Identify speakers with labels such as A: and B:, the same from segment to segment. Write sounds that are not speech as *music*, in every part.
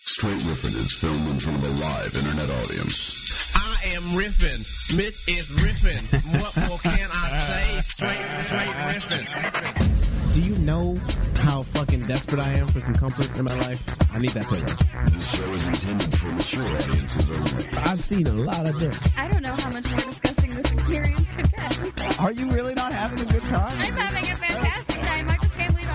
A: Straight Riffin is filmed in front of a live internet audience.
B: I am riffing. Mitch is riffing. What more can I say? Straight, straight riffing.
C: Do you know how fucking desperate I am for some comfort in my life? I need that pillow.
A: This show is intended for mature audiences only.
C: I've seen a lot of dick.
D: I don't know how much more disgusting this experience could get.
E: Are you really not having a good time?
D: I'm having a fantastic time. I just can't believe how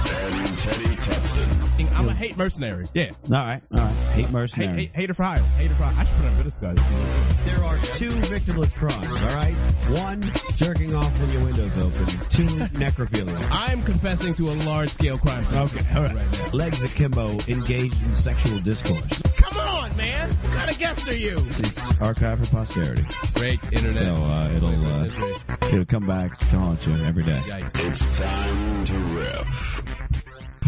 A: Teddy Tutson.
B: I'm a hate mercenary. Yeah.
E: right, all right. Hate mercenary.
B: Hate, hate, hater for hire. Hater for hire. I should put on British guys.
E: There are two victimless crimes. All right, one jerking off when your window's open. Two *laughs* necrophilia.
B: I am confessing to a large scale crime.
E: Okay, all right. Legs akimbo, engaged in sexual discourse.
B: Come on, man. What kind of guest are you?
E: It's archived for posterity,
B: Great internet.
E: so uh, it'll uh, it'll come back to haunt you every day.
B: Yikes.
A: It's time to riff.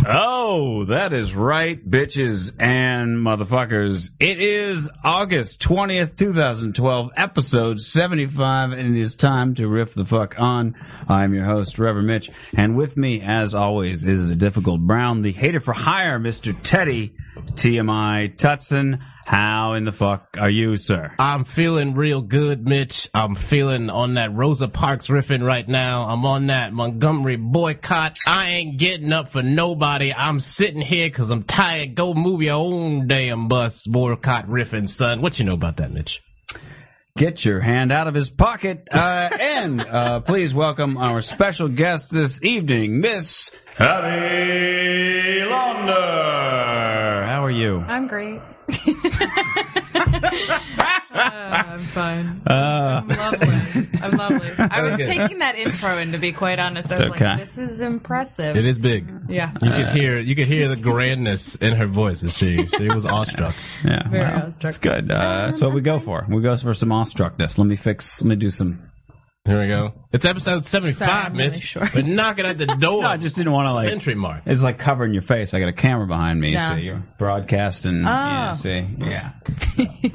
F: Oh, that is right, bitches and motherfuckers. It is August 20th, 2012, episode 75, and it is time to riff the fuck on. I'm your host, Reverend Mitch, and with me, as always, is the difficult Brown, the hater for hire, Mr. Teddy TMI Tutson. How in the fuck are you, sir?
B: I'm feeling real good, Mitch. I'm feeling on that Rosa Parks riffing right now. I'm on that Montgomery boycott. I ain't getting up for nobody. I'm sitting here cause I'm tired. Go move your own damn bus boycott riffing, son. What you know about that, Mitch?
F: get your hand out of his pocket. Uh, and uh, please welcome our special guest this evening, Miss Abby Launder. How are you?
G: I'm great. *laughs* Ah, I'm fine. I'm
F: Uh,
G: lovely. I'm
F: *laughs*
G: lovely. I was taking that intro in, to be quite honest. I was
F: okay.
G: like, this is impressive.
B: It is big.
G: Yeah.
B: You could hear, you could hear the grandness in her voice as she, she was awestruck.
F: Yeah,
G: Very
F: well,
G: awestruck. Um,
F: That's good. Uh, that's what we go for. We go for some awestruckness. Let me fix. Let me do some.
B: Here we go. It's episode 75,
G: Sorry, I'm really
B: Mitch.
G: short.
B: We're knocking
F: *laughs*
B: at the door.
F: No, I just didn't want to like.
B: Century mark.
F: It's like covering your face. I got a camera behind me, so
G: Yeah. Oh.
F: you're broadcasting. Yeah, see,
G: *laughs*
F: yeah.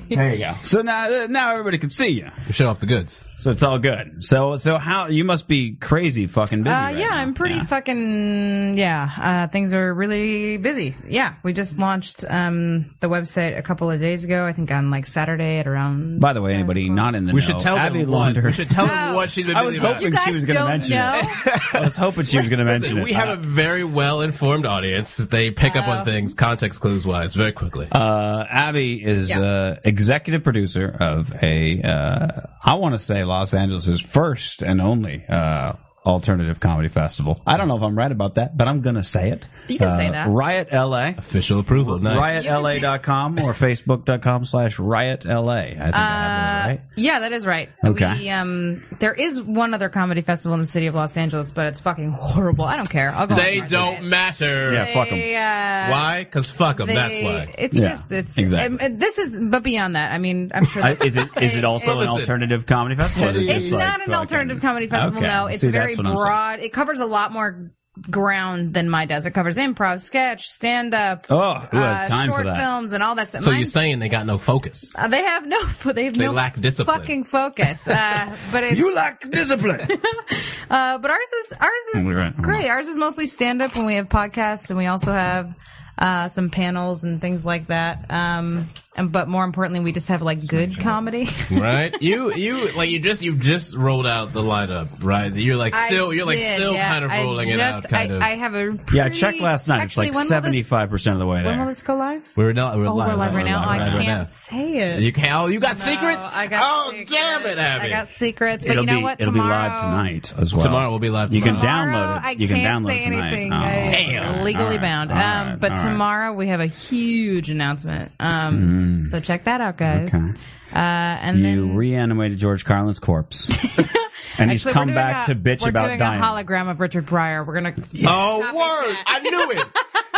F: there you go. So now, uh, now everybody can see you.
B: You shut off the goods.
F: So it's all good. So so how you must be crazy fucking busy.
G: Uh,
F: right
G: yeah,
F: now.
G: I'm pretty
F: Yeah.
G: fucking yeah. Uh, things are really busy. Yeah, we just launched um, the website a couple of days ago. I think on like Saturday at around.
F: By the way, anybody not in the
B: We
F: know,
B: should tell
F: Abby
B: them what,
F: Launder.
B: we should tell them what she's been
F: I
B: busy
F: was
B: about.
F: hoping
G: You
F: she
G: guys
F: was going to
G: don't
F: mention
G: know?
F: it. *laughs* I was hoping
B: *laughs*
F: she was going to mention it.
B: We have a very well informed audience. They pick up on things context clues wise very quickly.
F: uh, Abby is
G: Yeah.
F: uh, executive producer of a, uh, I want to say Los Angeles' first and only uh, alternative comedy festival. I don't know if I'm right about that, but I'm going to say it.
G: You can
F: Uh,
G: say that.
F: Riot LA.
B: Official approval. Nice.
F: RiotLA.com or Facebook.com slash RiotLA. I think I have those right.
G: Uh, Yeah, that is right.
F: Okay.
G: We, um, there is one other comedy festival in the city of Los Angeles, but it's fucking horrible. I don't care. I'll go.
B: They
G: on
B: don't matter.
F: Yeah, fuck 'em.
G: They, uh,
B: Why? Because fuck them.
G: they-
B: That's why.
G: It's
F: Yeah,
G: just it's
F: exactly.
G: and- and this is but beyond that. I mean, I'm sure.
F: I,
G: that-
F: is
G: *laughs*
F: it is it also an
B: Listen.
F: alternative comedy festival? Is it
G: It's
F: just like
G: not an
F: fucking-
G: alternative comedy festival.
F: Okay.
G: No, it's
F: See,
G: very
F: that's what I'm saying.
G: broad. It covers a lot more ground than mine does. It covers improv, sketch, stand up,
F: Oh, who has time for
G: Uh, short
F: that?
G: films, and all that stuff.
B: So you're
G: Mine's-
B: saying they got no focus?
G: uh, they have no, *laughs* they have
B: They
G: no
B: lack discipline.
G: fucking focus.
B: *laughs*
G: Uh, but it,
F: lack discipline.
G: *laughs* uh, but ours is ours is
F: We're at-
G: great. Ours is mostly stand up, and we have podcasts, and we also have uh, some panels and things like that. Um, and but more importantly, we just have like good comedy.
B: right? You you like you just you just rolled out the lineup, right? You're like still
G: *laughs* I
B: you're like
G: did,
B: still
G: yeah.
B: kind of
G: I
B: rolling it
G: just-
B: out, kind
G: I,
B: of.
G: I have a
F: yeah, I
G: pretty-
F: checked last night.
G: Actually,
F: it's like
G: when will
F: seventy
G: this-
F: five percent of the way
G: When will
F: there.
G: this go live?
B: we're not. We're
G: Oh,
B: live,
G: we're live right now.
B: live
G: I
B: right
G: can't
B: now.
G: say it.
B: You can't. Oh, you got secrets.
G: No, I got
B: oh,
G: secrets.
B: damn it, Abby.
G: I got secrets, but
F: it'll
G: you know
F: be
G: what?
F: it'll
G: tomorrow,
F: be live tonight as well.
B: Tomorrow will be live.
F: You can
B: Tomorrow.
F: download
G: Tomorrow,
F: it.
G: I
F: you can
G: can't
F: download
G: say
F: tonight.
G: anything.
F: Oh.
G: guys.
B: Damn.
G: It's legally
F: All right.
G: bound.
F: All right.
G: Um, but
F: All right.
G: tomorrow we have a huge announcement. Um, so check that out, guys.
F: Hmm. Okay.
G: Uh, and
F: You
G: then
F: reanimated George Carlin's
G: *laughs*
F: corpse, and he's
G: actually,
F: come
G: we're doing
F: back
G: a,
F: to bitch
G: we're
F: about
G: doing
F: dying.
G: a hologram of Richard Pryor. We're gonna.
B: Oh, word! I knew it.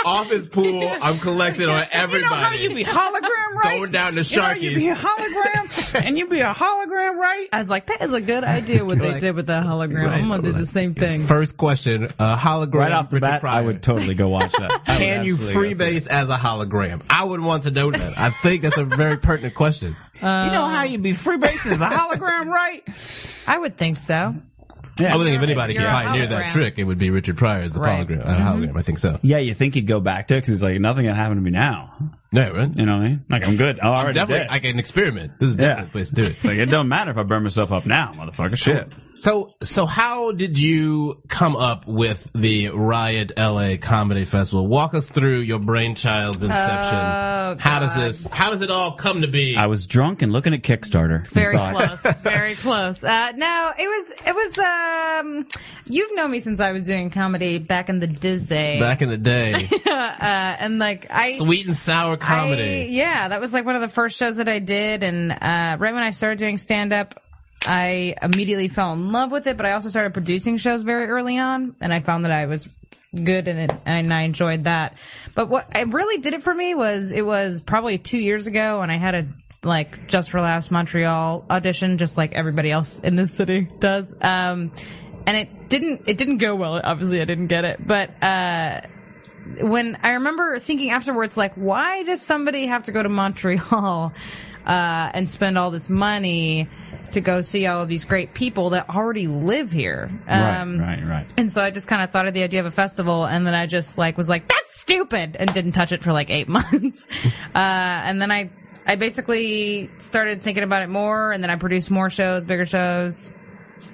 B: Office pool. I'm collected
G: *laughs*
B: on everybody.
F: hologram,
B: Going down to Sharkies. *laughs*
F: hologram, and you be a hologram that right?
G: I was like, that is a good idea what they
B: Like-
G: did with that hologram. I'm gonna do the same thing.
B: First question, uh, hologram
F: Right off the
B: Richard
F: bat,
B: Pryor.
F: I would totally go watch
G: *laughs*
F: that. I would
B: Can you
F: absolutely go see
B: freebase as a hologram? I would want to know that. I think that's a very pertinent question.
F: that. You know how you'd be freebasing as a *laughs* hologram, right?
G: I would think so.
B: I would think if
G: You're-
B: anybody could
G: you're a
B: pioneer
G: hologram.
B: that trick, it would be Richard Pryor as the
G: Right.
B: hologram. Uh, hologram. I think so.
F: Yeah, you think you'd go back to it because it's like nothing can happen to me now.
B: Yeah, right?
F: You know what I mean? Like I'm good. I'm already
B: Definitely,
F: dead.
B: I can experiment. This is
F: Yeah.
B: definitely a place to do it.
F: like it don't matter if I burn myself up now, motherfucker. Shit.
B: So, so how did you come up with the Riot LA Comedy Festival? Walk us through your brainchild's inception.
G: Oh,
B: how does
G: God.
B: this? How does it all come to be?
F: I was drunk and looking at Kickstarter.
G: Very
F: Thought,
G: close. Very close. Uh, no, it was, it was, um, you've known me since I was doing comedy back in the Disney.
B: Back in the
G: *laughs*
B: day,
G: uh, and like, I.
B: sweet and sour comedy.
G: I, yeah, that was like one of the first shows that I did, and uh, right when I started doing stand up, I immediately fell in love with it. But I also started producing shows very early on, and I found that I was good in it, and I enjoyed that. But what I really did it for me was it was probably two years ago, and I had a like just for last Montreal audition, just like everybody else in this city does. Um, and it didn't it didn't go well. Obviously, I didn't get it, but. uh when I remember thinking afterwards, like, why does somebody have to go to Montreal *laughs* uh, and spend all this money to go see all of these great people that already live here? Um,
F: Right, right, right.
G: And so I just kind of thought of the idea of a festival, and then I just like was like, "That's stupid," and didn't touch it for like
F: *laughs*
G: eight *laughs* months. uh, and then I, I basically started thinking about it more, and then I produced more shows, bigger shows,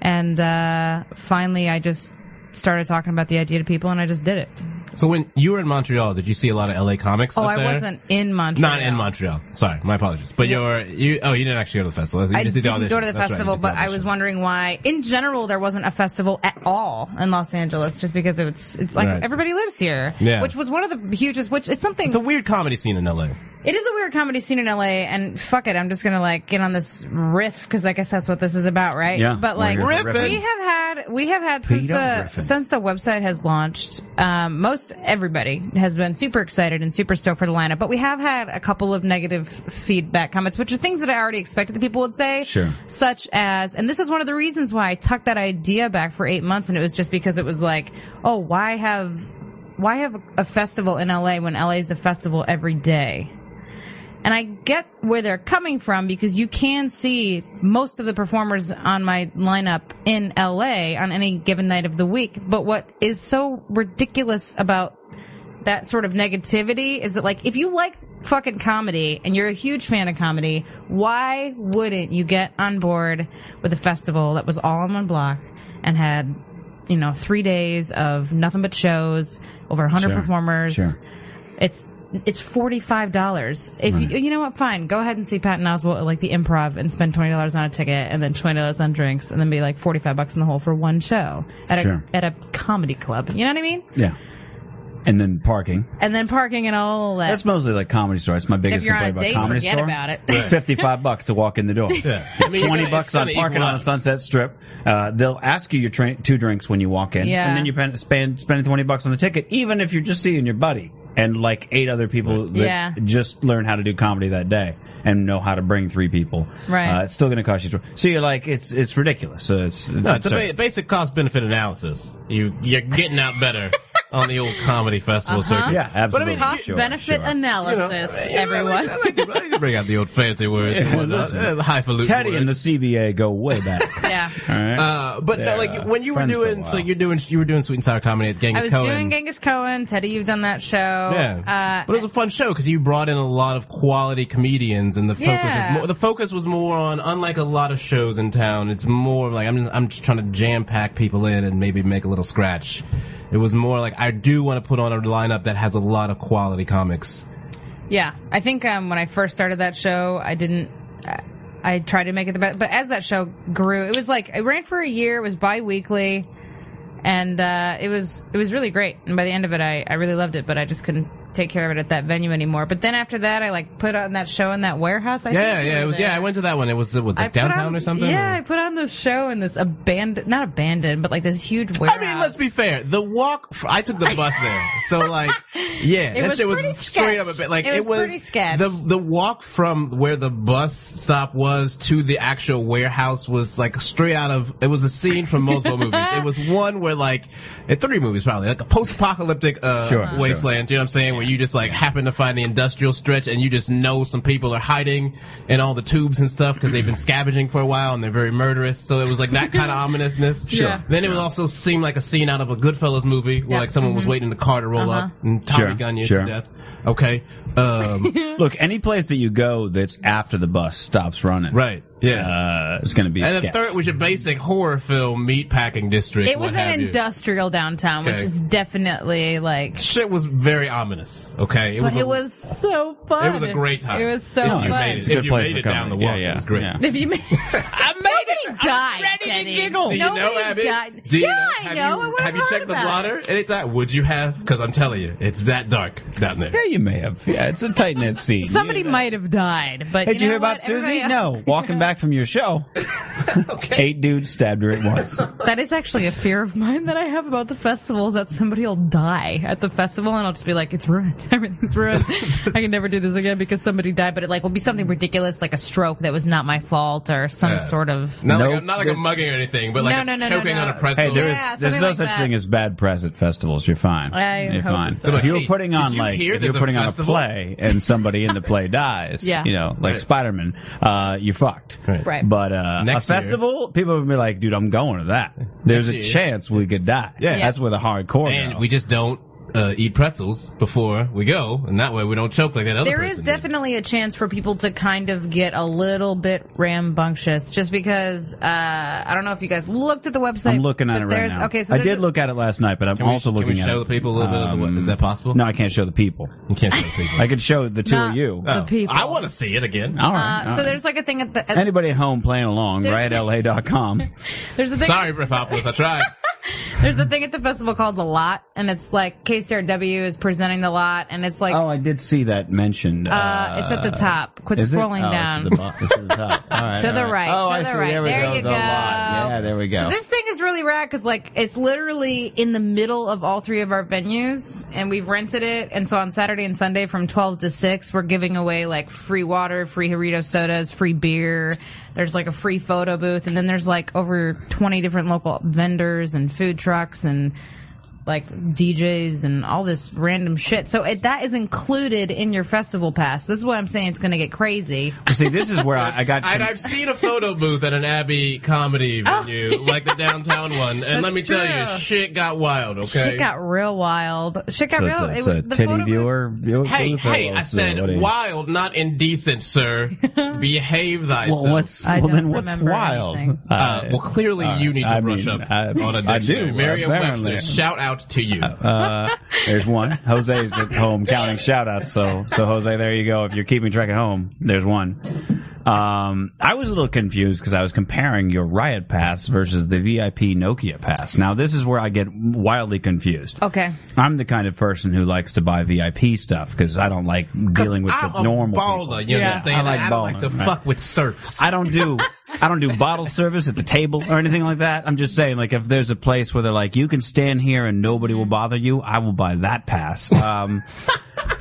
G: and uh, finally I just started talking about the idea to people, and I just did it.
B: So when you were in Montreal, did you see a lot of LA comics?
G: Oh,
B: up
G: I
B: there?
G: wasn't in Montreal.
B: Not in Montreal. Sorry, my apologies. But you're you. Oh, you didn't actually go to the festival. You
G: I
B: just did
G: didn't
B: the
G: go
B: audition.
G: to the
B: That's right, you
G: festival,
B: did the
G: but I
B: audition.
G: was wondering why. In general, there wasn't a festival at all in Los Angeles, just because it's it's like
B: Right.
G: everybody lives here,
B: Yeah.
G: which was one of the hugest. Which is something.
B: It's a weird comedy scene in LA.
G: it is a weird comedy scene in LA, and fuck it, I'm just gonna like get on this riff because I guess that's what this is about, right?
F: Yeah,
G: But like,
F: we're here
B: for
G: we
B: riffing. riffing.
G: have had we have had since
F: Peter
G: the
F: Griffin.
G: since the website has launched, um, most everybody has been super excited and super stoked for the lineup. But we have had a couple of negative feedback comments, which are things that I already expected that people would say.
F: Sure.
G: Such as, and this is one of the reasons why I tucked that idea back for eight months, and it was just because it was like, oh, why have why have a festival in LA when LA is a festival every day? And I get where they're coming from because you can see most of the performers on my lineup in LA on any given night of the week. But what is so ridiculous about that sort of negativity is that like if you liked fucking comedy and you're a huge fan of comedy, why wouldn't you get on board with a festival that was all in one block and had you know three days of nothing but shows, over 100
F: Sure,
G: performers?
F: sure.
G: It's it's forty five dollars. If you you know what, fine, go ahead and see Patton Oswalt at like the Improv and spend twenty dollars on a ticket and then twenty dollars on drinks and then be like forty five bucks in the hole for one show at
F: Sure.
G: a at a comedy club. You know what I mean?
F: Yeah. And then parking.
G: And then parking and all that.
F: That's mostly like comedy store. It's my biggest
G: Uh, if you're on a
F: complaint
G: date,
F: about comedy
G: forget
F: store.
G: about it. *laughs*
F: Fifty-five bucks to walk in the
B: I
F: door.
B: mean, you're
F: Twenty
B: gonna-
F: bucks
B: it's
F: on
B: gonna
F: parking
B: equal
F: on a
B: out.
F: Sunset Strip. Uh, they'll ask you your tra- two drinks when you walk in,
G: Yeah.
F: and then you pen- spend spending twenty bucks on the ticket, even if you're just seeing your buddy and like eight other people that
G: Yeah.
F: just learn how to do comedy that day and know how to bring three people.
G: Right.
F: Uh, it's still going to cost you. Tw- so you're like, it's it's ridiculous. So it's,
B: No, it's a
F: absurd.
B: ba- basic cost benefit analysis. You you're getting out better on the old comedy festival circuit.
F: yeah, absolutely.
B: mean,
G: Cost
F: Sure,
G: benefit
F: sure.
G: analysis,
B: *laughs*
G: everyone.
B: I like, to- I like to *laughs* bring out the old fancy words. and whatnot.
F: listen.
B: Uh, highfalutin
F: Teddy
B: words.
F: and the CBA go
B: *laughs*
F: way back.
G: yeah.
F: All right.
B: Uh, but no,
F: They're,
B: like
F: uh,
B: when you were
F: friends for a
B: doing, so
F: while.
B: you're doing, you were doing sweet and sour comedy at
G: I
B: Genghis
G: was
B: Cohen.
G: doing Genghis Cohen. Teddy, you've done that show.
B: yeah,
G: Uh,
B: but it was a fun show because you brought in a lot of quality comedians, and the focus
G: Yeah.
B: is more. The focus was more on, unlike a lot of shows in town, it's more like I'm I'm just trying to jam pack people in and maybe make a little scratch. It was more like I do want to put on a lineup that has a lot of quality comics.
G: Yeah, I think um, when I first started that show, I didn't. I- I tried to make it the best, but as that show grew, it was like it ran for a year. It was bi-weekly, and uh, it was it was really great. And by the end of it, I, I really loved it, but I just couldn't take care of it at that venue anymore. But then after that, I like put on that show in that warehouse. I
B: Yeah,
G: think
B: yeah, it was. Yeah, I went to that one. It was uh, what,
G: I
B: like
G: put on-
B: downtown or something.
G: Yeah,
B: or-
G: I put on this show in this abandoned, not abandoned, but like this huge
B: I
G: warehouse.
B: mean, let's be fair. The walk, fr- I took the bus there, so
G: *laughs*
B: like, yeah,
G: It
B: that
G: was
B: shit
G: pretty
B: was straight up a
G: sketch.
B: bit. Like,
G: It
B: it,
G: was pretty sketch.
B: The the walk from where the bus stop was to the actual warehouse was like straight out of. It was a scene from
G: *laughs*
B: multiple movies. It was one where like, in three movies probably, like a post-apocalyptic uh,
F: Sure, sure.
B: wasteland. You know what I'm saying? Where you just like happen to find the industrial stretch, and you just know some people are hiding in all the tubes and stuff because they've been scavenging for a while and they're very murderous. So it was like that
G: *laughs*
B: kind of ominousness.
G: Sure. Yeah.
B: Then it would also seem like a scene out of a Goodfellas movie where
G: Yeah. Mm-hmm. Uh-huh.
B: like someone was waiting in the car to roll up and Tommy
F: Sure,
B: gun you
F: sure.
B: to death. Okay.
G: *laughs*
B: Um,
F: Look, any place that you go that's after the bus stops running,
B: right. Yeah.
F: Uh, it's going to be. a
B: and the
F: sketch.
B: third was your basic horror film meatpacking district.
G: It was
B: what have
G: an
B: you.
G: industrial downtown, which
B: Okay.
G: is definitely like.
B: Shit was very ominous. Okay. It
G: But
B: was.
G: it
B: a,
G: was so fun.
B: It was a great time.
G: It was so
B: If
G: fun.
B: you made it,
F: It's a
B: if
F: good
B: you
F: place
B: made
F: for
B: it down the
F: comedy.
B: walk,
F: Yeah, yeah,
B: it was great.
F: yeah.
G: If you made, I made it. Died, ready to giggle.
B: Do you
G: Nobody
B: know, Abby?
G: died.
B: Do you
G: yeah,
B: know,
G: I
B: have
G: know. I
B: You,
G: would've
B: have you
G: heard
B: checked the
G: about it.
B: blotter anytime? Would you have? Because I'm telling you, it's that dark down there.
F: Yeah, you may have. Yeah, it's a tight knit scene.
G: Somebody
F: You know that.
G: might have died, but
F: Hey,
G: you
F: did you
G: know
F: hear about
G: what? Everybody
F: Susie?
G: else-
F: No, walking back from your show,
G: *laughs*
B: Okay.
F: eight dudes stabbed her at once.
G: That is actually a fear of mine that I have about the festivals that somebody will die at the festival and I'll just be like, it's ruined. *laughs*
B: *laughs*
G: Everything's ruined. I can never do this again because somebody died, but it like will be something ridiculous like a stroke that was not my fault or some
B: Yeah.
G: sort of.
B: Not, like
F: Nope.
B: a, not like a mugging or anything, but like
G: No,
B: a
G: no, no, no,
B: choking
G: no.
B: on a pretzel.
F: Hey, there is
G: Yeah,
F: there's
G: something
F: no
G: like
F: such
G: that.
F: thing as bad press at festivals. You're fine.
G: I
F: You're
G: hope
F: fine.
G: so.
B: They're like,
F: if you were
B: hey,
F: putting
B: did
F: on
B: you
F: like
B: hear
F: if
B: there's
F: you're
B: a
F: putting on
B: festival?
F: a play and somebody
B: *laughs*
F: in the play dies,
G: Yeah.
F: you know, like
B: Right.
F: Spider Man, uh, you're fucked.
G: Right.
F: But uh,
B: Next
F: a
B: year.
F: festival, people would be like, dude, I'm going to that. There's
B: Next
F: a
B: year.
F: chance we could die.
B: Yeah.
F: That's where the hardcore.
B: and
F: go.
B: we just don't uh, eat pretzels before we go, and that way we don't choke like that other
G: There is
B: person. did.
G: definitely a chance for people to kind of get a little bit rambunctious just because uh, I don't know if you guys looked at the website.
F: I'm looking at
G: but
F: it right
G: there's-
F: now.
G: Okay, so
F: I
G: there's
F: did
G: a-
F: look at it last night, but I'm
B: we-
F: also
B: can we
F: looking at
B: show
F: it. um,
B: the people a little bit of the what- is that possible?
F: No, I can't show the people.
B: You can't choke
G: *laughs*
B: people. Oh,
F: I could show the two
G: Not
F: of you.
G: the people.
B: I want to see it again.
F: All right.
G: Uh,
F: all
G: so
F: right.
G: there's like a thing at the. At,
F: anybody at home playing along,
G: There's- *laughs*
F: riotla.com.
G: there's a
B: *laughs*
G: thing.
B: Sorry, Riffopolis, I
G: *laughs*
B: tried.
G: There's a thing at the festival called The Lot, and it's like KCRW is presenting The Lot, and it's like,
F: oh, I did see that mentioned. Uh,
G: uh, it's at the top. Quit
F: Is it?
G: scrolling
F: Oh,
G: down.
F: It's at the, bo- it's at the
G: *laughs*
F: top. All right,
G: To the
F: all
G: right,
F: Oh,
G: to
F: I
G: the
F: see.
G: right.
F: There we
G: There
F: go.
G: you
F: the
G: go.
F: lot. Yeah, there we go.
G: So this thing is really rad because like it's literally in the middle of all three of our venues, and we've rented it. And so on Saturday and Sunday from twelve to six, we're giving away like free water, free Harito sodas, free beer. There's like a free photo booth, and then there's like over twenty different local vendors and food trucks and like DJs and all this random shit. So it, that is included in your festival pass. This is what I'm saying. It's going to get crazy.
F: *laughs* see, this is where I,
B: *laughs*
F: I got.
B: And I've seen a photo booth at an Abbey comedy venue, like the downtown
G: *laughs*
B: one, and let me
G: Oh. That's
B: tell
G: true.
B: you, shit got wild. Okay.
G: Shit got real wild. Shit got
F: So
G: real.
F: it's a,
G: it
F: it's
G: was
F: a
G: the
F: titty
G: photo booth-
F: viewer. viewer
B: Hey,
F: booth,
B: hey,
F: or
B: I
F: it's a- what
B: said
F: is-
B: wild, not indecent, sir.
F: *laughs*
B: Behave thyself.
F: Well, what's
G: I
F: well
G: don't
F: then? What's
G: remember
F: wild?
G: anything.
B: Uh, well, clearly
F: all right.
B: you need to
F: I
B: brush
F: mean,
B: up
F: I-
B: on a
F: I
B: dictionary.
F: do, uh,
B: Merriam-Webster,
F: apparently.
B: shout out to you.
F: Uh, there's one. Jose's at home counting shout outs. So, so Jose, there you go. If you're keeping track at home, there's one. Um, I was a little confused because I was comparing your Riot Pass versus the VIP Nokia Pass. Now, this is where I get wildly confused.
G: Okay.
F: I'm the kind of person who likes to buy VIP stuff because I don't like dealing with
B: I'm
F: the
B: a
F: normal. people.
B: baller, you
G: Yeah.
B: understand?
F: I
B: I,
F: like
B: don't
F: balling,
B: like to
F: right.
B: fuck with serfs.
F: I don't do I don't do bottle service at the table or anything like that. I'm just saying, like, if there's a place where they're like, you can stand here and nobody will
B: Mm.
F: bother you, I will buy that pass. Um,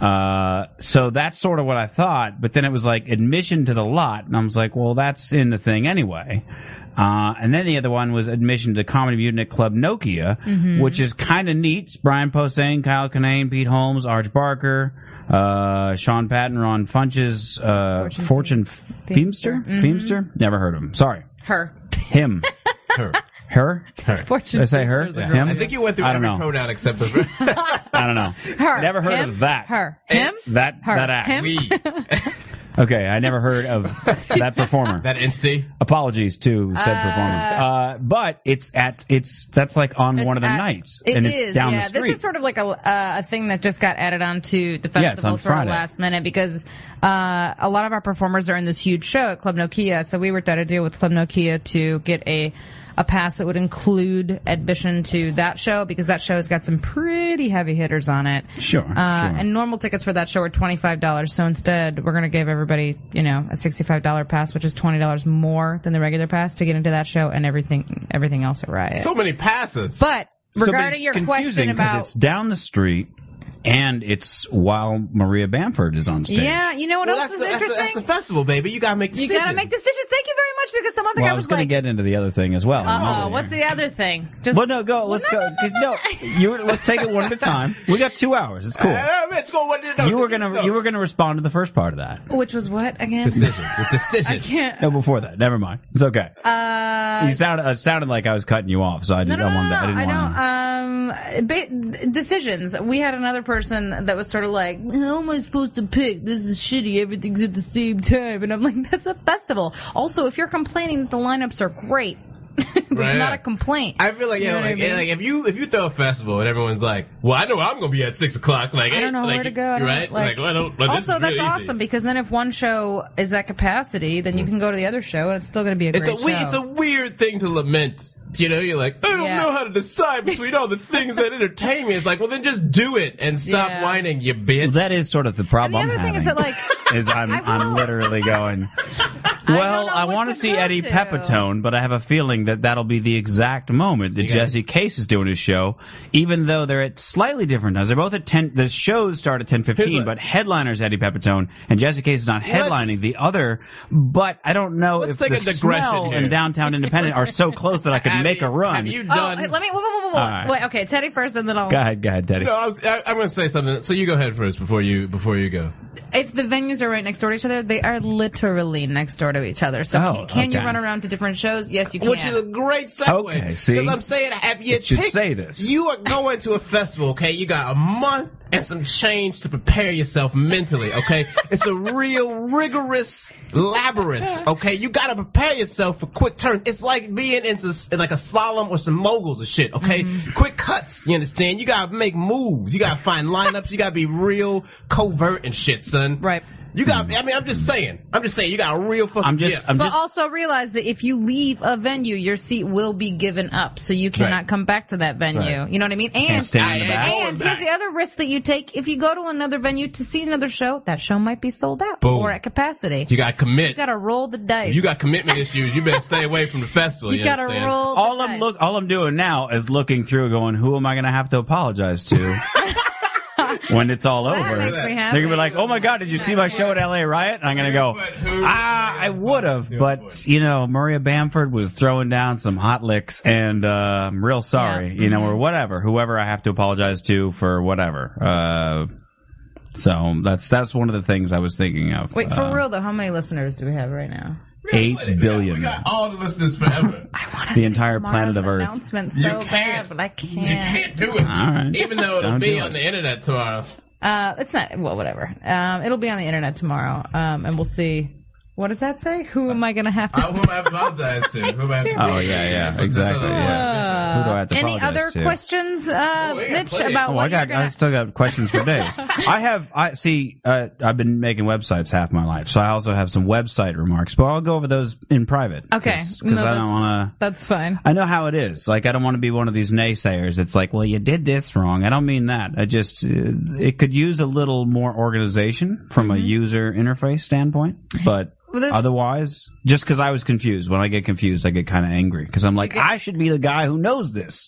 F: uh, so that's sort of what I thought, but then it was like admission to the lot, and I was like, well, that's in the thing anyway. Uh, and then the other one was admission to Comedy Mutant Club Nokia,
G: Mm-hmm.
F: which is kind of neat. It's Brian Posehn, Kyle Kinane, Pete Holmes, Arch Barker, uh, Sean Patton, Ron Funches, uh, Fortune, Feemster?
G: Mm-hmm.
F: Feemster? Never heard of him. Sorry.
G: Her.
F: Him.
B: Her.
F: Her? Did
G: *laughs* Fortune.
F: I say her?
G: Feaster's a girl.
F: Him?
B: I think you went through
F: I don't
B: every
F: know.
B: pronoun except the
F: I don't know.
G: Her.
F: Never heard
G: Him?
F: of that.
G: Her. Him?
F: That
G: Her.
F: that act. *laughs*
G: Him?
B: we.
F: Okay, I never heard
G: *laughs*
F: of that performer.
B: That entity.
F: Apologies to said performer. Uh, but it's at it's that's like on one of the
G: It's at-
F: nights,
G: It
F: and
G: is,
F: it's down
G: yeah.
F: the street.
G: This is sort of like a uh, a thing that just got added on to the festival
F: Yeah, it's on
G: sort
F: Friday.
G: of last minute because uh, a lot of our performers are in this huge show at Club Nokia. So we worked out a deal with Club Nokia to get a a pass that would include admission to that show because that show has got some pretty heavy hitters on it.
H: Sure,
G: Uh,
H: sure.
G: And normal tickets for that show are twenty five dollars. So instead, we're going to give everybody, you know, a sixty five dollar pass, which is twenty dollars more than the regular pass to get into that show and everything everything else at Riot.
B: So many passes.
G: but
F: So, but
G: regarding
F: it's
G: your
F: confusing
G: question
F: 'cause
G: about
F: it's down the street, and it's while Maria Bamford is on stage.
G: yeah, you know what
B: well,
G: else
B: that's,
G: is
B: the, that's, the,
G: interesting?
B: that's the festival, baby. You gotta make
G: you
B: decisions.
G: got to make decisions. Thank you very much because some other
F: Well,
G: guy
F: I was going
G: like,
F: to get into the other thing as well.
G: "Oh, what's the other thing?" Just
F: Well, no, go. Let's
G: no,
F: go.
G: no, no,
F: No, *laughs* you were- let's take it one at a time. We got two hours. It's
G: *laughs*
F: cool.
B: Uh, it's going- what did- no,
F: You were
B: no.
F: gonna you were gonna respond to the first part of that.
G: which was what
F: *laughs*
G: again?
B: decisions. It's
G: I
B: decisions.
G: can't.
F: No, before that. Never mind. It's okay.
G: *laughs* Uh,
F: you sound it sounded like I was cutting you off, so I
G: no,
F: didn't
G: no, no,
F: want
G: no,
F: to. I didn't
G: I
F: want to.
G: don't. Um, ba- decisions. We had another person that was sort of like, "How am I supposed to pick? This is shitty. Everything's at the same time." And I'm like, "That's a festival." Also, if you're complaining that the lineups are great, *laughs* that's
B: Right.
G: not a complaint.
B: I feel like
G: You
B: yeah,
G: know what I
B: like,
G: mean?
B: like if you if you throw a festival and everyone's like, well, I know I'm gonna be at six o'clock. Like
G: I don't know
B: hey, like,
G: where to go. I don't-
B: Right? Like, well, I don't. Like, this
G: also,
B: is
G: that's
B: really easy. Mm.
G: awesome because then if one show is at capacity, then you can go to the other show and it's still going to be a
B: It's a
G: great
B: we,
G: show.
B: it's a weird thing to lament. You know, you're like, I don't
G: Yeah.
B: know how to decide between all the things
G: *laughs*
B: that entertain me. It's like, well, then just do it and stop
G: Yeah.
B: whining, you bitch.
F: Well, that is sort of the problem.
G: and the other
F: I'm
G: thing is that
F: having, *laughs*
G: like.
F: is I'm
G: I will-
F: I'm literally
G: *laughs*
F: going. Well,
G: know
F: I,
G: what
F: want
G: to
F: to see
G: go
F: Eddie
G: to.
F: Pepitone, but I have a feeling that that'll be the exact moment that Jesse Case is doing his show, even though they're at slightly different times. They're both at ten. The shows start at ten
B: Here's
F: fifteen,
B: what-
F: but headliners Eddie Pepitone and Jesse Case is not headlining
B: Let's-
F: the other. But I don't know
B: Let's
F: if
B: take
F: the
B: a digression
F: smell
B: here.
F: and downtown Independent are so close that I could
B: Have
F: make
B: you-
F: a run.
B: Have you
G: Oh,
B: done?
G: let me. Whoa, whoa, whoa, whoa, whoa.
F: All right.
G: Wait, okay, Teddy first, and then I'll.
F: Go ahead, go ahead, Teddy.
B: no, I was, I, I'm going to say something. So you go ahead first before you before you go.
G: if the venues are right next door to each other, they are literally next door to each other. So
F: Oh,
G: ca- can you
F: okay.
G: run around to different shows? Yes, you can.
B: Which is a great segue.
F: Okay, see?
B: Because I'm saying, have you
F: It should
B: take-
F: say this.
B: You are going to a festival, okay? You got a month and some change to prepare yourself mentally, okay? it's a real rigorous labyrinth, okay? You got to prepare yourself for quick turns. It's like being into s- like a slalom or some moguls or shit, okay?
G: Mm-hmm.
B: Quick cuts, you understand? You got to make moves. You got to find lineups. you got to be real covert and shit, son.
G: Right.
B: You got. I mean, I'm just saying. I'm just saying. You got a real fucking.
F: I'm just,
B: gift.
F: I'm
G: but
F: just.
G: also realize that if you leave a venue, your seat will be given up, so you cannot
B: Right.
G: come back to that venue.
B: Right.
G: You know what I mean? And
F: Can't stand in the
B: I-
F: back.
B: I-
G: And
B: Going
G: here's
B: back.
G: the other risk that you take: if you go to another venue to see another show, that show might be sold out
B: Boom.
G: or at capacity.
B: you got to commit.
G: got to roll the dice.
B: If you got commitment issues, you better stay away from the festival. You,
G: *laughs* you got to
B: understand?
G: roll.
F: all
G: the
F: I'm
G: dice.
F: look, all I'm doing now is looking through, going, "Who am I going to have to apologize
G: *laughs*
F: to when it's all
G: That
F: over?"
G: makes me
F: They're
G: happy.
F: gonna be like, "Oh my God, did you see my show at LA Riot?" And I'm gonna go,
B: But who-
F: "Ah, I would have, but you know, Maria Bamford was throwing down some hot licks, and uh, I'm real sorry,
G: Yeah. mm-hmm.
F: you know, or whatever. Whoever I have to apologize to for whatever." Uh, so that's that's one of the things I was thinking of.
G: Wait for
F: Uh,
G: real though. How many listeners do we have right now?
F: eight
B: We got-
F: billion.
B: We got all the listeners
F: *laughs*
B: forever.
G: I want
F: The entire planet of Earth.
G: Announcement so
B: You
G: bad,
B: can't.
G: but I can't.
B: You can't do it.
F: right.
B: Even though it'll
F: Don't
B: be
F: do
B: on
F: it.
B: the internet tomorrow.
G: Uh, it's not. Well, whatever. Um, it'll be on the internet tomorrow, um, and we'll see. What does that say? Who am I going to have
B: I,
G: to?
B: Uh,
G: *laughs*
B: who am I apologize to? Who am I
F: Oh, yeah, yeah,
B: That's what-
F: exactly,
B: that's what-
F: yeah.
G: Uh,
F: Who do I have to
G: Any
F: apologize
G: other
F: to?
G: questions, uh,
B: we got
G: Mitch,
B: plenty.
G: about
F: Oh,
G: what
F: I got.
G: you're gonna-
F: I still got questions for
G: *laughs*
F: days. I have. I see. Uh, I've been making websites half my life, so I also have some website remarks. But I'll go over those in private.
G: Okay.
F: because
G: No,
F: I
G: that's-
F: don't want to.
G: That's fine.
F: I know how it is. Like I don't want to be one of these naysayers. It's like, well, you did this wrong. I don't mean that. I just uh, it could use a little more organization from a user interface standpoint, but.
G: Mm-hmm. Well, there's-
F: Otherwise, just because I was confused, when I get confused, I get kind of angry because I'm like,
G: get-
F: I should be the guy who knows this.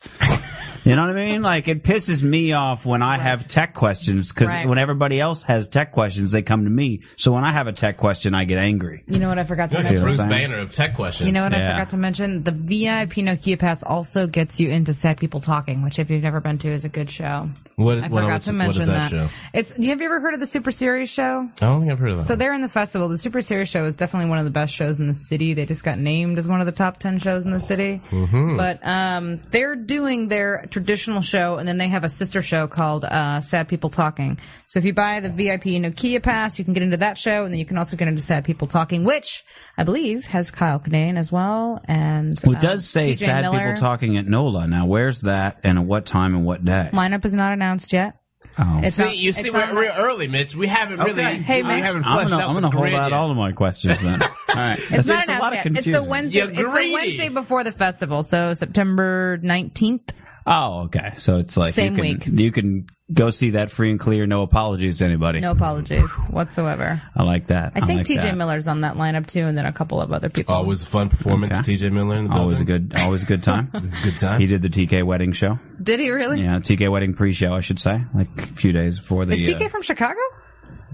F: You know what I mean? Like it pisses me off when I have tech questions because
G: Right.
F: when everybody else has tech questions, they come to me. So when I have a tech question, I get angry.
G: You know what I forgot to
B: There's
F: what
B: a
F: I'm
G: mention?
B: Bruce
F: saying?
B: Banner of tech questions.
G: You know what I
F: Yeah.
G: forgot to mention? The VIP Nokia Pass also gets you into Sad People Talking, which if you've never been to is a good show.
B: What is-
G: I
B: what-
G: forgot
B: what's-
G: to
B: what
G: mention
B: is that show?
G: It's. Have you ever heard of the Super Series show?
B: I don't think I've heard of that.
G: So they're in the festival. The Super Series show is definitely one of the best shows in the city. They just got named as one of the top ten shows in the city. But um, they're doing their traditional show, and then they have a sister show called uh, Sad People Talking. So if you buy the VIP Nokia pass, you can get into that show, and then you can also get into Sad People Talking, which I believe has Kyle Kinane as well. And
F: Well, it
G: um,
F: does say
G: TJ
F: sad
G: Miller.
F: people talking at NOLA. Now, where's that and at what time and what day?
G: Lineup is not announced yet.
F: Oh.
G: It's
B: See,
G: on-
B: you see,
G: it's
B: we're
G: on
B: real
G: my-
B: early, Mitch. We haven't really,
F: Okay.
G: Hey,
B: we
G: Mitch.
B: haven't
F: I'm
B: fleshed
F: gonna,
B: out
F: I'm
B: the
F: gonna hold
B: grid
F: out
B: yet.
F: all of my questions
G: *laughs*
F: then. all right.
G: It's
F: That's-
G: not
F: it's a
G: announced
F: lot of
G: yet.
F: confusion.
G: It's the Wednesday.
B: You're
G: It's the
B: greedy.
G: Wednesday before the festival, so September nineteenth.
F: Oh, okay. So it's like
G: Same
F: you can,
G: week.
F: You can go see that free and clear. No apologies to anybody.
G: No apologies whatsoever.
F: I like that.
G: I think
F: like
G: TJ
F: that.
G: Miller's on that lineup too, and then a couple of other people.
B: Always a fun performance
F: Okay.
B: with TJ Miller in the
F: Always a
B: building.
F: good, always a good time.
G: *laughs*
B: It's a good time.
F: he did the TK wedding show.
G: Did he really?
F: Yeah, TK wedding pre-show, I should say, like a few days before the.
G: Is TK
F: uh,
G: from Chicago?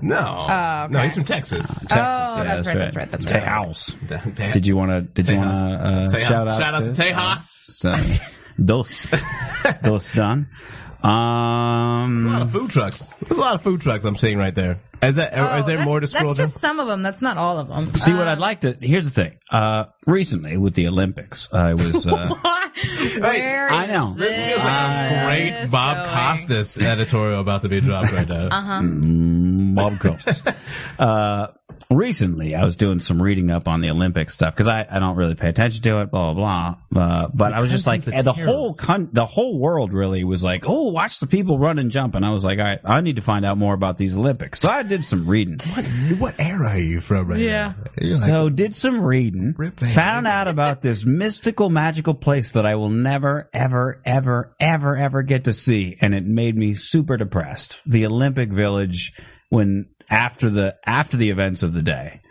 B: No,
G: Oh, okay.
B: no, he's from Texas.
F: Texas.
G: Oh,
F: Yeah,
G: that's right, that's right, that's right.
F: Tejas. Did
B: Did
F: you want to? Did you want to uh, shout out?
B: Shout out to Tejas.
F: So, dos, uh,
B: *laughs*
F: dos done.
B: There's a lot
F: Um,
B: of food trucks. There's a lot of food trucks I'm seeing right there. Is that?
G: Oh,
B: is there
G: that's-
B: more to scroll
G: That's
B: down?
G: just some of them. That's not all of them.
F: see what I'd like to. Here's the thing. Uh, recently with the Olympics, I was.
G: *laughs*
F: Uh, *laughs*
G: Where
F: I
G: is
F: know.
B: This feels like
G: this
B: a great Bob
G: going? Uh, Uh-huh.
B: Costas editorial about to be dropped right
G: *laughs*
B: now.
F: Mm, Bob Coates. uh, recently, I was doing some reading up on the Olympic stuff because I, I don't really pay attention to it, blah blah blah. Uh, but I was just like,
B: cousin's a
F: and the
B: terrorist.
F: whole con- the whole world really was like, oh, watch the people run and jump, and I was like, all right, I need to find out more about these Olympics. So I did some reading.
B: What, what era are you from right
G: Yeah.
B: now? You're like,
F: so did some reading,
B: Rip Van
F: found out about this mystical, magical place that I will never, ever, ever, ever, ever get to see, and it made me super depressed. The Olympic Village, when after the after the events of the day,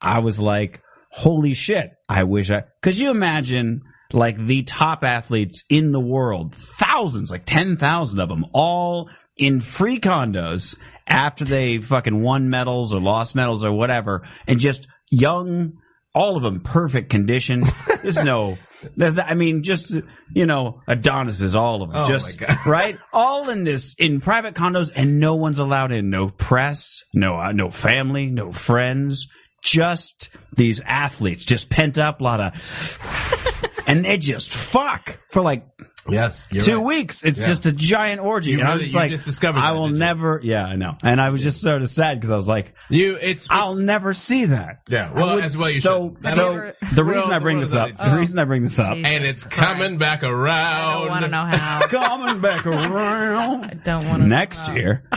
F: I was like, holy shit, I wish I could you imagine like the top athletes in the world, thousands, like 10,000 of them, all in free condos after they fucking won medals or lost medals or whatever, and just young, all of them perfect condition. There's no, there's, I mean, just, you know, Adonis is all of them.
B: Oh,
F: just,
B: my God. *laughs*
F: right? All in this in private condos, and no one's allowed in. No press, no uh, no family, no friends. Just these athletes, just pent up, lot of, and they just fuck for like
B: yes, you're
F: two
B: right.
F: weeks. It's
B: Yeah.
F: just a giant orgy.
B: You
F: and I
B: really-
F: was just
B: you
F: like,
B: just discovered
F: I
B: that,
F: will
B: did you?
F: never. Yeah, I know. And I was just sort of sad because I was like,
B: You, it's,
F: I'll
B: it's
F: never see that.
B: yeah. Well,
F: I would-
B: as well you
F: so,
B: should.
F: So
G: Never-
F: the reason
B: Well,
F: I bring
B: what
F: this
B: is
F: up,
B: it?
F: the reason I bring this up,
G: Jesus
B: Oh, and it's
G: Christ.
B: coming back
G: I don't
B: around.
G: want to know
B: *laughs*
G: how.
F: coming back around.
G: I don't want to.
F: next year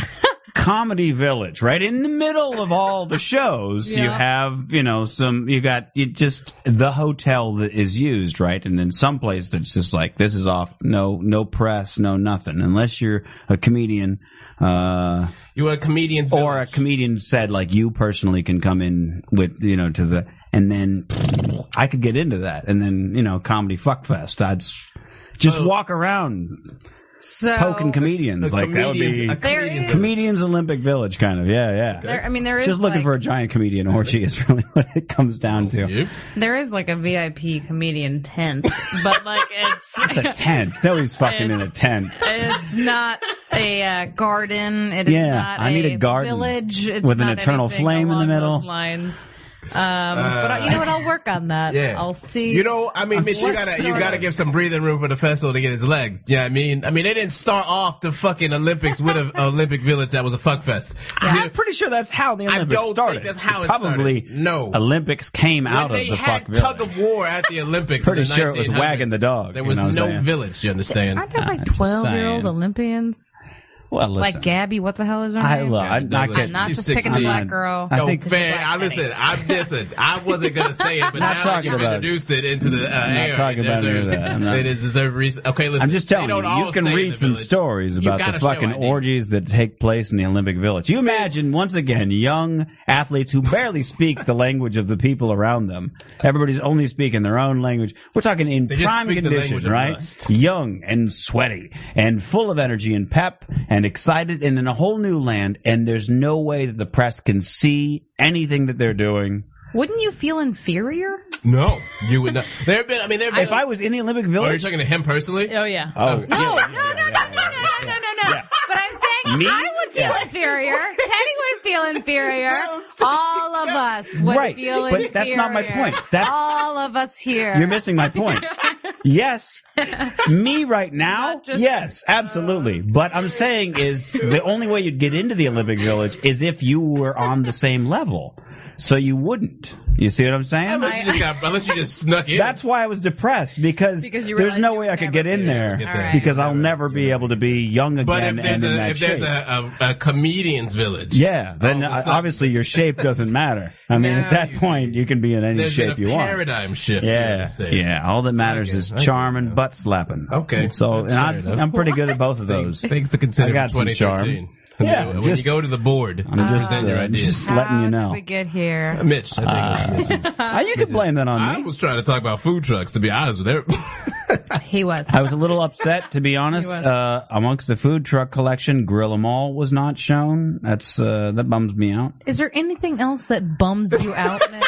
F: comedy village right in the middle of all the shows you
G: Yeah.
F: have you know some you got you just the hotel that is used right and then some place that's just like this is off no no press no nothing unless you're a comedian uh
B: You are a comedian's
F: or a
B: village.
F: comedian said like you personally can come in with you know to the and then i could get into that and then you know comedy fuckfest i'd s- just
B: So-
F: walk around
G: So
F: poking comedians
B: A
F: like that would
B: comedian's-
F: be
B: a
G: There
B: comedian's
G: is-
B: village.
F: Comedians Olympic Village, kind of. Yeah, yeah.
G: There, I mean, there is
F: Just looking
G: like,
F: for a giant comedian orgy is really *laughs* what it comes down to.
B: You?
G: there is like a VIP comedian tent, but like
F: It's a
G: it's
F: tent. Nobody's fucking
B: *laughs*
F: in a tent.
G: it's not a uh, garden. It is
F: Yeah,
G: not
F: I need a garden
G: village it's
F: with an
G: not
F: eternal
G: anything
F: flame in the
G: along
F: middle.
G: those Lines. Um, but I- you know what? I'll work on that.
B: Yeah.
G: I'll see.
B: You know, I mean, Mitch, you
G: What
B: gotta, you
G: sort
B: gotta
G: of-
B: give some breathing room for the festival to get its legs. Yeah, I mean, I mean, they didn't start off the fucking Olympics with
F: *laughs*
B: an Olympic village that was a fuck fest.
F: I'm pretty sure that's how the
B: I
F: Olympics
B: don't think
F: started.
B: that's how it
F: Probably
B: started. No.
F: Olympics came out
B: when
F: of
B: they
F: the
B: had
F: fuck
B: tug
F: village.
B: of war at the Olympics.
F: Pretty
B: in the
F: sure it was
B: 1900s,
F: wagging the dog,
B: There
F: you
B: was
F: know what I'm
B: no
F: saying?
B: village. You understand?
G: aren't there
F: I'm
G: like
F: just
G: twelve year old
F: saying.
G: Olympians?
F: Well, listen.
G: Like Gabby, what the hell is her
F: I
G: name?
F: love.
B: Yeah,
F: I'm not
B: Douglas.
G: I'm
F: getting.
G: not
B: She's
G: just picking
B: 16.
G: a black girl.
F: I
B: No,
F: think-
B: fair. I
G: Black
B: listen.
G: Betty.
B: I listen. I wasn't gonna say it, but
F: Not
B: now that
F: talking
B: you've
F: about it.
B: introduced it into the uh, air.
F: talking
B: it
F: about any of
B: deserves-
F: that. I'm not-
B: It is deserve reason. Okay, listen.
F: I'm just telling
B: they
F: you,
B: don't all
F: you can
B: stay in
F: read
B: the
F: some
B: village.
F: stories
B: You
F: about
B: gotta
F: the
B: show
F: fucking
B: ID.
F: orgies that take place in the Olympic Village. You imagine, once again, young athletes who barely speak the language of the people around them. Everybody's only speaking their own language. We're talking in
B: just
F: prime
B: speak the
F: condition,
B: language of
F: right?
B: lust.
F: Young and sweaty and full of energy and pep and excited and in a whole new land. And there's no way that the press can see anything that they're doing.
G: Wouldn't you feel inferior?
B: No, you would not. There have been. I mean, there have been.
F: If I was in the Olympic
B: are you
F: Village,
B: Oh, talking to him personally?
G: Oh yeah.
F: oh,
G: No, no, no, no, no, no, no, no, no, no. But I'm saying
F: Me?
G: I would feel
F: *laughs*
G: inferior. Teddy would feel inferior. All of us would
F: Right,
G: feel
F: but
G: inferior.
F: that's not my point. That's-
G: all of us here.
F: You're missing my point. *laughs* yes. Me right now?
G: Not just-
F: yes, absolutely. but I'm saying is the only way you'd get into the Olympic Village is if you were on the same level. So you wouldn't. You see what I'm saying?
G: Oh,
B: Unless you just got, unless you just snuck in.
F: That's why I was depressed because,
G: Because you
F: there's
G: realized
F: no
G: you
F: way
G: would
F: I could
G: never
F: get in
G: be-
F: there
B: Yeah,
G: All right.
F: because I'll never be able to be young again
B: but if
F: and
B: there's
F: in
B: a
F: that
B: if
F: shape.
B: there's a, a, a comedian's village,
F: yeah, then
B: all of a
F: uh,
B: sudden-
F: obviously your shape doesn't matter. I mean,
B: Now
F: at that
B: you see.
F: point, you can be in any
B: there's been
F: shape
B: a
F: you want.
B: paradigm shift. in
F: Yeah,
B: the state.
F: yeah. All that matters is charm and butt slapping.
B: Okay,
F: so
B: that's
F: and
B: fair
F: I,
B: enough.
F: I'm pretty good at both of those.
B: Things to consider
F: I got
B: for
F: some charm.
B: 2013.
F: Yeah,
B: when
F: just-
B: you go to the board,
F: I'm just,
B: present your
F: uh,
B: ideas.
F: just letting
G: How
F: you
G: did
F: know.
G: we get here?
F: *laughs*
B: Mitch, I think it was Mitch.
F: Uh, you can blame that
B: I
F: on me.
B: was trying to talk about food trucks. To be honest with everybody,
G: *laughs* He was.
F: I was a little
B: *laughs*
F: upset, to be honest.
G: was.
F: Uh, amongst the food truck collection, Grill 'Em All was not shown. That's uh, that bums me out.
G: Is there anything else that bums you out? Nick?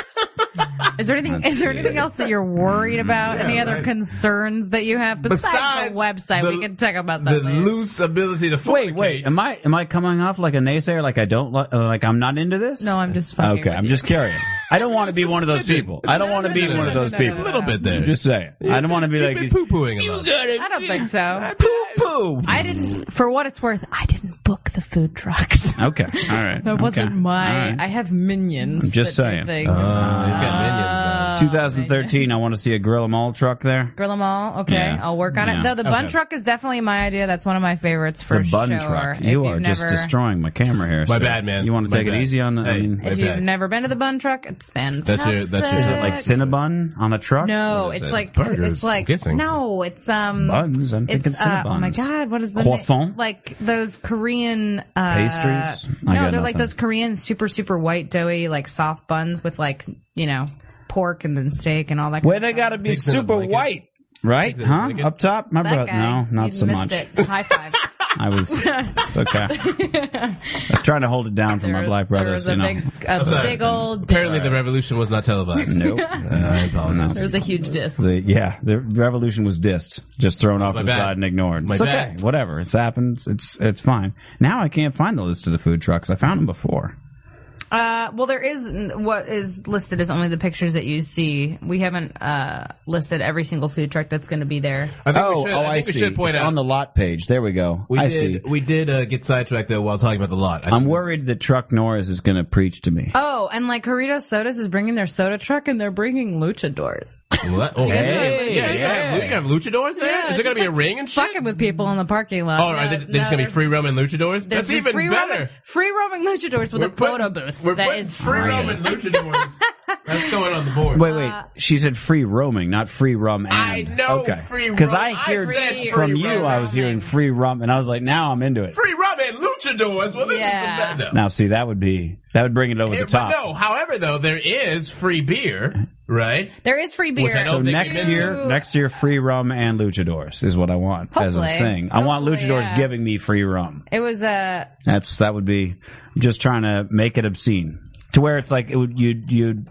G: Is there anything? Is there anything else that you're
F: Mm,
G: worried about? Any other concerns that you have besides,
B: Besides
G: the website?
B: the-
G: we can talk
B: *laughs*
G: about
B: the
G: that. later.
B: loose ability to
F: Wait,
B: fornicate.
F: wait. Am I am I coming off like a naysayer? Like I don't li- uh, like I'm not into this?
G: no, I'm just fucking.
F: Okay,
G: with
F: I'm
G: you.
F: just curious. I don't want to be one of those
B: Smidgen.
F: people. I don't want to be
B: Smidgen.
F: one of those
G: No, no, no,
B: A
F: people.
B: little bit there.
F: I'm just saying. I don't want to be
B: You've
F: like
B: been poo pooing a lot.
G: I don't think so.
F: *laughs* poo poo.
G: I didn't. For what it's worth, I didn't book the food trucks.
F: Okay, all right.
G: That wasn't
F: Okay. All
G: my.
F: right.
G: I have minions.
F: I'm just
G: that do
F: saying.
G: things.
B: You've got minions now.
G: Uh,
F: 2013. I want to see a Grill 'Em All truck there.
G: Grill 'em all. Okay,
F: Yeah.
G: I'll work on
F: Yeah.
G: it. Though the bun
F: Okay.
G: truck is definitely my idea. That's one of my favorites for
F: the bun
G: sure.
F: truck.
G: If
F: You
G: you've
F: are just
G: never-
F: destroying my camera here.
B: My
F: sir.
B: bad, man.
F: You want to
B: My
F: take it
B: bad.
F: easy on the? I
B: Hey. Hey.
F: mean, is
G: If
B: Right
G: you've
B: back.
G: never been to the bun truck, it's fantastic.
B: That's your- that's your- Is
F: it like Cinnabon on a truck?
G: No,
B: What is
G: it's
B: it?
G: like
B: Burgers,
G: it's like
B: I'm guessing.
G: no, it's um
F: buns. I'm thinking
G: It's uh,
F: Cinnabons.
G: oh my god, what is the
F: Croissant?
G: name? Like those Korean uh,
F: Pastries? I
G: No,
F: got
G: they're like
F: nothing.
G: those Korean super super white doughy like soft buns with like you know pork and then steak and all that.
F: Where
G: kind of
F: they
G: stuff.
F: gotta be
B: Pigs in a
F: super
B: blanket.
F: white, right?
B: in a
F: Huh?
B: blanket.
F: Up top, my
G: That
F: brother.
G: guy,
F: No, not
G: you
F: so much.
G: missed It.
F: *laughs*
G: High five.
F: I
G: *laughs*
F: was. It's okay. I was trying to hold it down for my
G: There-
F: black
G: There
F: brothers.
G: was
F: You
G: a
F: know.
G: big a
B: sorry.
G: big old.
B: Apparently, the revolution was not televised.
G: *laughs*
F: Nope.
B: I apologize.
G: There was a huge disc.
F: The, yeah, the revolution was dissed, just thrown off
B: my
F: the
B: bad.
F: side and ignored.
B: My
F: it's
B: bad.
F: okay, whatever. It's happened. It's it's fine. Now I can't find the list of the food trucks. I found them before.
G: Uh, well, there is what is listed is only the pictures that you see. We haven't uh, listed every single food truck that's going to be there.
B: I think
F: Oh,
B: we should,
F: oh,
B: I think
F: I,
B: we
F: see.
B: should point
F: it's
B: out
F: on the lot page. There we go.
B: we
F: I
B: did
F: see.
B: we did uh, get sidetracked though while talking about the lot. I
F: I'm
B: think this-
F: worried that Truck Norris is going to preach to me.
G: Oh, and like Corridos Sodas is bringing their soda truck and they're bringing luchadors.
B: *laughs* What? Oh, hey,
G: guys know what-
B: yeah, yeah.
G: yeah.
B: You have luchadors there?
G: Yeah,
B: Is there
G: just
B: going to be a ring and shit?
G: Fucking with people in the parking lot.
B: Oh, are
G: No,
B: they,
G: no,
B: there's going to be
G: they're-
B: free roaming luchadors?
G: there's
B: That's even
G: free
B: better.
G: Roaming, free roaming luchadors with a
B: putting-
G: photo booth.
B: We're
G: that
B: putting
G: is
B: free
G: free.
B: roaming
G: *laughs*
B: luchadors. That's going on the board.
F: Wait, wait. She said free roaming, not free rum. And.
B: I know
F: okay.
B: free
F: Because
B: rum.
F: I
B: I
F: heard
B: said
F: from
B: free
F: you,
B: roaming.
F: I was hearing free rum, and I was like, now I'm into it.
B: free roaming luchadors. Well, this
G: Yeah.
B: is the better.
F: Now, see, that would be that would bring it over
B: Yeah,
F: the
B: but
F: top.
B: no, however, though, there is free beer, right?
G: There is free beer.
B: I
F: So
B: don't think
F: next
B: you-
F: year, next year, free rum and luchadors is what I want as a
G: Hopefully.
F: thing. I want
G: Hopefully,
F: luchadors
G: yeah.
F: giving me free rum.
G: It was uh, oh, a
F: That's that would be I'm just trying to make it obscene to where it's like it would you would you'd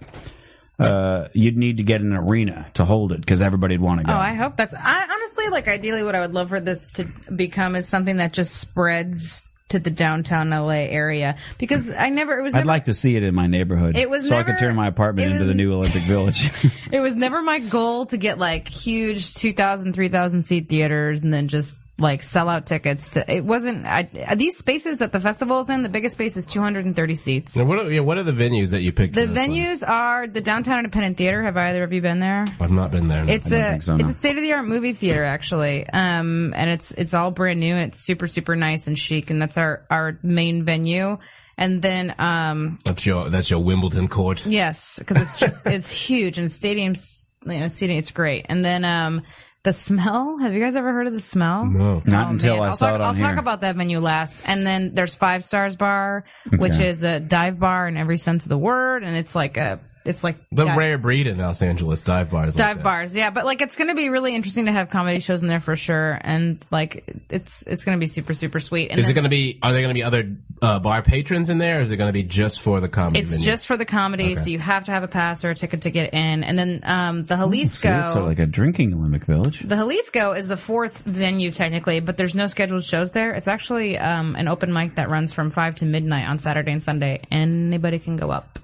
F: uh, you'd need to get an arena to hold it because everybody'd want to go.
G: Oh, I hope that's. I honestly like. Ideally, what I would love for this to become is something that just spreads to the downtown LA area because I never. It was.
F: would
G: Never,
F: like to see it in my neighborhood.
G: It was
F: so I could
G: never-
F: turn my apartment
G: it
F: into
G: was-
F: the new
G: *laughs*
F: Olympic Village. *laughs*
G: It was never my goal to get like huge 2,000, 3,000 seat theaters and then just like sell out tickets to. It wasn't. I, these spaces that the festival is in, the biggest space is 230 seats.
B: Now, what, are, yeah, what are the venues that you picked?
G: The
B: for this one?
G: venues are the Downtown Independent Theater. Have either of you been there?
B: I've not been there. no.
G: It's
F: don't
G: a
F: think so, no.
G: it's a state of the art movie theater actually, um, and it's it's all brand new. It's super super nice and chic, and that's our our main venue. And then um,
B: that's your that's your Wimbledon court.
G: yes, because
F: *laughs*
G: it's just it's huge and stadiums you know stadium it's great. And then um, the smell. Have you guys ever heard of the smell?
B: No.
F: Not
G: Oh,
F: until
G: man.
F: I
G: I'll
F: saw
G: talk,
F: it on
G: I'll
F: here.
G: talk about that venue last. And then there's Five Stars Bar, which
F: Okay.
G: is a dive bar in every sense of the word, and it's like a it's like
B: The
G: got-
B: rare breed in Los Angeles dive bars. like
G: dive
B: that.
G: bars yeah but like it's gonna be really interesting to have comedy shows in there for sure and like it's it's gonna be super super sweet and
B: Is it
G: then
B: going to be? Are there going to be other uh, bar patrons in there? Or is it going to be just for the comedy?
G: it's
B: venue?
G: just for the comedy so you have to have a pass or a ticket to get in and then um the jalisco
F: It's sort of like a drinking Olympic Village.
G: the Jalisco is the fourth venue technically, but there's no scheduled shows there. It's actually um, an open mic that runs from five to midnight on Saturday and Sunday. Anybody can go up.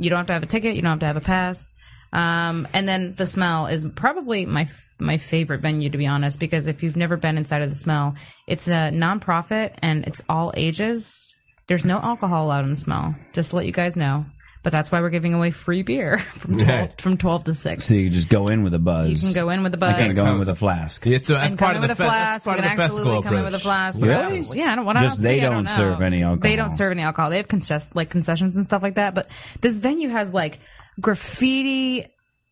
G: You don't have to have a ticket. You don't have to have a pass. Um, and then the smell is probably my my favorite venue to be honest, because if you've never been inside of the smell, it's a nonprofit and it's all ages. There's no alcohol allowed in the smell. Just to let you guys know. But that's why we're giving away free beer *laughs* from 12,
I: Right.
G: from 12 to 6.
F: So you just go in with a buzz.
G: You can go in with a
F: I
G: buzz.
F: can't go in with a flask.
I: It's, uh, that's
G: and come
I: part
G: in
I: of
G: with
I: the
G: a
I: fe- that's
G: flask.
I: part
G: You
I: of
G: can
I: the
G: absolutely
I: festival
G: come in with a
I: approach.
G: flask.
F: Really?
G: but I don't- Yeah, I don't. What I
F: Just
G: don't
F: they
G: see, I
F: don't
G: know.
F: serve any
G: They
F: alcohol.
G: don't serve any alcohol. They have concess- like concessions and stuff like that. But this venue has like graffiti.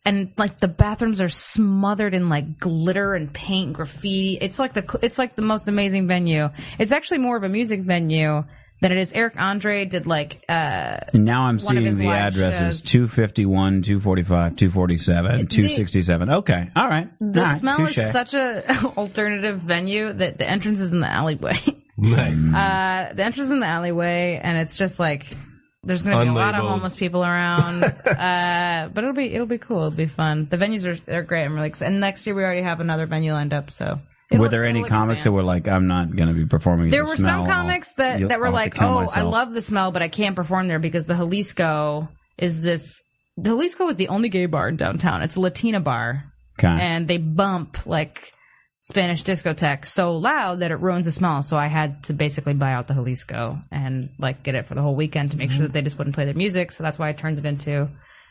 G: And like the bathrooms are smothered in like glitter and paint, and graffiti. It's like the co- it's like the most amazing venue. It's actually more of a music venue than it is. Eric Andre did like uh
F: Now I'm
G: One of his
F: seeing the
G: live
F: addresses
G: shows.
F: 251, 245, 247, 267. Okay. All right.
G: the
F: All right.
G: smell
F: Touche.
G: is such a *laughs* alternative venue that the entrance is in the alleyway.
I: Nice.
G: Uh, the entrance in the alleyway, and it's just like there's going to be a lot of
I: Unlabeled.
G: homeless people around. uh, but it'll be it'll be cool. It'll be fun. The venues are they're great. I'm really excited. And next year we already have another venue lined up. So it'll-
F: were there any
G: it'll
F: comics that
G: expand.
F: were like, I'm not going to be performing?
G: There
F: the
G: were
F: smell,
G: some
F: I'll-
G: comics that
F: you'll-
G: that were
F: I'll have
G: like,
F: to kill
G: oh, I
F: myself."
G: love the smell, but I can't perform there because the Jalisco is this. The Jalisco is the only gay bar in downtown. It's a Latina bar
F: Okay.
G: and they bump like Spanish discotheque so loud that it ruins the smell. So I had to basically buy out the Jalisco and like get it for the whole weekend to make
B: Mm-hmm.
G: sure that they just wouldn't play their music. So that's why I turned it into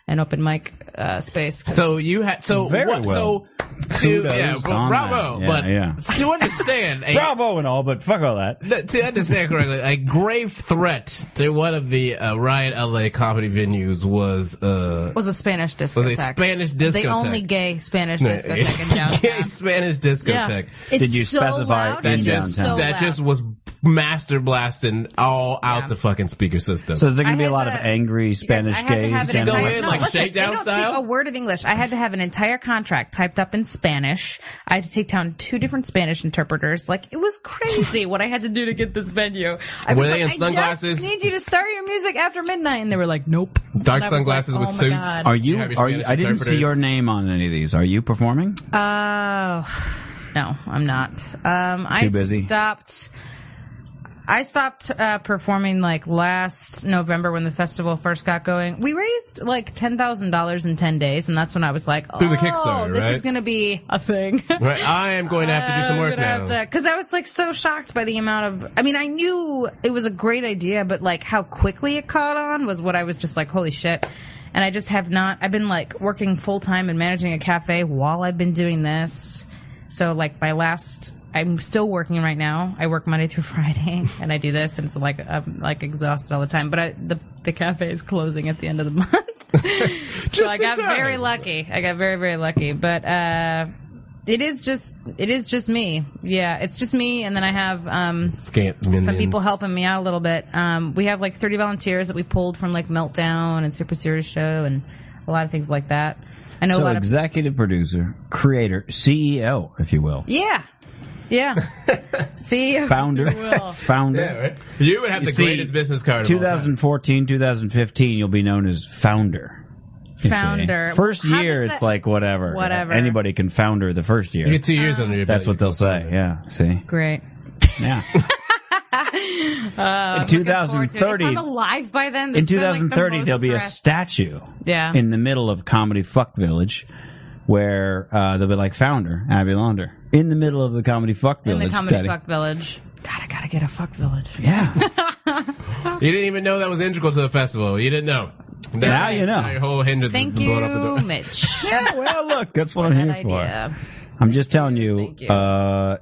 G: an open mic uh, space.
B: So you had so
F: Very
B: what,
F: well.
B: so to
F: Kudos
B: yeah
F: on
B: bra- bravo,
F: that.
B: but
F: Yeah,
B: to understand a,
F: Bravo and all, but fuck all that.
B: th- to understand correctly, a grave threat to one of the uh, Riot LA comedy venues was uh
G: was a Spanish discotheque.
B: was a Spanish discotheque.
G: The only gay Spanish
B: No, *laughs*
G: discotheque in downtown.
B: gay Spanish discotheque.
G: It's
F: Did you specify
G: loud
F: in
G: and
B: Just-
G: it's so
F: downtown?
B: that
G: loud.
B: just was master blasting all
G: Yeah.
B: out the fucking speaker system.
F: So is there going
G: I
F: to be a
G: had
F: lot
G: to-
F: of angry
G: You guys,
F: Spanish
G: I had to
F: gays
G: have an
F: standing
B: Go
G: entire-
B: in
F: like,
G: no,
B: like
G: listen,
B: shakedown
G: they don't
B: style?
G: speak a word of English. I had to have an entire contract typed up in Spanish. I had to take down two different Spanish interpreters. Like it was crazy what I had to do to get this venue. I
B: Were
G: was
B: they
G: like,
B: in
G: I
B: sunglasses?
G: Just need you to start your music after midnight, and they were like, "Nope." And I
B: Dark
G: was
B: sunglasses
G: like,
B: with
G: oh my
B: suits.
G: God.
F: are you?
B: You have your
F: Are you?
B: Spanish
F: I didn't see
B: interpreters.
F: your name on any of these. Are you performing?
G: Oh *sighs* no, I'm not. Um, I
F: Too busy?
G: stopped. I stopped uh, performing like last November when the festival first got going. We raised like ten thousand dollars in ten days, and that's when I was like, "Oh,
B: Through the Kickstarter,
G: this is
B: right?
G: going to be a thing."
B: right, I am going to have to do
G: Um,
B: some work now.
G: Because uh, I was like so shocked by the amount of. I mean, I knew it was a great idea, but like how quickly it caught on was what I was just like, holy shit. And I just have not. I've been like working full time and managing a cafe while I've been doing this. So like my last. I'm still working right now. I work Monday through *laughs* Friday, and I do this, and it's like I'm like exhausted all the time. But I, the the cafe is closing at the end of the month, *laughs* so
B: Just
G: I
B: in
G: got
B: time.
G: very lucky. I got very very lucky, but uh, it is just it is just me. Yeah, it's just me, and then I have um,
B: Scant minions.
G: some people helping me out a little bit. Um, we have like 30 volunteers that we pulled from like Meltdown and Super Series Show and a lot of things like that. I know a
F: So
G: lot of
F: executive producer, creator, CEO, if you will,
G: yeah,
F: *laughs*
G: yeah. See,
F: founder, *laughs* founder.
B: Yeah, right? You would have
F: You
B: the
F: see,
B: greatest business card. of all time.
F: 2014, 2015, you'll be known as founder. You see.
G: Founder.
F: First
G: How
F: year,
G: does
F: it's
G: that-
F: like whatever.
G: Whatever.
F: Anybody can founder the first year.
B: You get two years under your belt.
F: That's what they'll say. Yeah. See. *laughs*
G: great.
F: Yeah.
G: *laughs*
F: in
G: Uh, Looking forward to it.
F: 2030,
G: If I'm alive by then. this
F: in
G: has been, like, the
F: 2030,
G: most
F: there'll be a
G: stress-
F: statue
G: yeah.
F: in the middle of Comedy Fuck Village, where uh, they'll be like founder Abby Launder in the middle of the Comedy Fuck
G: in
F: Village.
G: the comedy
F: Teddy.
G: fuck village. God, I gotta get a fuck village.
F: Yeah.
B: You didn't even know that was integral to the festival. You didn't know.
F: Now you know.
B: Your whole hindrance is
G: Thank
B: blown up the
G: you,
B: door.
G: Mitch.
F: *laughs* yeah. Well, look, that's what *laughs* I'm
G: That
F: here
G: idea.
F: for. I'm just telling you.
G: Thank you.
F: Uh,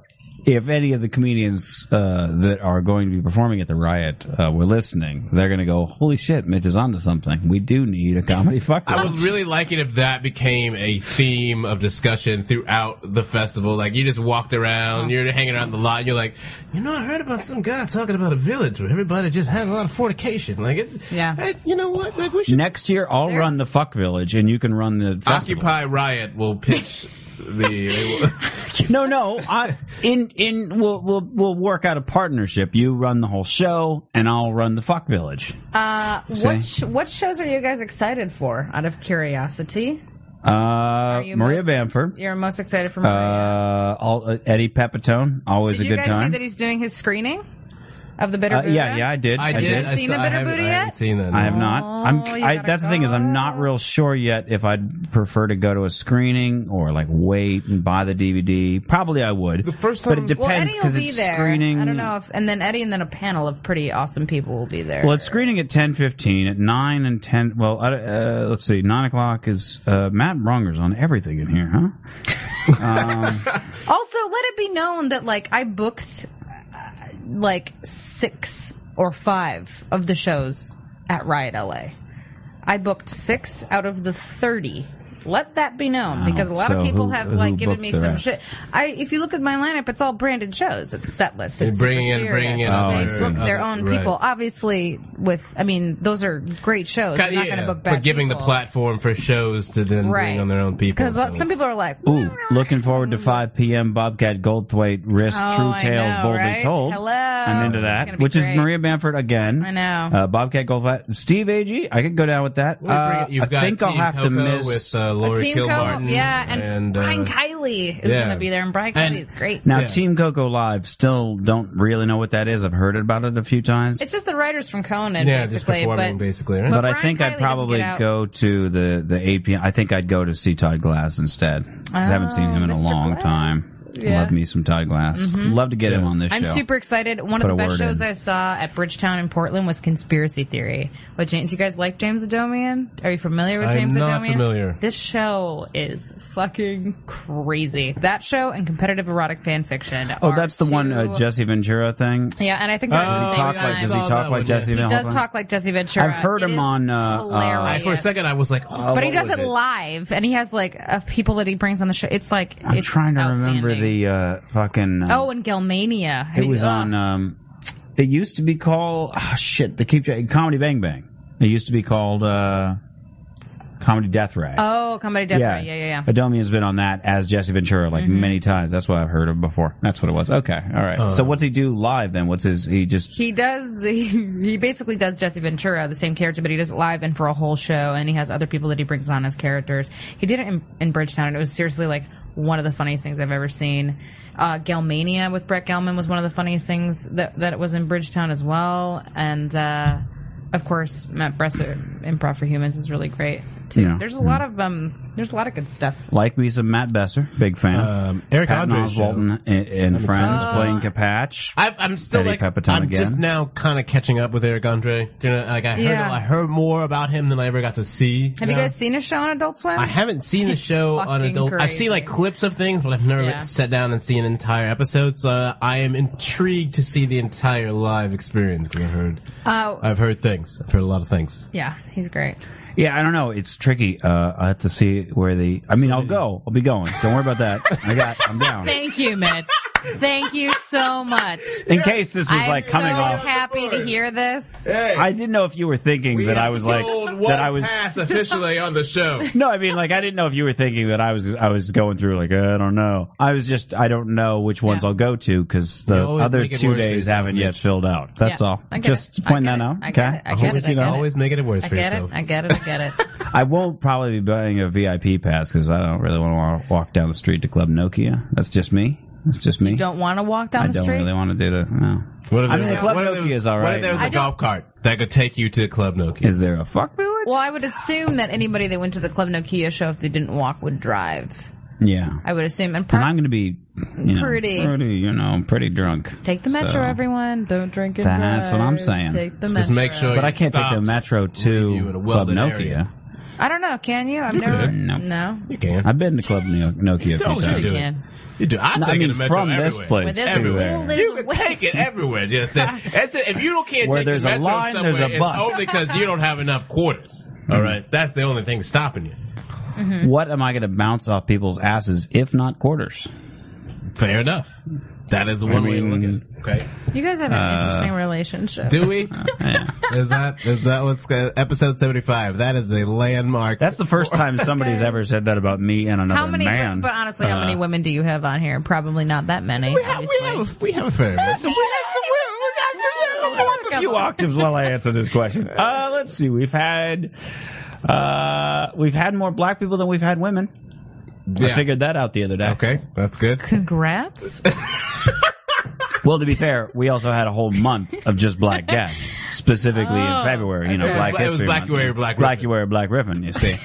F: if any of the comedians uh, that are going to be performing at the riot uh, were listening, they're going to go, "Holy shit, Mitch is onto something. We do need
B: *laughs*
F: a comedy fuck
B: I
F: village."
B: would really like it if that became a theme of discussion throughout the festival. Like you just walked around, you're hanging around the lot, and you're like, you know, I heard about some guy talking about a village where everybody just had a lot of fornication. Like it's,
G: Yeah.
B: eh, you know what? Like we should
F: *laughs* Next year, I'll
G: There's-
F: run the fuck village, and you can run the festival.
B: Occupy Riot will pitch the. they
G: *laughs*
B: will-
F: No, no. I, in in we'll we'll we'll work out a partnership. You run the whole show, and I'll run the fuck village.
G: Uh, what sh- what shows are you guys excited for? Out of curiosity,
F: Uh,
G: you
F: Maria
G: most-
F: Bamford,
G: you're most excited for
F: uh,
G: Maria.
F: all, uh, Eddie Pepitone, always
G: Did
F: a
G: you
F: good
G: guys see
F: time.
G: that he's doing his screening? of the bitter
F: Uh,
G: Buddha?
F: yeah, yeah, I did.
B: I
F: I
B: did.
F: did.
B: I
G: seen the
B: saw- I
G: Bitter
B: haven't-
G: Buddha
B: I
G: yet?
B: haven't seen that. no.
F: I have not. I'm.
G: Oh, you
F: I,
G: gotta
F: that's the thing is, I'm not
G: go.
F: real sure yet if I'd prefer to go to a screening or like wait and buy the DVD. Probably I would.
B: The first
F: but
B: time-
F: it
G: Well,
F: depends
G: Eddie will be
F: it's
G: there.
F: screening.
G: I don't know if, and then Eddie and then a panel of pretty awesome people will be there.
F: Well, it's screening at ten fifteen. At nine and ten. Well, uh, uh, let's see. Nine o'clock is uh, Matt Bronger's on everything in here, huh?
G: Also, let it be known that like I booked uh, like six or five of the shows at Riot LA. I booked six out of the thirty. Let that be known because a lot
F: So
G: of people
F: who-
G: have
F: who
G: like given
F: booked
G: me
F: the
G: some
F: rest?
G: shit. I if you look at my lineup, it's all branded shows. It's set list.
B: They're
G: It's
B: bringing
G: super
B: in- bringing
G: serious.
B: in
F: Oh,
G: they
F: I see.
G: book their
B: other-
G: own
B: right.
G: people. Obviously, with I mean, those are great shows. They're not going to book back
B: but giving the
G: people.
B: platform for shows to then
G: Right.
B: bring on their own people.
G: because uh,
B: so
G: some people are like,
F: Ooh, looking forward to 5 p.m. Bobcat Goldthwait risk
G: Oh, I
F: True Tales
G: know,
F: Boldly
G: right?
F: Told.
G: Hello.
F: I'm into
G: It's gonna
F: that.
G: be
F: Which
G: great.
F: is Maria Bamford again.
G: I know.
F: Uh, Bobcat Goldthwait. Steve Agee. I could go down with that.
B: Let me bring
F: Uh,
B: it- You've
F: I
B: got
F: think I'll
B: Team
F: have to
B: Coco
F: miss.
B: with uh, Lori
G: Team Co,
B: Kilmartin.
G: yeah, and,
B: uh,
G: Brian Kiley is
B: yeah.
G: going to be there, and Brian
J: And-
G: Kiley is great.
F: now,
B: Yeah.
F: Team Coco Live. Still don't really know what that is. I've heard about it a few times.
G: it's just the writers from Conan,
B: yeah, just
G: basically.
B: performing
G: But
B: basically. Right?
G: but
F: but I
G: Brian
F: think
G: Kiley
F: I'd
G: doesn't get
F: probably
G: out.
F: go to the, the 8 p.m. I think I'd go to see Todd Glass instead. 'Cause I haven't seen him in
G: Oh,
F: a
G: Mr.
F: long
G: Glass.
F: time.
G: Yeah. Mm-hmm.
F: Love me some Todd Glass. Love to get him on this
G: I'm
F: show.
G: super excited. One
F: Put
G: of the
F: a
G: best
F: word
G: shows
F: in.
G: I saw at Bridgetown in Portland was Conspiracy Theory. With James, do you guys like James Adomian? Are you familiar with
B: I'm
G: James
B: not
G: Adomian?
B: familiar.
G: This show is fucking crazy. That show and competitive erotic fan fiction.
F: Oh,
G: are
F: that's the one
G: two-
F: uh, Jesse Ventura thing.
G: Yeah, and I think they're at the
B: Oh,
G: same
F: Talk
B: yeah,
F: like,
B: I
F: does
B: saw
F: he
G: time.
B: that
F: talk
B: one,
F: like Jesse
G: He
F: Ventura?
G: does talk like Jesse Ventura.
F: I've heard
G: It
F: him
G: is
F: on, uh, uh,
G: hilarious.
B: For a second, I was like, oh,
G: but he
B: what
G: does
B: was
G: it, live, and he has like uh, people that he brings on the show. It's like
F: I'm
G: it's
F: trying to remember
G: outstanding.
F: the uh, fucking. Uh,
G: oh, and Galmania. Have
F: it
G: you- Oh.
F: was
G: ugh.
F: on. Um, it used to be called oh, shit. They keep comedy Bang Bang. It used to be called uh, comedy Death Ray.
G: Oh, Comedy Death Ray. Yeah, Mm-hmm. yeah, yeah.
F: Adomian's been on that as Jesse Ventura like many times. That's what I've heard of before. That's what it was. Okay, all right. so what's he do live then? What's his? He just
G: He does. *laughs* He, he basically does Jesse Ventura, the same character, but he does it live and for a whole show, and he has other people that he brings on as characters. He did it in, in Bridgetown, and it was seriously like one of the funniest things I've ever seen. Uh, Galmania with Brett Gelman was one of the funniest things that that was in Bridgetown as well, and. uh of course, Matt Bresser, Improv for Humans, is really great too.
F: Yeah.
G: There's a lot of um, there's a lot of good stuff.
F: like me some Matt Besser, big fan.
B: Um, Eric
F: Patton
B: Andre's show.
F: Oswalt and, and friends
G: Uh,
F: playing Capatch.
J: I, I'm still
F: Eddie
J: like
F: Pepitone
J: I'm
F: again.
J: just now kind of catching up with Eric Andre. You know, like I heard,
G: Yeah.
J: I heard more about him than I ever got to see.
G: Have you
J: know?
G: guys seen a show on Adult Swim?
J: I haven't seen the
G: It's
J: show on
G: fucking
J: adult. I've
G: crazy.
J: seen like clips of things, but I've never
G: Yeah.
J: sat down and seen entire episodes. Uh, I am intrigued to see the entire live experience because I heard,
G: Oh,
J: I've heard things. I've heard a lot of things.
G: yeah, he's great.
F: Yeah, I don't know. It's tricky. Uh, I have to see where the. I mean, I'll go. I'll be going. Don't worry about that. I got. I'm
G: *laughs*
F: down.
G: Thank you, Mitch. Thank you so much.
F: In case this was
G: I'm
F: like coming
G: so
F: off,
G: happy to hear this.
F: I didn't know if you were thinking that I was like that. I was
B: pass officially on the show.
F: no. I mean, like I didn't know if you were thinking that I was. I was going through like I don't know. I was just. I don't know which ones
G: Yeah.
F: I'll go to because the
B: You always
F: other
B: make it
F: two
B: worse for
F: days
B: yourself,
F: haven't yet
B: Mitch.
F: filled out. That's
G: Yeah,
F: all.
G: I get
F: Just
G: it. I
F: pointing
G: get
F: that
G: it.
F: out.
G: I
F: Okay.
G: get it. I get
F: hope
G: it.
F: you
G: I
F: know.
G: get
J: Always making it worse
G: I
J: for
G: get it.
J: yourself.
G: I get it. I get
F: *laughs*
G: it.
F: I won't probably be buying a VIP pass because I don't really want to walk down the street to Club Nokia. That's just me. That's just me.
G: You don't want to walk down
F: I
G: the
F: don't
G: street.
F: really want to do that. No.
B: What if
F: I mean,
B: there-
F: the Club
B: what if there-
F: Nokia is all
B: What
F: right.
B: if there was
F: I
B: a golf cart that could take you to Club Nokia?
F: Is there a fuck village?
G: well, I would assume that anybody that went to the Club Nokia show, if they didn't walk, would drive.
F: Yeah.
G: I would assume. And
F: And
G: pro-
F: I'm going to be you know,
G: Pretty.
F: pretty, you know, pretty drunk.
G: take the metro,
F: So-
G: everyone. Don't drink and
F: That's what I'm
G: drive.
F: saying.
G: Take the
J: Just
G: metro.
J: make sure.
F: But
J: he
F: I can't take the
J: stops.
F: metro
B: you in a
F: to Club
B: welded
F: Nokia.
B: area.
G: I don't know. Can you? I've never.
B: could.
F: No.
G: No.
J: You can.
F: I've been to
B: *laughs*
F: Club No- Nokia. a few
B: Don't
F: times.
B: do it.
G: Can.
J: You do. I
F: No,
J: take
F: I mean,
J: the metro
F: from
J: everywhere.
F: this place,
G: With this
F: everywhere.
G: little-
J: You can take it everywhere. Just
F: *laughs*
J: say, that's it. if you don't can't
F: Where
J: take
F: there's a
J: the metro
F: line, there's
J: somewhere,
F: a
J: it's
F: bus. Mm-hmm.
J: only because you don't have enough quarters. All right, that's the only thing stopping you.
F: What am I going to bounce off people's asses if not quarters?
J: Fair enough. That is one way to look
F: mean-
J: at it. Okay.
G: You guys have an
F: Uh,
G: interesting relationship.
J: Do we?
F: *laughs* Yeah.
B: Is that is that what's uh, episode seventy five? That is the landmark.
F: That's the first *laughs* time somebody's ever said that about me and another
G: How many?
F: man. Uh,
G: But honestly, how many women do you have on here? Probably not that many.
B: we have, we
G: obviously.
B: have, we have a fair. amount.
F: a few octaves while I answer this
G: *laughs*
F: question. Uh, let's see. We've had uh, we've had more black people than we've had women. I
B: Yeah.
F: figured that out the other day. *laughs*
B: Okay, that's good.
G: Congrats.
F: Well, to be fair, we also had a whole month of just black guests, specifically
G: Oh.
F: in February. You know,
B: It was-
F: Black
B: it was
F: History
B: Black
F: Month.
B: You Wear Your Black
F: Black
B: Ribbon.
F: You Wear Your Black Ribbon.
B: *laughs*
F: You see,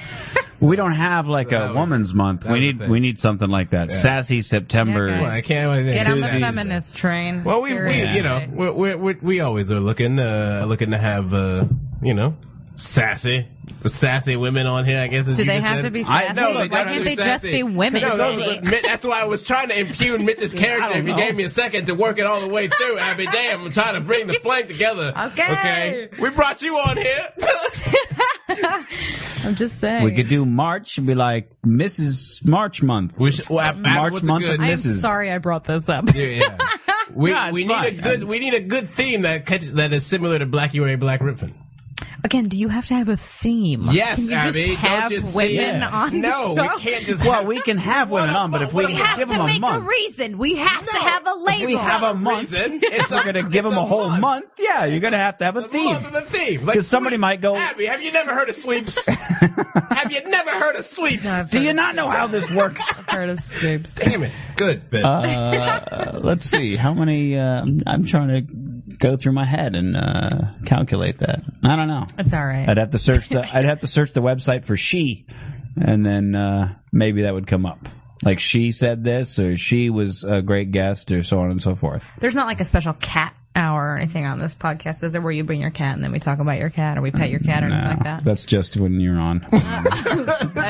F: we don't have like
B: That
F: a
B: was-
F: Woman's Month.
B: that
F: We
B: was
F: need
B: the thing.
F: we need something like that. Sassy September.
G: Yeah, guys.
B: I can't. I
G: Get on the
B: Suzy's-
G: feminist train.
B: Well, we, we
G: Seriously.
B: you know we we we we always are looking uh looking to have uh you know sassy sassy women on here. I guess as
G: Do
B: you
G: they
B: just
G: have
B: said.
G: to be
F: I-
G: sassy?
F: no, they
G: Why
F: don't have
G: can't
F: to
G: they
F: be
G: just be women?
B: No, those are the- Mitt- that's why I was trying to impugn
G: *laughs*
B: Mitch's character.
F: don't
B: If you
F: know.
B: gave me a second to work it all the way through, I'd be damn. I'm trying to bring the flank together.
G: *laughs* Okay.
B: Okay. We brought you on here.
G: I'm just saying.
F: We could do March and be like Mrs. March Month.
B: we should, well, after,
F: March
B: what's a
F: month
B: good-
F: of
G: I'm
F: Mrs.
G: sorry I brought this up.
B: Yeah, *laughs* yeah. We,
F: No, it's
B: we need a
F: fine.
B: good we need a good theme that catches, that is similar to Black Uri Black Riffin.
G: Again, do you have to have a theme?
B: Yes,
G: Can you
B: Abby.
G: just
B: don't
G: have
B: you see
G: women
B: it? *laughs*
G: on
B: No,
G: the show?
B: we can't just.
F: *laughs* Well, we can have
B: What
F: women
B: a-
F: on, but if we
B: what a-
F: give
B: We
G: have
F: them
G: to
F: a
G: make a
F: month,
G: reason. We have to
B: No.
G: have a label.
F: we have a month.
B: reason. It's
F: We're
B: a-
F: gonna give
B: it's
F: them a whole month. Yeah, you're gonna have to have a
B: The
F: theme.
B: month of the theme. Like
F: Because somebody
B: sweep.
F: might go,
B: Abby, have you never heard of
F: *laughs*
B: sweeps? have you never heard of sweeps?
F: Do you not know how this works?
G: part of Scoops?
B: Damn it. Good. Ben.
F: uh, let's see. How many? Uh, I'm- I'm trying to go through my head and uh, calculate that. I don't know.
G: It's all right.
F: I'd have to search the. I'd have to search the website for she, and then uh, maybe that would come up. Like she said this, or she was a great guest, or so on and so forth.
G: There's not like a special cat hour or anything on this podcast, is there? Where you bring your cat and then we talk about your cat or we pet your cat or anything like that.
F: Uh, That's just when you're
G: *laughs*
F: on.
G: I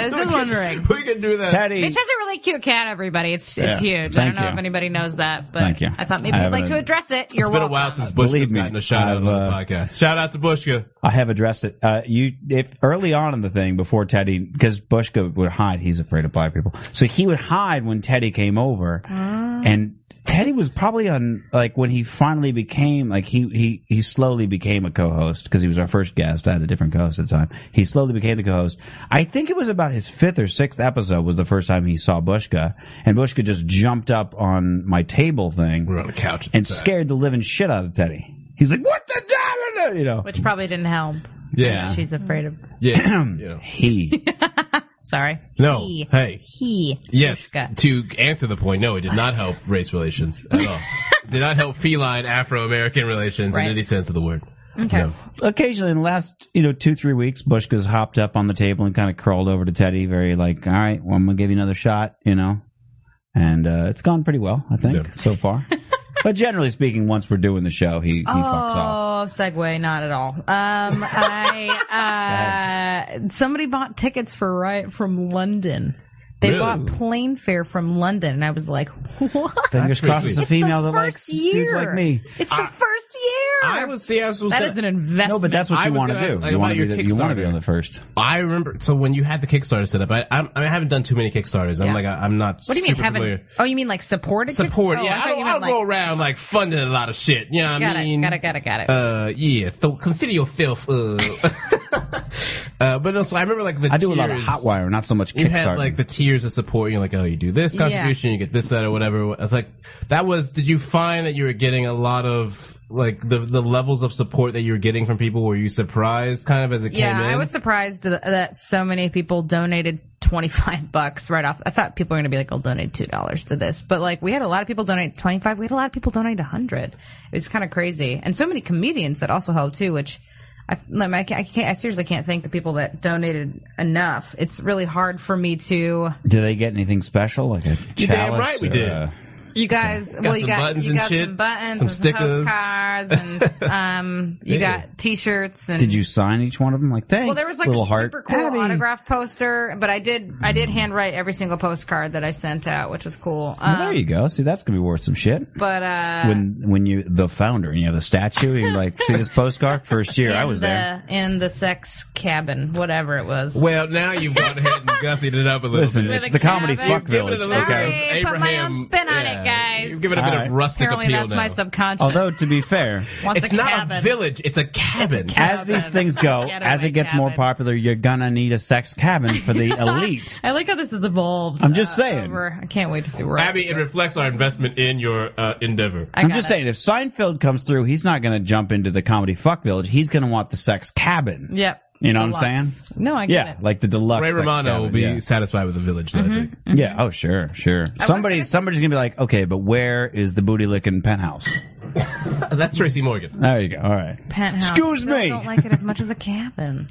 G: was just wondering.
B: we can do that.
F: Teddy,
G: Mitch has a really cute cat, everybody. It's
F: Yeah.
G: it's huge. I
F: Thank
G: don't know
F: you.
G: if anybody knows that, but
F: Thank you.
G: I thought maybe
F: I
G: you'd
F: haven't-
G: like to address it. You're
B: It's been a
G: welcome.
B: while since Bushka's
F: Believe me,
B: gotten a shout out on the
F: I've, uh,
B: podcast. Shout out to Bushka.
F: I have addressed it. Uh, you, if early on in the thing before Teddy, because Bushka would hide, he's afraid of black people, so he would hide when Teddy came over, and Teddy was probably on like when he finally became like he he he slowly became a co-host because he was our first guest. I had a different co-host at the time. He slowly became the co-host. I think it was about his fifth or sixth episode was the first time he saw Bushka, and Bushka just jumped up on my table thing
B: We're on the couch. at the
F: and
B: time.
F: scared the living shit out of Teddy. He's like, "What the damn?" You know.
G: Which probably didn't help.
B: Yeah.
G: She's afraid of.
F: *clears throat*
B: *clears throat* Yeah. yeah.
F: He.
G: Sorry.
B: No.
G: He.
B: Hey.
G: He.
B: Yes.
G: Scott.
B: To answer the point, no, it did not help race relations at
F: *laughs*
B: all. did not help feline Afro American relations
G: Right.
B: in any sense of the word.
G: Okay.
B: No.
F: Occasionally, in the last you know two three weeks, Bushka's hopped up on the table and kind of crawled over to Teddy, very like, "All right, well, I'm gonna give you another shot," you know. And uh, it's gone pretty well, I think,
B: Yeah. *laughs*
F: so far. but generally speaking, once we're doing the show, he, he fucks off.
G: Oh, segue, not at all. Um,
F: *laughs*
G: I uh, somebody bought tickets for Riot from London. They
B: Really?
G: bought plane fare from London, and I was like, "What?"
F: Fingers crossed, it's a female
G: the
F: that likes
G: first year.
F: dudes like me.
G: It's the first year.
B: I was see I was
G: that
B: gonna-
G: is an investment.
F: No, but that's what
B: I
F: you
B: was
F: want to
B: gonna ask,
F: do.
B: like,
F: you want
B: about
F: to
B: your
F: be the, you want to be
B: Kickstarter.
F: on the first.
B: I remember. So when you had the Kickstarter set up, I I'm, I haven't done too many Kickstarters. I'm
G: Yeah.
B: like I, am not.
G: What do you mean
B: super
G: haven't?
B: familiar.
G: Oh, you mean like supported?
B: Support.
G: Oh,
B: yeah,
G: thought
B: I,
G: you
B: don't,
G: meant
B: I don't
G: like-
B: go around like funding a lot of shit. You know what
G: Got
B: I
G: it,
B: mean?
G: got it, got it, got it.
B: Uh, yeah. So consider yourself. Uh, *laughs* uh, but also I remember like the
F: I do a lot of
B: tiers-
F: Hotwire, not so much Kickstarter.
B: You had like the tiers of support. You're like, oh, you do this
G: Yeah.
B: contribution, you get this that or whatever. I was like, that was. Did you find that you were getting a lot of like the the levels of support that you were getting from people? Were you surprised kind of as it
G: yeah,
B: came in?
G: I was surprised that, that so many people donated 25 *laughs* bucks right off. I thought people were going to be like, I'll donate $2 to this. But like, we had a lot of people donate 25. We had a lot of people donate 100. It was kind of crazy. And so many comedians that also helped too, which I, like, I, can't, I can't, I seriously can't thank the people that donated enough. It's really hard for me to,
F: Did they get anything special? Like a
B: You're damn
F: chalice
B: right we
F: or uh,
B: did.
F: a-
G: you guys, well, you
B: some
G: got,
B: buttons
G: you
B: and
G: got
B: shit,
G: some buttons,
B: some
G: and some
B: stickers.
G: postcards,
B: *laughs*
G: and, um, you got t-shirts and
F: Did you sign each one of them? Like thanks,
G: Well, there was like
F: little
G: a
F: heart. Mm.
G: super cool
F: Abby.
G: autograph poster, but I did I did handwrite every single postcard that I sent out, which was cool. Um,
F: Well, there you go. See, that's gonna be worth some shit.
G: But uh,
F: When when you the founder and you have the statue, you're like, see
G: *laughs*
F: this postcard. First year, I
G: in
F: was
G: the,
F: there.
G: in the sex cabin, whatever it was.
B: Well, now you've gone ahead and gussied it up a little
F: Listen,
B: bit.
G: With
F: it's
G: a
F: the comedy
G: cabin.
F: fuck
G: You've given
B: it a
F: village.
B: little
G: Sorry,
B: bit of
G: put my
B: Abraham.
G: own spin on it, guys.
B: You've given it a bit
F: All right.
B: of rustic
G: Apparently,
B: appeal
G: that's
B: now.
G: my subconscious.
F: Although to be fair,
G: *laughs* wants
B: it's
G: a
B: not
G: cabin.
B: a village; it's a cabin.
F: as these things go,
G: Get
F: as
G: away,
F: it gets more
G: cabin.
F: popular, you're gonna need a sex cabin for
G: *laughs*
F: the elite.
G: I like how this has evolved.
F: I'm just
G: uh,
F: saying.
G: over- I can't wait to see where.
B: Abby, it reflects our investment in your uh, endeavor.
G: I
F: I'm
G: got
F: just
G: it.
F: saying, if Seinfeld comes through, he's not going to jump into the comedy fuck village. He's going to want the sex cabin.
G: Yep.
F: You know what I'm
G: Deluxe.
F: saying?
G: No, I get
F: Yeah,
G: it.
F: like the deluxe.
B: Ray
F: like,
B: Romano will
F: cabin,
B: be
F: yeah.
B: satisfied with the village, I think.
F: Yeah. Oh, sure, sure. Somebody,
G: Mm-hmm. gonna-
F: somebody's gonna be like, okay, but where is the booty licking penthouse?
B: That's Tracy Morgan.
F: There you go. All right.
G: Penthouse.
F: Excuse
G: Still
F: me.
G: Don't like it as much as
F: *laughs*
G: a cabin.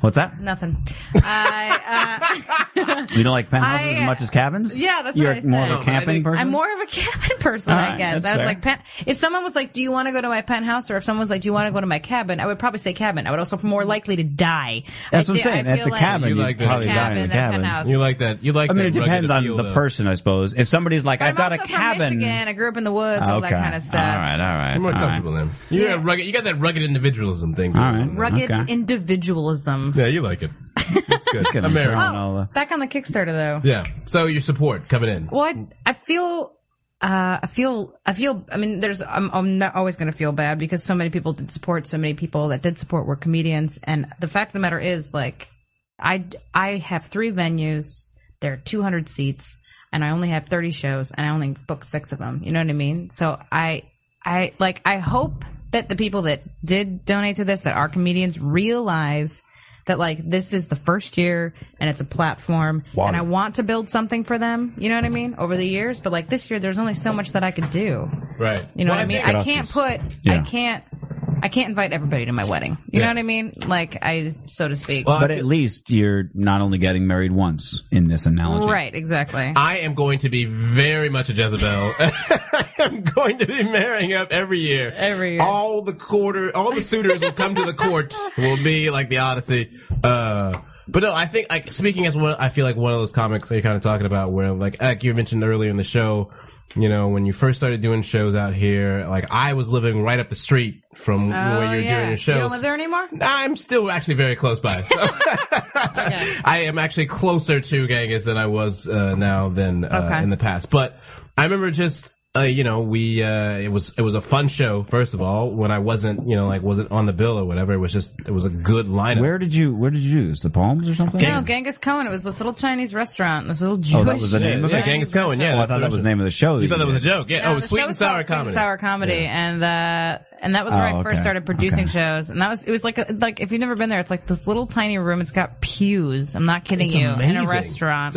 F: What's that?
G: Nothing. I, uh,
F: You don't like penthouses
G: I-
F: as much as cabins?
G: Yeah, that's what
F: You're
G: I
F: more
G: said.
F: of a camping
B: I think-
F: person.
G: I'm more of a cabin person,
F: All
G: I
F: right,
G: guess.
F: that's
G: I was
F: fair.
G: like, pen- if someone was like, "Do you want to go to my penthouse?" or if someone was like, "Do you want to go to my cabin?" I would probably say cabin. I would also be more likely to die.
F: That's
G: I
F: what I'm
G: thi- I
F: saying. At
G: feel
F: the
G: like-
F: cabin,
B: You
F: you
B: like
F: like
B: that.
F: probably die
G: Cabin
F: in
G: and
F: the cabin.
G: penthouse.
B: You like that? You like?
F: I mean,
B: that
F: it
B: rugged
F: depends on
B: appeal,
F: the
B: though.
F: person, I suppose. If somebody's like,
G: But
F: I've
G: I'm
F: got a
G: also From
F: cabin.
G: Michigan. I grew up in the woods, all that
F: Okay.
G: kind of stuff.
F: All right, all right,
B: You're more
F: all right.
B: comfortable then. You
G: Yeah.
B: got rugged. You got that rugged individualism thing.
F: All
B: going
F: right.
B: on.
G: Rugged
F: Okay.
G: individualism.
B: Yeah, you like it. That's good.
F: at him
B: America.
F: throwing-
G: Oh,
F: all the-
G: back on the Kickstarter though.
B: Yeah. So your support coming in.
G: Well, I, I feel, uh, I feel, I feel. I mean, there's. I'm, I'm not always going to feel bad because so many people did support. So many people that did support were comedians, and the fact of the matter is, like, I, I have three venues. There are 200 seats, and I only have 30 shows, and I only booked six of them. You know what I mean? So I, I like, I hope that the people that did donate to this, that are comedians, realize that like this is the first year and it's a platform and I want to build something for them, you know what I mean, over the years, but like this year there's only so much that I could do.
B: Right.
G: You know
B: Well,
G: what I mean?
B: think-
G: I can't put I
F: Yeah.
G: can't I can't invite everybody to my wedding. You
B: Yeah.
G: know what I mean? Like I so to speak.
B: Well,
F: But at least you're not only getting married once in this analogy.
G: right, exactly.
B: I am going to be very much a
G: *laughs*
B: Jezebel. *laughs* I'm going to be marrying up every year.
G: Every year.
B: All the quarter, all the suitors will come to the
G: *laughs*
B: court. Will be like the Odyssey. Uh, but no, I think like speaking as one, I feel like one of those comics that you're kind of talking about, where like like you mentioned earlier in the show, you know, when you first started doing shows out here, like I was living right up the street from where you were doing your shows.
G: Oh, You don't live there anymore?
B: I'm still actually very close by.
G: *laughs*
B: So I am actually closer to Genghis than I was uh, now than uh,
G: Okay.
B: in the past. But I remember just. Uh, you know, we uh, it was it was a fun show. First of all, when I wasn't, you know, like wasn't on the bill or whatever, it was just it was a good lineup.
F: Where did you Where did you do this? The Palms or something?
G: No, Genghis Cohen. It was this little Chinese restaurant, this little Jewish.
F: Oh, that was the name of
B: yeah,
F: it.
B: Genghis Cohen. Yeah,
F: Oh, I
B: that's
F: thought that was the name of the show.
B: You thought that was a
F: did.
B: joke? Yeah.
G: No,
B: oh, it was
G: the
B: sweet
G: show
B: and
G: was
B: sour
G: called
B: comedy.
G: Sweet and sour comedy, and uh, and that was where
F: Oh,
G: I first
F: okay.
G: started producing
F: Okay.
G: shows, and that was it was like a, like if you've never been there, it's like this little tiny room. It's got pews. I'm not kidding
B: It's
G: you.
B: amazing.
G: In a restaurant.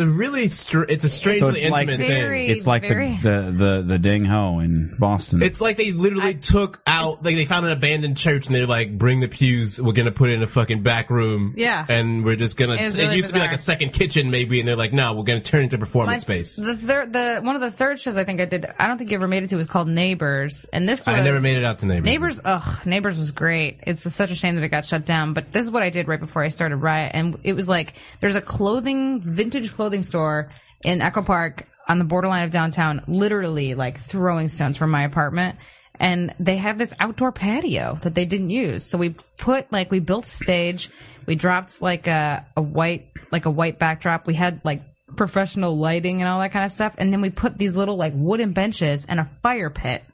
B: It's a really str- it's a strangely
F: it's like-
B: intimate
G: Very-
B: thing.
F: It's like
G: Very-
F: the, the the the ding ho in Boston.
B: It's like they literally took out, like they found an abandoned church and they're like, bring the pews. We're gonna put it in a fucking back room.
G: Yeah.
B: And we're just gonna. It,
G: It was really
B: used to be like
G: bizarre.
B: a second kitchen maybe, and they're like, no, we're gonna turn it into performance
G: My-
B: space.
G: The third, the one of the third shows I think I did. I don't think you ever made it to. Was called Neighbors, and this was
B: I never made it out to neighbors.
G: Neighbors, ugh, Neighbors was great. It's such a shame that it got shut down. But this is what I did right before I started Riot, and it was like there's a clothing, vintage clothing store in Echo Park on the borderline of downtown, literally like throwing stones from my apartment. And they have this outdoor patio that they didn't use, so we put like we built a stage, we dropped like a a white like a white backdrop. We had like professional lighting and all that kind of stuff, and then we put these little like wooden benches and a fire pit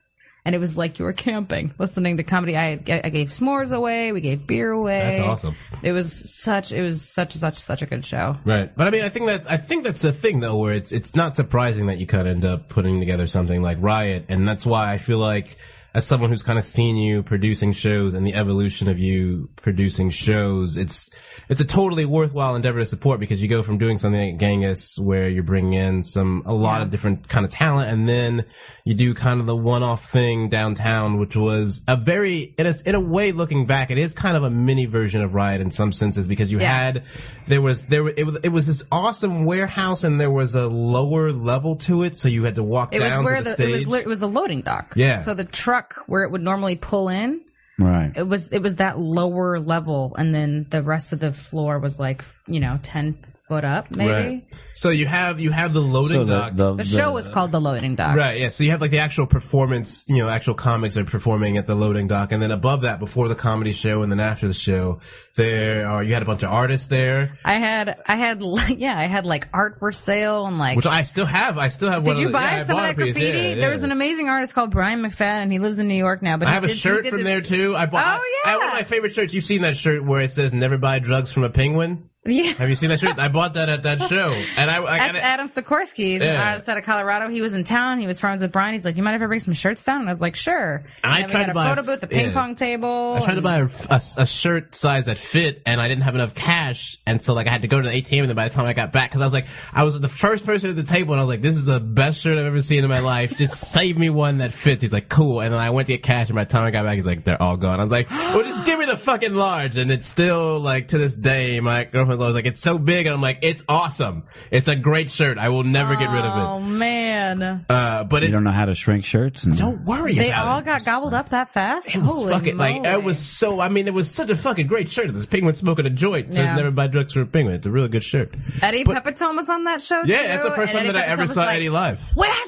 G: and it was like you were camping, listening to comedy. I, I gave s'mores away, we gave beer away.
B: That's awesome.
G: It was such, it was such, such, such a good show.
B: Right. But I mean, I think that I think that's the thing though, where it's it's not surprising that you kind of end up putting together something like Riot, and that's why I feel like as someone who's kind of seen you producing shows and the evolution of you producing shows, it's it's a totally worthwhile endeavor to support because you go from doing something like Genghis where you're bringing in some a lot of different kind of talent, and then you do kind of the one-off thing downtown, which was a very in a, in a way looking back, it is kind of a mini version of Riot in some senses because you
G: Yeah.
B: had there was there it was, it was this awesome warehouse and there was a lower level to it so you had to walk
G: It was
B: down
G: where
B: to the,
G: the, it
B: stage
G: was, li- it was a loading dock.
B: Yeah.
G: So the truck where it would normally pull in,
F: right.
G: it was, it was that lower level, and then the rest of the floor was like, you know, ten foot up, maybe.
B: Right. so you have you have the loading
F: So the,
B: dock
F: the,
G: The show was called the loading dock.
B: Right, yeah. So you have like the actual performance, you know, actual comics are performing at the loading dock, and then above that, before the comedy show, and then after the show, there are you had a bunch of artists there,
G: I had, I had, *laughs* like, yeah, I had like art for sale and like
B: which I still have. I still have. one
G: Did you
B: of the,
G: buy
B: yeah, I
G: some of
B: bought
G: that
B: a piece,
G: graffiti?
B: yeah, yeah.
G: There was an amazing artist called Brian McFadden. He lives in New York now, but
B: I
G: he
B: have a
G: did- he
B: shirt
G: did
B: from
G: this-
B: there too. I bought.
G: Oh,
B: I have one of
G: yeah.
B: my favorite shirts. You've seen that shirt where it says "Never buy drugs from a penguin."
G: *laughs* Yeah.
B: Have you seen that shirt? I bought that
G: *laughs*
B: at that show, and I, I
G: That's
B: got it.
G: Adam Sikorsky. He's
B: Yeah.
G: outside of Colorado. He was in town. He was friends with Brian. He's like, "You mind if I bring some shirts down?" And I was like, "Sure."
B: And I
G: then we
B: tried
G: had
B: to
G: a
B: buy a
G: photo
B: f-
G: booth, the ping
B: yeah.
G: pong table.
B: I tried to
G: and-
B: buy a, a- a shirt size that fit, and I didn't have enough cash, and so like I had to go to the ATM. And then by the time I got back, because I was like, I was the first person at the table, and I was like, "This is the best shirt I've ever seen in my
G: *laughs*
B: life. Just save me one that fits." He's like, "Cool," and then I went to get cash, and by the time I got back, he's like, "They're all gone." I was like, "Well, just give me the fucking large." And it's still like to this day, my girlfriend's always like, "It's so big," and I'm like, "It's awesome. It's a great shirt. I will never get rid of
G: Oh man,
B: it." Uh, but
F: You
B: it
F: don't know how to shrink shirts. And
B: don't worry
G: they
B: about it.
G: all got gobbled up that fast.
B: It was
G: Holy
B: fucking like
G: moly.
B: it was so. I mean, it was such a fucking great shirt. It's this penguin smoking a joint. It says
G: Yeah.
B: never buy drugs from a penguin. It's a really good shirt.
G: Eddie Pepitone was on that show.
B: Yeah,
G: too,
B: that's the first
G: and
B: time that I
G: Pepitone
B: ever
G: was
B: saw
G: like,
B: Eddie live.
G: Where's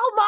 G: a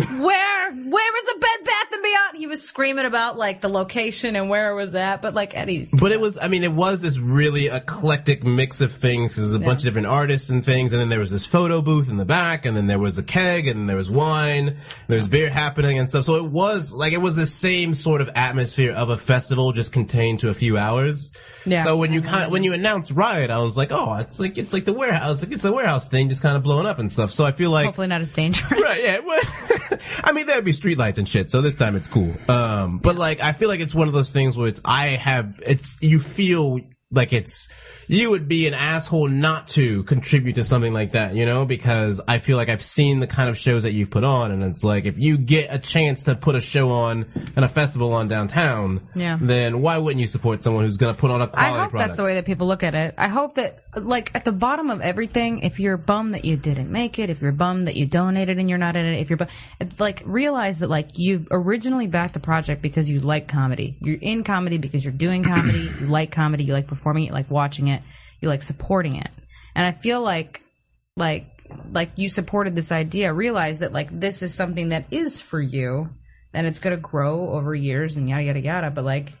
G: Walmart? Where where is a Bed Bath and Beyond? He was screaming about like the location and where it was at, but like Eddie,
B: But it was, I mean, it was this really eclectic mix of things. There's a bunch of different artists and things, and then there was this photo booth in the back, and then there was a keg, and there was wine, and there was beer happening and stuff. So it was like it was the same sort of atmosphere of a festival, just contained to a few hours.
G: Yeah.
B: So when you kind of, when you announced Riot, I was like, oh, it's like it's like the warehouse, like it's a warehouse thing, just kind of blowing up and stuff. So I feel like
G: hopefully not as dangerous.
B: Right, yeah. Well, *laughs* I mean, there'd be streetlights and shit, so this time it's cool. Um, but like, I feel like it's one of those things where it's, I have, it's, you feel like it's, you would be an asshole not to contribute to something like that, you know? Because I feel like I've seen the kind of shows that you put on, and it's like, if you get a chance to put a show on and a festival on downtown,
G: Yeah.
B: then why wouldn't you support someone who's gonna put on a
G: I
B: quality
G: hope
B: product?
G: that's the way that people look at it. I hope that, like, at the bottom of everything, if you're bummed that you didn't make it, if you're bummed that you donated and you're not in it, if you're, bu- like, realize that, like, you originally backed the project because you like comedy. You're in comedy because
B: *clears throat*
G: you're doing comedy. you like comedy. You like performing it. You like watching it. You like supporting it. And I feel like, like, like you supported this idea. Realize that, like, this is something that is for you and it's going to grow over years and yada, yada, yada. But, like,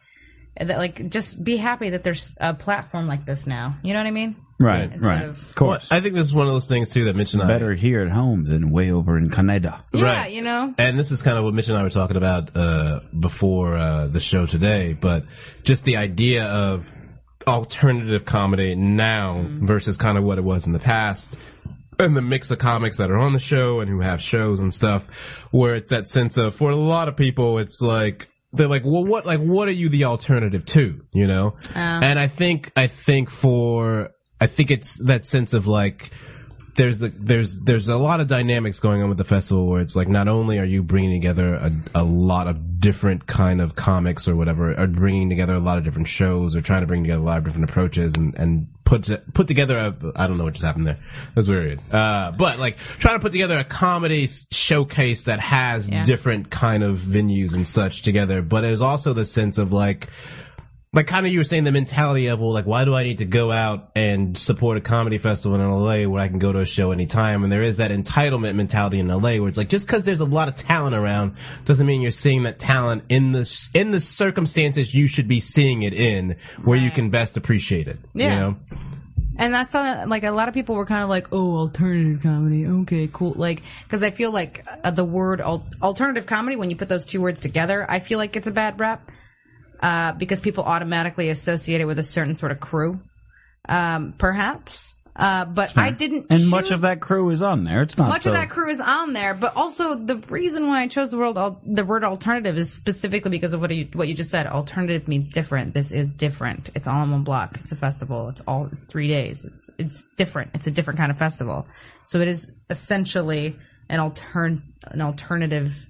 G: and that like just be happy that there's a platform like this now. You know what I mean?
F: Right,
G: Instead
F: right.
G: of-
F: Of course.
B: I think this is one of those things too that Mitch
G: Uh,
B: and I
F: Better here at home than way over in Canada.
G: Yeah,
B: Right.
G: you know.
B: and this is kind of what Mitch and I were talking about uh, before uh, the show today, but just the idea of alternative comedy now versus kind of what it was in the past. And the mix of comics that are on the show and who have shows and stuff, where it's that sense of, for a lot of people, it's like, they're like, well, what, like, what are you the alternative to, you know? and I think, I think for, I think it's that sense of like, there's the there's there's a lot of dynamics going on with the festival where it's like not only are you bringing together a, a lot of different kind of comics or whatever or bringing together a lot of different shows or trying to bring together a lot of different approaches and and put to- put together a I don't know what just happened there that's weird uh but like trying to put together a comedy s- showcase that has different kind of venues and such together but there's also the sense of like like kind of you were saying the mentality of well like why do i need to go out and support a comedy festival in la where i can go to a show anytime and there is that entitlement mentality in la where it's like just because there's a lot of talent around doesn't mean you're seeing that talent in the in the circumstances you should be seeing it in where you can best appreciate it
G: Yeah.
B: you know
G: And that's on like a lot of people were kind of like, "Oh, alternative comedy. Okay, cool." Like cuz I feel like uh, the word al- alternative comedy when you put those two words together, I feel like it's a bad rap. Uh, because people automatically associate it with a certain sort of crew, um, perhaps. Uh, but I didn't.
F: And much of
G: choose-
F: that crew is on there. It's not
G: much
F: so-
G: of that crew is on there, but also the reason why I chose the world al- the word alternative is specifically because of what you what you just said. Alternative means different. This is different. It's all in one block. It's a festival. It's all it's three days. It's it's different. It's a different kind of festival. So it is essentially an altern an alternative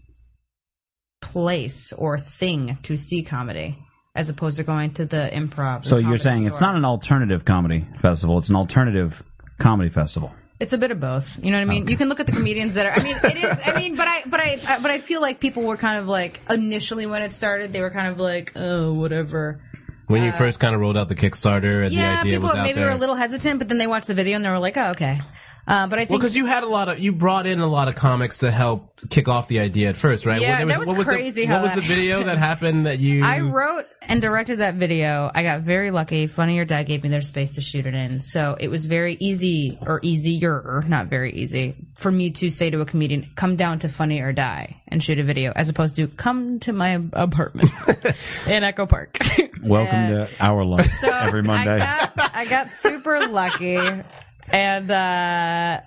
G: place or thing to see comedy as opposed to going to the improv.
F: So you're saying it's not an alternative comedy festival; it's an alternative comedy festival.
G: It's a bit of both. You know what I mean? You can look at the comedians that are. I mean, it is. I mean, but I, but I, I, but I feel like people were kind of like initially when it started, they were kind of like, oh, whatever.
B: when you first kind of rolled out the kickstarter and
G: Uh, Yeah,
B: the idea
G: people
B: was out
G: maybe
B: there
G: were a little hesitant, but then they watched the video and they were like, oh, okay. Uh, but I
B: well,
G: think
B: because you had a lot of you brought in a lot of comics to help kick off the idea at first, right?
G: Yeah,
B: there
G: that was
B: what
G: crazy
B: The,
G: how
B: what was
G: that
B: the video
G: *laughs*
B: that happened that you?
G: I wrote and directed that video. I got very lucky. Funny or Die gave me their space to shoot it in. So it was very easy, or easier, not very easy, for me to say to a comedian, come down to Funny or Die and shoot a video, as opposed to come to my apartment in Echo Park. *laughs*
F: Welcome
G: Yeah.
F: to our life
G: *laughs* So
F: every Monday.
G: I got, I got super lucky, and uh,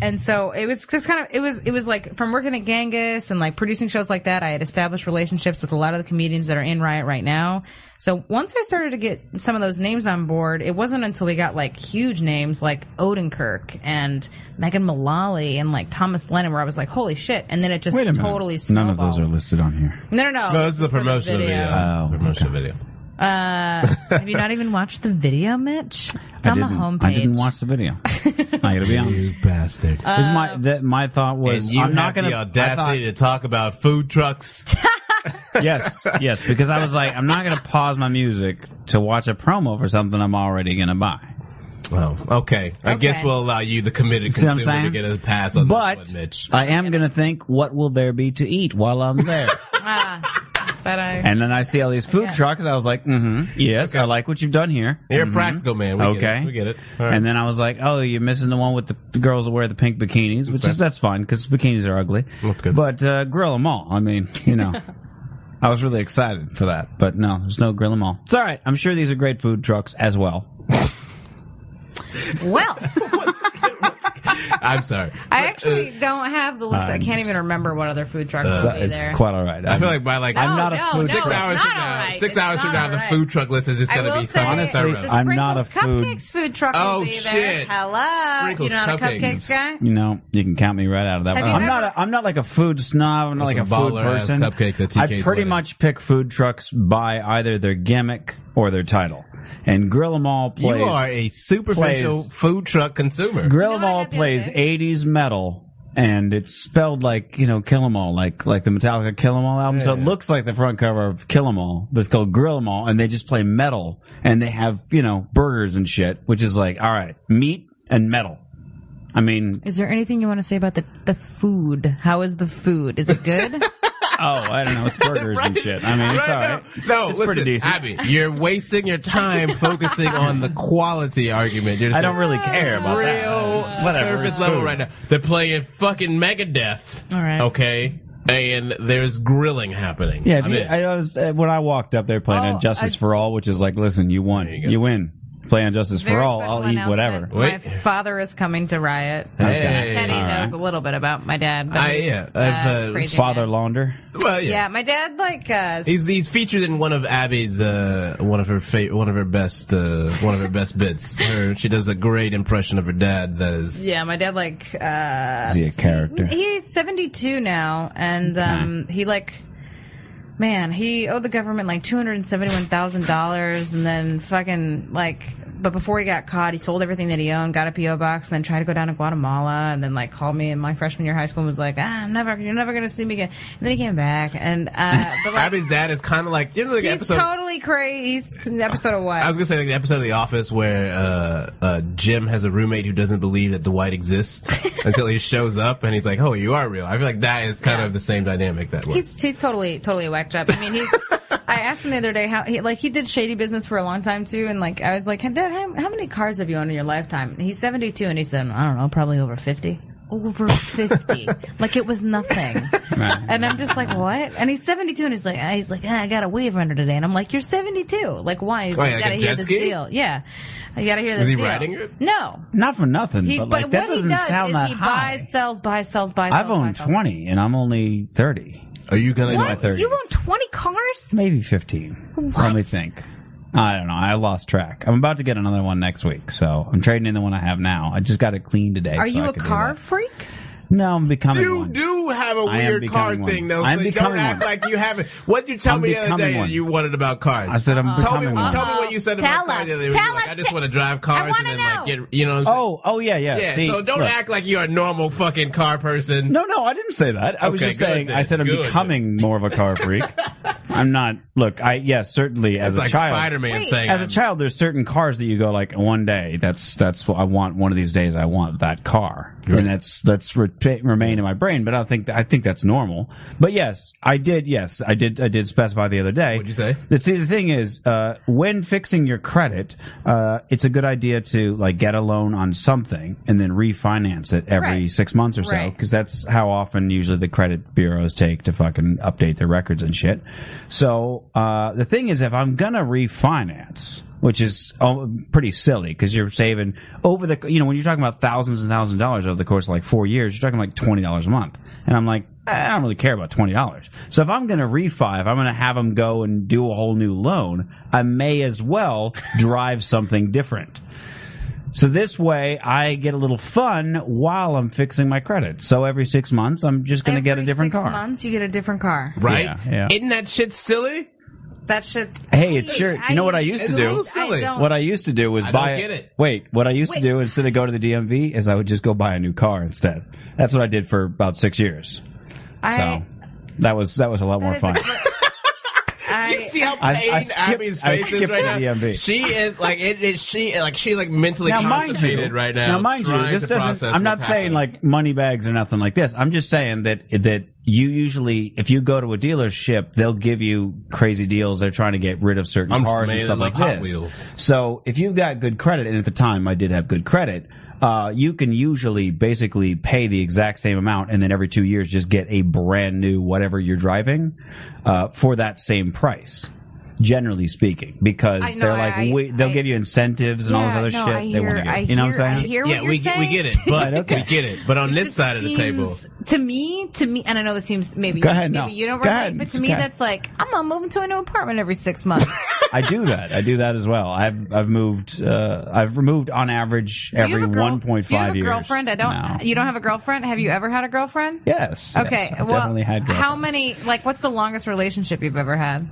G: and so it was just kind of it was it was like from working at Genghis and like producing shows like that. I had established relationships with a lot of the comedians that are in Riot right now. So once I started to get some of those names on board, it wasn't until we got like huge names like Odenkirk and Megan Mullally and like Thomas Lennon where I was like, holy shit! And then it just
F: Wait a minute.
G: totally
F: None of
G: snowballed.
F: those are listed on here.
G: No, no, no.
B: No, this is a
G: for the
B: promotional video.
F: Oh,
B: promotional video.
G: uh, have you not even watched the video, Mitch? It's
F: I
G: on the
F: didn't,
G: homepage.
F: I didn't watch the video. I
B: *laughs*
F: gotta be honest.
B: You bastard.
G: Uh,
F: 'Cause my that my thought
B: and
F: was
B: you
F: I'm
B: have
F: not gonna
B: the
F: I thought-
B: audacity to talk about food trucks.
F: yes, yes, because I was like, I'm not going to pause my music to watch a promo for something I'm already going to buy.
B: oh, okay. I
G: Okay.
B: guess we'll allow you, the committed
F: See what I'm
B: consumer, to
F: saying?
B: get a pass on
F: But
B: this one, Mitch.
F: I am going to think, what will there be to eat while
B: *laughs*
F: I'm there?
G: Ah, but I.
F: and then I see all these food
G: Yeah.
F: trucks. I was like, mm-hmm, yes, I like what you've done here.
B: You're a practical man. We Get
F: Mm-hmm. Okay.
B: it. We get it. All right.
F: And then I was like, oh, you're missing the one with the the girls that wear the pink bikinis, which is that's fine because bikinis are ugly.
B: That's good.
F: But uh, grill them all. I mean,
B: *laughs*
F: you know. I was really excited for that, but no, there's no grill them all. It's all right. I'm sure these are great food trucks as well.
G: well,
B: I'm sorry.
G: I actually
B: Uh,
G: don't have the list. I can't even remember what other food trucks
F: So
G: will be
F: it's
G: there.
F: quite all right.
B: I feel like by like
G: No,
F: not a
G: no,
F: food
G: no,
F: truck.
B: six
G: it's
B: hours
G: not
B: from now,
G: all right.
B: six
G: It's
B: hours from
G: not
B: now,
G: all
B: the
G: right.
B: food truck list is just
G: I
B: gonna
G: will
B: be
G: say,
B: fun.
F: Honestly,
G: the
F: I'm not a
G: Sprinkles
F: food-
G: Cupcakes food truck
B: Oh,
G: will be there.
B: shit.
G: Hello,
B: Sprinkles
G: you not a
B: Cupcakes.
G: cupcakes guy?
F: you know, you can count me right out of that.
G: Have
F: one.
G: you
F: I'm
G: ever-
F: not. A, I'm not like a food snob. I'm not
B: Those
F: like a
B: are
F: food
B: baller-ass
F: person.
B: cupcakes at
F: I
B: TK's
F: pretty
B: wedding.
F: much pick food trucks by either their gimmick or their title, and Grill 'Em All
B: You
F: plays.
B: are a superficial
F: plays-
B: food truck consumer.
F: Grill
G: You
F: 'Em
G: know what I
F: All
G: had the other
F: plays
G: day?
F: '80s metal. And it's spelled like you know, Kill 'Em All, like like the Metallica Kill 'Em All album. so it looks like the front cover of Kill 'Em All, but it's called Grill 'Em All, and they just play metal, and they have you know burgers and shit, which is like, all right, meat and metal. I mean,
G: Is there anything you want to say about the the food? How is the food? Is
F: *laughs*
G: it good?
F: Oh, I don't know. It's burgers
B: *laughs*
F: and shit. I mean, it's all right.
B: No,
F: it's
B: listen,
F: pretty decent.
B: Abby, you're wasting your time focusing on the quality argument. You're just
F: I don't
B: like,
F: really care about
B: real
F: that.
B: surface
F: it's
B: level
F: food.
B: right now. They're playing fucking Megadeth.
G: All
F: Oh,
G: right.
B: Okay. And there's grilling happening.
F: Yeah, if
B: I'm
F: you-
B: in.
F: I, was uh, when I walked up there playing
G: Oh,
F: on Justice
G: I-
F: for All, which is like, listen, you won,
B: you go.
F: you, win. Play on Justice for
G: Very
F: All,
G: special
F: I'll eat whatever.
G: announcement.
B: Wait.
G: My father is coming to riot.
B: Hey.
G: Teddy
F: All right.
G: knows a little bit about my dad. But
B: I-
G: he's,
B: yeah, I've,
G: uh,
B: uh,
G: crazy
F: Father
G: man.
F: Launder.
B: Well, yeah.
G: Yeah, my dad like uh,
B: He's, he's featured in one of Abby's uh, one of her fa- one of her best uh, one of her best bits. Her, she does a great impression of her dad. That is
G: Yeah, my dad like uh
F: Is he a character?
G: He's 72 now and um he like man, he owed the government like $271,000 and then fucking like but before he got caught, he sold everything that he owned, got a PO box, and then tried to go down to Guatemala, and then like called me in my freshman year of high school and was like, "Ah, I'm never, you're never gonna see me again." And then he came back, and
B: *laughs*
G: uh, but like
B: Abby's dad is kind of like you know the
G: he's
B: episode.
G: totally crazy. He's an episode of what?
B: I was gonna say like the episode of The Office where uh, uh, Jim has a roommate who doesn't believe that Dwight
G: *laughs*
B: exists until he shows up and he's like, "Oh, you are real." I feel like that is kind of the same dynamic that way.
G: He's he's totally totally a whack job. I mean, *laughs* he's. I asked him the other day how he like he did shady business for a long time too, and like I was like, Dad, how, how many cars have you owned in your lifetime? And he's seventy two, and he said, I don't know, probably over fifty. Over fifty, *laughs* like it was nothing. *laughs* And I'm just like, what? And he's 72, and he's like, ah, he's like, ah, I got a wave runner today, and I'm like, you're 72. Like, why? He's
B: Oh, yeah,
G: like, you
B: like
G: gotta
B: a
G: hear
B: jet
G: this
B: ski?
G: deal. Yeah, I gotta hear this
B: he
G: deal.
B: riding it?
G: No,
F: Not for nothing,
G: he,
F: but
G: but,
F: like that
G: what
F: doesn't
G: he does
F: sound
G: is
F: that
G: he
F: high.
G: buys, sells, buys, sells, buys.
F: I've
G: sells,
F: owned
G: buys, sells.
F: 20 and I'm only 30,
B: Are you gonna
F: What?
B: like
F: What? 30s.
G: You own 20 cars?
F: maybe 15. Let me think. I don't know. I lost track. I'm about to get another one next week, so I'm trading in the one I have now. I just got it clean today.
G: Are
F: so
G: you
F: I
G: a
F: could do
G: car
F: that.
G: freak?
F: No, I'm becoming
B: You
F: one.
B: do have a
F: I am
B: weird car
F: becoming one.
B: thing, though.
F: I am
B: So don't
F: becoming
B: act
F: one.
B: like you haven't. What did you tell
F: I'm
B: me the other
F: becoming
B: day
F: one.
B: you wanted about cars?
F: I said I'm
B: tell me,
F: becoming one.
B: tell me what you said about
G: uh-huh. Tell
B: cars the other
G: us.
B: day. You were
G: Tell
B: like, I
G: us.
B: just want to drive cars
G: wanna
B: and then like
G: know.
B: get. You know what I'm saying?
F: Oh, oh yeah, yeah.
B: yeah.
F: See,
B: so don't
F: look.
B: act like you're a normal fucking car person.
F: No, no, I didn't say that. I was
B: Okay,
F: just
B: good
F: saying.
B: then,
F: I said I'm
B: good
F: becoming more of a car *laughs* freak. I'm not. Look, I yes, certainly as
B: it's
F: a
B: like
F: child.
B: Spider-Man
G: Wait.
B: saying,
F: As a
B: I'm-
F: child, there's certain cars that you go like one day. That's that's what I want. One of these days, I want that car, and that's that's re- remain in my brain. But I think I think that's normal. But yes, I did. Yes, I did. I did specify the other day.
B: What'd you say?
F: That see, the thing is, uh, when fixing your credit, uh, it's a good idea to like get a loan on something and then refinance it every
G: Right.
F: six months or so
G: Right.
F: because that's how often usually the credit bureaus take to fucking update their records and shit. So uh, the thing is, if I'm gonna refinance, which is oh, pretty silly because you're saving over the you know when you're talking about thousands and thousands of dollars over the course of like four years, you're talking like twenty dollars a month, and I'm like. I don't really care about twenty dollars. So if I'm going to refi, if I'm going to have them go and do a whole new loan, I may as well *laughs* drive something different. So this way, I get a little fun while I'm fixing my credit. So every six months, I'm just going to get a
G: Every
F: different
G: six
F: car.
G: months, you get a different car.
J: right?
F: Yeah, yeah.
J: Isn't that shit silly?
G: That shit's
F: Hey, it's sure. You know what I used to
J: It's a
F: do?
J: little silly.
G: don't-
F: What I used to do was
J: I don't
F: buy.
J: get it.
F: Wait, what I used to
G: Wait.
F: do instead of go to the DMV is I would just go buy a new car instead. That's what I did for about six years. So
G: I,
F: that was that was a lot more
G: is
F: fun. *laughs*
G: I,
J: You see how
F: I- I
J: pain
F: skipped-
J: Abby's
F: I
J: face is
F: skipped
J: right now.
F: the DMV.
J: She is like it is. She like she's like mentally
F: now, mind you,
J: constipated right now.
F: Now, mind you,
J: trying
F: this
J: to
F: doesn't.
J: process
F: I'm not
J: what's
F: saying
J: happening.
F: like money bags or nothing like this. I'm just saying that that you usually, if you go to a dealership, they'll give you crazy deals. They're trying to get rid of certain
B: I'm just
F: cars and
B: made
F: stuff
B: it
F: like
B: like Hot
F: this.
B: Wheels.
F: So, if you've got good credit, and at the time I did have good credit. Uh, you can usually basically pay the exact same amount and then every two years just get a brand new whatever you're driving uh, for that same price generally speaking because
G: I know,
F: they're like
G: I-
F: we, they'll
G: I-
F: give you incentives and all this
G: Yeah,
F: other
G: no,
F: shit
G: I
F: they want
G: hear-
F: to get
G: I
F: you know what i'm
G: hear- I
F: saying
G: hear
J: yeah,
G: what
J: we
G: you're
J: get, we
G: saying.
J: get it, but
F: *laughs* Right, okay.
J: we get it. But on this
G: just
J: side of the table,
G: seems- To me, to me, and I know this seems maybe
F: Go ahead,
G: maybe
F: no.
G: you don't
F: Go
G: relate,
F: ahead,
G: but
F: it's
G: to me
F: okay.
G: that's like I'm gonna move into a new apartment
F: *laughs*
G: every six months.
F: I do that. I do that as well. I've I've moved. Uh, I've removed on average
G: Do you have
F: every
G: a girl-
F: one point
G: Do you have
F: five
G: a
F: years.
G: girlfriend? I don't.
F: now.
G: You don't have a girlfriend? Have you ever had a girlfriend?
F: Yes. yes,
G: Okay.
F: I've
G: well,
F: definitely had
G: how
F: girlfriends.
G: many? Like, what's the longest relationship you've ever had?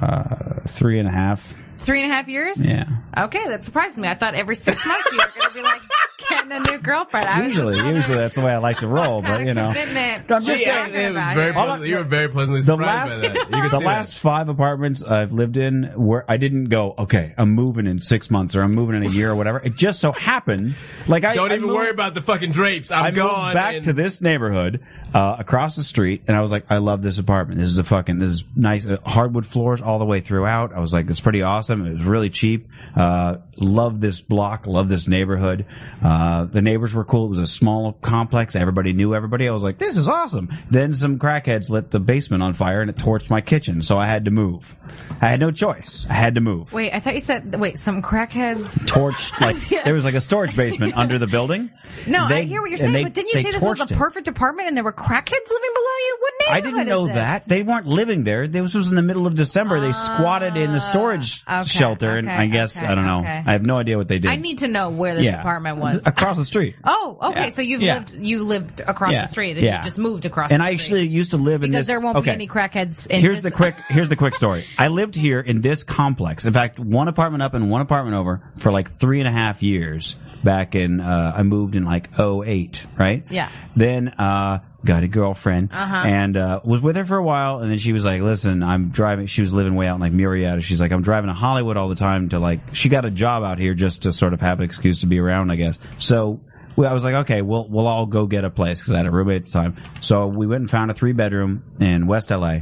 F: Uh, three and a half.
G: Three and a half years.
F: Yeah.
G: Okay, that surprised me. I thought every six months you were gonna
F: *laughs*
G: be like getting a new girlfriend. I was just
F: Usually,
G: wondering
F: usually that's the way I
G: *laughs*
F: like to roll.
G: what kind
F: But
G: of
F: you know,
G: commitment.
F: I'm just
G: you're
F: saying,
G: talking
J: it
G: *laughs*
J: was
G: about.
J: very
F: All
J: pleasant-
F: I-
J: you were very pleasantly
F: the
J: surprised
F: last
J: by
F: *laughs*
J: that. You could
F: the
J: see
F: last five apartments I've lived in where I didn't go. Okay, I'm moving in six months or I'm moving in a year or whatever. It just so happened. Like I
J: that. Don't
F: I
J: even
F: moved-
J: worry about the fucking drapes. I'm
F: I
J: gone.
F: moved back
J: and-
F: to this neighborhood uh, across the street, and I was like, I love this apartment. This is a fucking this is nice uh, hardwood floors all the way throughout. I was like, it's pretty awesome. It was really cheap. Uh, love this block. Love this neighborhood. Uh, the neighbors were cool. It was a small complex. Everybody knew everybody. I was like, this is awesome. Then some crackheads lit the basement on fire, and it torched my kitchen. So I had to move. I had no choice. I had to move.
G: Wait, I thought you said wait. Some crackheads. *laughs*
F: Torched like
G: Yeah.
F: there was like a storage basement under the building.
G: No, I
F: They-
G: hear what you're
F: and
G: saying,
F: they-
G: but didn't you
F: they
G: say this was the
F: torched it.
G: perfect apartment and there were crackheads living below you? What
F: I
G: neighborhood
F: didn't know
G: is
F: that.
G: this?
F: They weren't living there. This was in the middle of December. They squatted in the storage
G: Oh, okay,
F: shelter, and
G: okay,
F: I guess
G: okay,
F: I don't know.
G: okay.
F: I have no idea what they did.
G: I need to know where this
F: Yeah.
G: apartment was.
F: *laughs* across the street.
G: Oh, okay.
F: Yeah.
G: So you've
F: Yeah.
G: lived you lived across
F: Yeah.
G: the street and
F: Yeah.
G: you just moved across.
F: and
G: the
F: I
G: street.
F: actually used to live in
G: because
F: this.
G: there won't
F: okay.
G: be any crackheads. In
F: Here's the
G: this- *laughs*
F: quick. Here's the quick story. I lived here in this complex. In fact, one apartment up and one apartment over for like three and a half years. Back in, uh, I moved in like '08, right?
G: Yeah.
F: Then uh, got a girlfriend
G: Uh-huh.
F: and uh, was with her for a while, and then she was like, "Listen, I'm driving." She was living way out in like Murrieta. She's like, "I'm driving to Hollywood all the time to like." She got a job out here just to sort of have an excuse to be around, I guess. So. Well, I was like, okay, we'll we'll all go get a place because I had a roommate at the time. So we went and found a three bedroom in West LA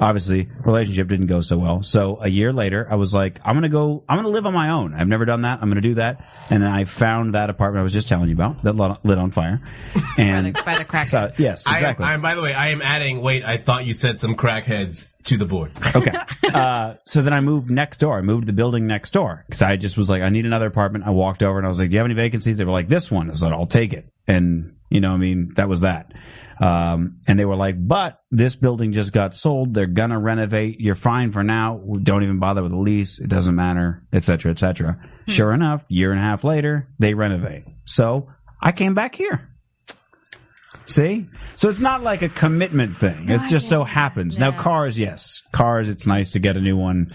F: obviously relationship didn't go so well so a year later i was like i'm gonna go i'm gonna live on my own i've never done that i'm gonna do that and then i found that apartment i was just telling you about that lo- lit on fire and
G: by the crackheads.
F: so, yes
B: I am,
F: exactly
B: I'm, by the way, I am adding, wait, I thought you said some crackheads to the board.
F: *laughs* okay uh, so then i moved next door i moved to the building next door because i just was like i need another apartment i walked over and i was like do you have any vacancies they were like this one i was like i'll take it and you know i mean that was that um, and they were like but this building just got sold they're gonna renovate you're fine for now don't even bother with a lease it doesn't matter etc etc sure enough year and a half later they renovate so i came back here See? So it's not like a commitment thing. It just so happens. Now cars, yes. Cars, it's nice to get a new one.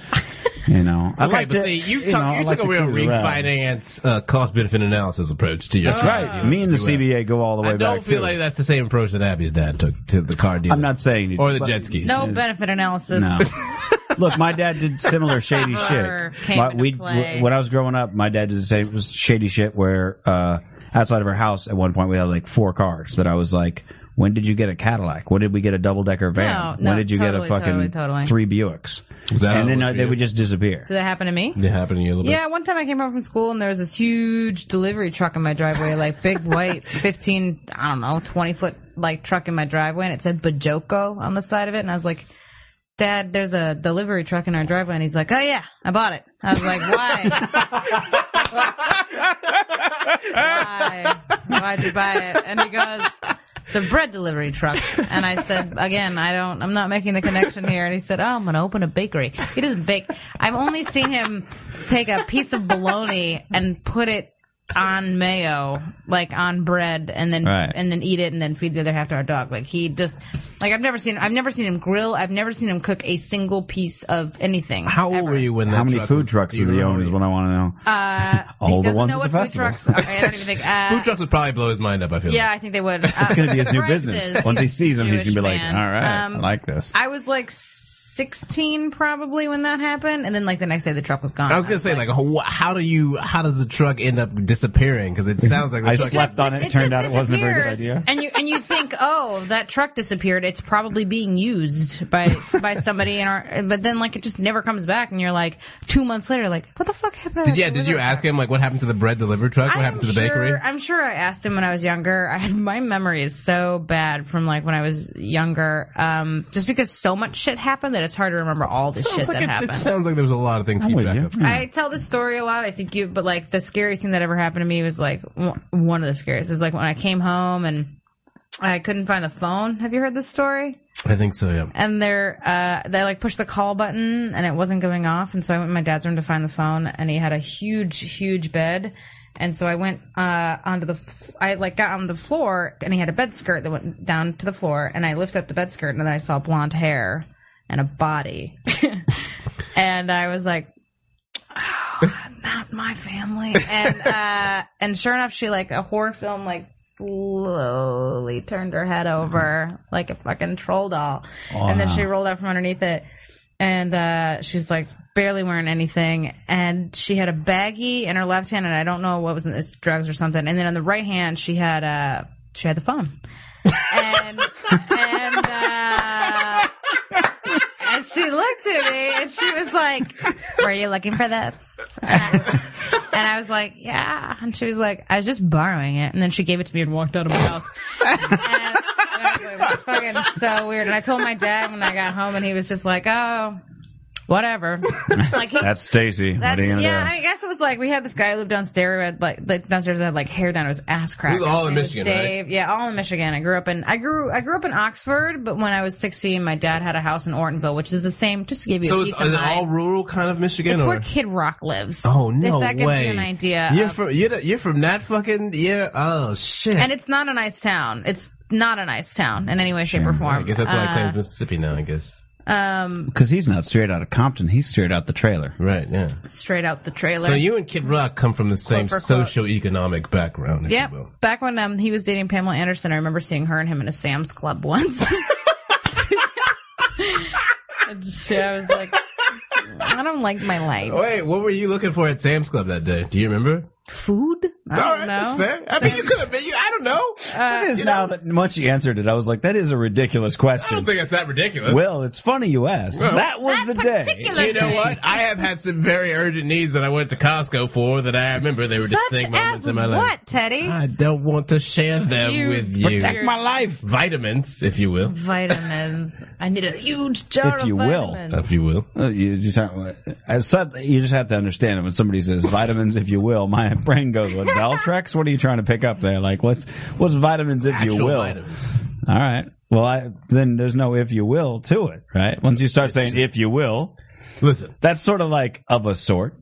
B: *laughs*
F: You know. I
B: Okay,
F: like
B: but
F: to-
B: see, you,
F: know,
B: took,
F: I
B: you
F: like
B: took a
F: to
B: real
F: cruise around. Uh,
B: refinance uh, cost benefit analysis approach to your
F: That's right. Me and the CBA go all the way
B: Oh, I don't
F: back.
B: feel
F: too.
B: like that's the same approach that Abby's dad took to the car dealer.
F: I'm not saying you
B: or
F: do,
B: the
F: but-
B: jet skis.
G: No benefit analysis.
F: No. Look, my dad did
G: *laughs*
F: similar shady
G: Or
F: shit.
G: came
F: My-
G: into
F: we-
G: play.
F: when I was growing up, my dad did the same was shady shit where uh, outside of our house at one point we had like four cars that I was like, when did you get a Cadillac? When did we get a double decker van?
G: No, no,
F: when did you
G: totally,
F: get a fucking
G: totally, totally.
F: three Buicks?
B: Is that how
F: and
B: it
F: then
B: was
F: uh,
B: for
F: they
B: you?
F: would just disappear.
G: Did that happen to me?
B: It happened to you a little bit.
G: Yeah, one time I came home from school and there was this huge delivery truck in my driveway, like *laughs* big white, 15, I don't know, 20 foot like truck in my driveway and it said Bajoco on the side of it. And I was like, Dad, there's a delivery truck in our driveway, and he's like, "Oh yeah, I bought it." I was like, *laughs* "Why? Why? Why'd you buy it?" And he goes, "It's a bread delivery truck." And I said, "Again, I don't. I'm not making the connection here." And he said, "Oh, I'm gonna open a bakery." He doesn't bake. I've only seen him take a piece of bologna and put it on mayo, like on bread, and then
F: Right.
G: and then eat it, and then feed the other half to our dog. Like he just, like I've never seen, I've never seen him grill. I've never seen him cook a single piece of anything.
B: How old
G: ever.
B: were you when that
F: How many
B: truck
F: food
B: was-
F: trucks does he own? Is what I want to know.
G: Uh,
F: *laughs* All
G: he
F: the
G: doesn't
F: ones
G: know
F: at
G: what
F: the
G: food
F: festival. *laughs*
G: trucks. Are. I don't even think. Uh,
B: Food trucks would probably blow his mind up. I feel.
G: Yeah,
B: Like.
G: I think they would. It's
F: gonna be his new business. Once he sees him, he's gonna be like, "All right, I like this."
G: Um, I was like 16 probably when that happened, and then like the next day the truck was gone.
B: I was gonna say, like, wh- how do you, how does the truck end up disappearing? Because
F: *laughs*
B: it sounds like the
F: I
B: truck.
F: slept on it. Turned out
G: just
F: it wasn't a very good
G: disappears.
F: idea.
G: And you and you think, oh, that truck disappeared. It's probably being used by
F: *laughs*
G: by somebody in our. But then like it just never comes back, and you're like two months later, like what the fuck happened? to
B: Did,
G: that
B: yeah, did you
G: *laughs* delivery
B: ask
G: truck?
B: him like what happened to the bread delivery truck? What
G: I'm
B: happened to the
G: sure,
B: bakery?
G: I'm sure I asked him when I was younger. *laughs* I have my memory is so bad from like when I was younger, um, just because so much shit happened that it's hard to remember all the shit
B: Sounds
G: that
B: like it,
G: happened.
B: it sounds like there was a lot of things to
F: I'm
B: keep
F: with
B: track
F: you.
B: of.
G: I tell this story a lot. I think you, but like the scariest thing that ever happened to me was like one one of the scariest. Is like when I came home and I couldn't find the phone. Have you heard this story?
B: I think so. Yeah.
G: And they're uh, they like pushed the call button and it wasn't going off. And so I went in my dad's room to find the phone, and he had a huge, huge bed. And so I went uh, onto the, f- I like got on the floor, and he had a bed skirt that went down to the floor. And I lifted up the bed skirt, and then I saw blonde hair and a body, *laughs* and I was like, not my family. And *laughs* uh, and sure enough, she like a horror film like slowly turned her head over like a fucking troll doll, and then she rolled out from underneath it, and uh, she was like barely wearing anything, and she had a baggie in her left hand, and I don't know what was in this drugs or something, and then on the right hand she had uh she had the phone, and and. Uh, and she looked at me and she was like, Were you looking for this? And I, and I was like, Yeah. And she was like, I was just borrowing it. And then she gave it to me and walked out of my house. And, and I was like, That's fucking so weird. And I told my dad when I got home and he was just like, Oh, whatever. Like, he,
F: That's Stacy. What
G: that's,
F: are you gonna
G: yeah,
F: do?
G: I guess it was like we had this guy who lived downstairs who had like, like downstairs that had like hair down to his ass crack.
B: We were all in
G: His name was
B: Michigan, right?
G: Dave. Yeah, all in Michigan. I grew up in I grew I grew up in Oxford, but when I was sixteen, my dad had a house in Ortonville, which is the same. Just to give you
B: So
G: a
B: it's,
G: piece
B: is
G: of
B: it all
G: mind,
B: rural kind of Michigan?
G: it's uh,
B: or?
G: where Kid Rock lives.
B: Oh no
G: If that gives
B: way!
G: you an idea,
B: You're
G: of-
B: from you're, the- you're from that fucking yeah. Oh shit!
G: and it's not a nice town. It's not a nice town in any way, shape, or
B: I
G: form.
B: guess that's why I
G: uh,
B: claimed Mississippi now. I guess
G: Um,
F: Because he's not straight out of Compton. He's straight out the trailer.
B: right. Yeah.
G: straight out the trailer.
B: So you and Kid Rock come from the same
G: for quote.
B: socioeconomic background. If
G: Yep.
B: You will.
G: Back when um, he was dating Pamela Anderson, I remember seeing her and him in a Sam's Club once. *laughs* and she, I was like, I don't like my life.
B: Wait, what were you looking for at Sam's Club that day? Do you remember?
G: Food? I don't
B: All right,
G: know.
B: that's fair. I mean, you could have been. You, I don't know.
G: Uh,
F: That is now that once you answered it, I was like, that is a ridiculous
B: I
G: Uh,
B: don't
F: question.
B: think that's that ridiculous.
F: Well, it's funny you asked. that was the day.
G: particular
B: you know what? I have had some very urgent needs that I went to Costco for that I remember they were
G: Such
B: distinct moments
G: as
B: in my life.
G: what, Teddy?
B: I don't want to share them
G: You
B: with you.
G: Protect my
B: life. Vitamins, if you will.
G: vitamins. I need a huge jar
F: If
G: of
F: you will.
G: vitamins.
B: If you will.
F: Uh, You just have, as such- you just have to understand it. When somebody says vitamins, if you will, my *laughs* brain goes, "What Valtrex? What are you trying to pick up there? Like, what's what's vitamins, if you
B: Actual
F: will?"
B: vitamins.
F: All right. Well, I, then there's no if you will to it, right? Once you start saying if you will,
B: Listen,
F: that's sort of like of a sort.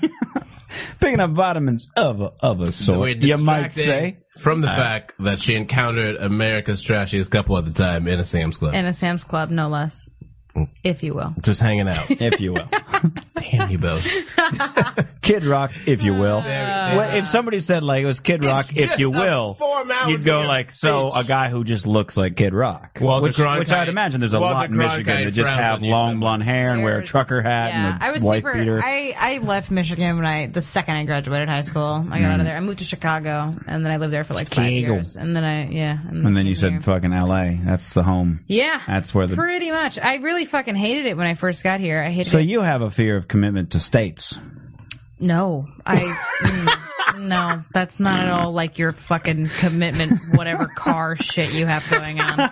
F: *laughs* Picking up vitamins of a, of a
B: we're
F: sort, you might
B: distracting
F: say. Uh,
B: from the fact that she encountered America's trashiest couple at the time in a Sam's Club,
G: In a Sam's Club, no less. If you will.
B: just hanging
G: *laughs*
B: out.
F: if you will.
B: Damn you both.
F: Kid Rock, if you will.
B: There we-
F: Well, if somebody said like it was Kid Rock, if
B: just
F: you
B: a
F: will,
B: formality
F: you'd go
B: of
F: like, so uh,
B: speech.
F: a guy who just looks like Kid Rock,
B: Walter
F: which,
B: Cronkite-
F: which I'd imagine there's a
B: Walter
F: lot in
B: Cronkite
F: Michigan that just
B: frowns
F: have
B: on you
F: long
B: somewhere.
F: blonde hair and wear a
G: There's-
F: trucker hat
G: yeah,
F: and a
G: I was
F: white
G: super.
F: beater.
G: I, I left Michigan when I the second I graduated high school. I got out of there. I moved to Chicago, and then I lived there for like five
F: Mm. Chicago.
G: years. And then I yeah.
F: and then you
G: came
F: said
G: here.
F: fucking L.A. That's the home.
G: yeah.
F: That's where the-
G: pretty much. I really fucking hated it when I first got here. I hated
F: So
G: it.
F: you have a fear of commitment to states.
G: No, I. mm, No, that's not at all like your fucking commitment, whatever car shit you have going on.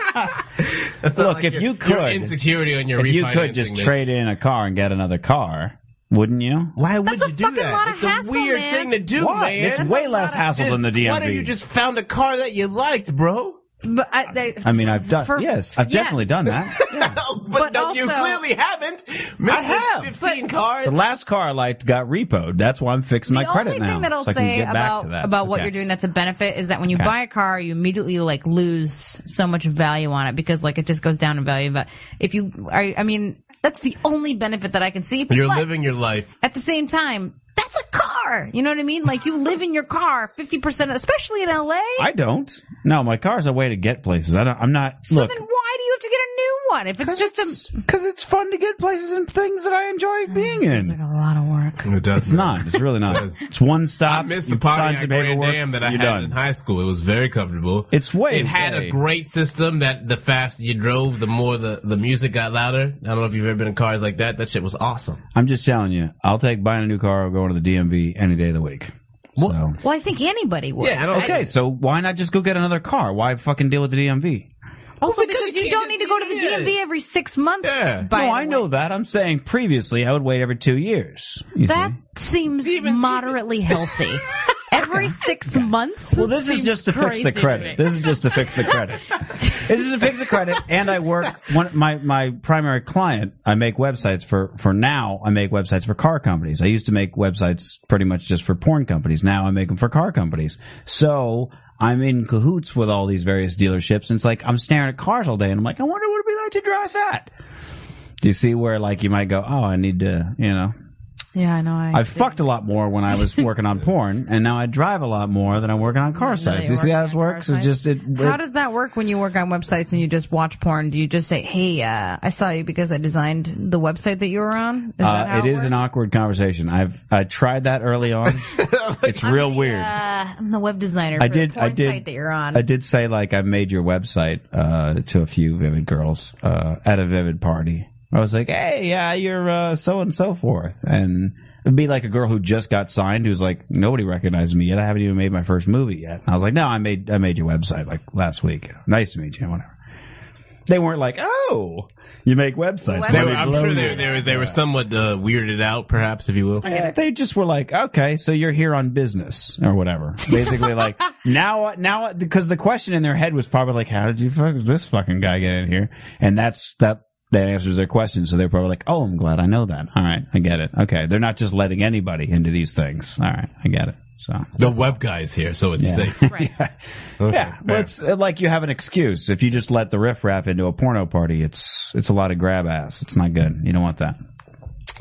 F: Look, if you
B: Your
F: could,
B: insecurity on your
F: if you
B: refinancing
F: could just
B: that-
F: trade in a car and get another car, wouldn't you?
B: Why would
G: That's a
B: you do
G: fucking
B: that?
G: lot of
B: it's a
G: hassle,
B: weird
G: man.
B: thing to do,
F: Why?
B: man.
F: It's way
G: a
F: less
G: lot of-
F: hassle than the DMV.
B: Why don't you just found a car that you liked, bro?
G: *laughs* But I, they,
F: I mean, I've done
G: for-
F: yes, I've
G: yes.
F: definitely done
G: *laughs*
F: that. Yeah.
B: *laughs* but
G: But
B: no, you
G: also-
B: clearly haven't. Mr.
F: I have.
B: Fifteen cars.
F: The last car I liked got repoed. That's why I'm fixing my
G: the
F: credit
G: only
F: now.
G: thing that I'll
F: so I can
G: say
F: get back
G: about
F: to that.
G: about what
F: Okay.
G: you're doing that's a benefit is that when you
F: Okay.
G: buy a car, you immediately like lose so much value on it because like it just goes down in value. But if you, I, I mean, that's the only benefit that I can see.
B: You're
G: But
B: living your life.
G: at the same time. That's a car. You know what I mean? Like you live in your car 50%, especially in LA.
F: I don't. No, my car's a way to get places. I don't, I'm not.
G: so
F: look,
G: then why do you have to get a new one? If it's just a,
F: because it's fun to get places and things that I enjoy being
G: it's like
F: in.
G: a lot of work.
F: It's not. It's really
G: *laughs*
F: not. It's one stop.
B: I missed
F: you
B: the party
F: sign
B: at
F: some
B: Grand
F: paperwork,
B: Am that I
F: you're
B: had
F: done.
B: in high school. It was very comfortable.
F: It's way.
B: it had
F: way-
B: a great system that the faster you drove, the more the, the music got louder. I don't know if you've ever been in cars like that. That shit was awesome.
F: I'm just telling you. I'll take buying a new car or going to the DMV any day of the week. So.
G: Well, I think anybody would.
B: I don't.
F: Okay, so why not just go get another car? Why fucking deal with the DMV?
G: Also,
B: because
G: because,
B: you
G: you,
B: can't
G: don't need to go to the
B: just- yeah.
G: DMV every six months.
B: Yeah.
G: By
F: no,
G: the
F: I know
G: way.
F: that. I'm saying previously I would wait every two years. you
G: That
F: see.
G: seems moderately healthy. Every six months.
F: Well, this is
G: seems
F: just to fix
G: crazy
F: the
G: me.
F: credit. This is just to fix the
G: *laughs*
F: credit. this is to fix the credit. And I work one my my primary client. I make websites for for now. I make websites for car companies. I used to make websites pretty much just for porn companies. Now I make them for car companies. So. I'm in cahoots with all these various dealerships, and it's like I'm staring at cars all day, and I'm like, I wonder what it'd be like to drive that. Do you see where like you might go, oh, I need to, you know,
G: Yeah, I know. I,
F: I fucked a lot more when I
G: *laughs*
F: was working on porn, and now I drive a lot more than I'm working on car
G: Really
F: sites. You see how this
G: working on car
F: works? It's
G: sites?
F: just it.
G: How
F: it-
G: does that work when you work on websites and you just watch porn? Do you just say, "Hey, uh, I saw you because I designed the website that you were on"? Is that
F: uh,
G: how
F: it is an
G: works?
F: awkward conversation. I've I tried that early
G: *laughs*
F: on. it's real weird.
G: Uh, I'm the web designer. For
F: I did.
G: The porn
F: I did.
G: Site that you're on.
F: I did say like I made your website uh, to a few vivid girls uh, at a vivid party. I was like, hey, yeah, you're uh, so and so forth, and it'd be like a girl who just got signed who's like, nobody recognized me yet. I haven't even made my first movie yet. And I was like, no, I made I made your website like last week. Nice to meet you, whatever. They weren't like, oh, you make websites.
G: Web-
B: They
F: Let
B: were,
F: me
B: I'm
F: blow
B: sure
F: you.
B: they, they, were, they were somewhat uh, weirded out, perhaps, if you will.
F: Yeah, they just were like, okay, so you're here on business or whatever. Basically, *laughs* like now, now, because the question in their head was probably like, how did you fuck this fucking guy get in here? And that's that that answers their question. So they're probably like, oh, I'm glad I know that. All right, I get it. Okay, they're not just letting anybody into these things. All right, I get it. So
B: The web guy's here, so it's
F: *laughs*
B: safe.
G: Right.
F: yeah, well, it's uh, like you have an excuse if you just let the riffraff into a porno party. It's it's a lot of grab ass. It's not good. You don't want that.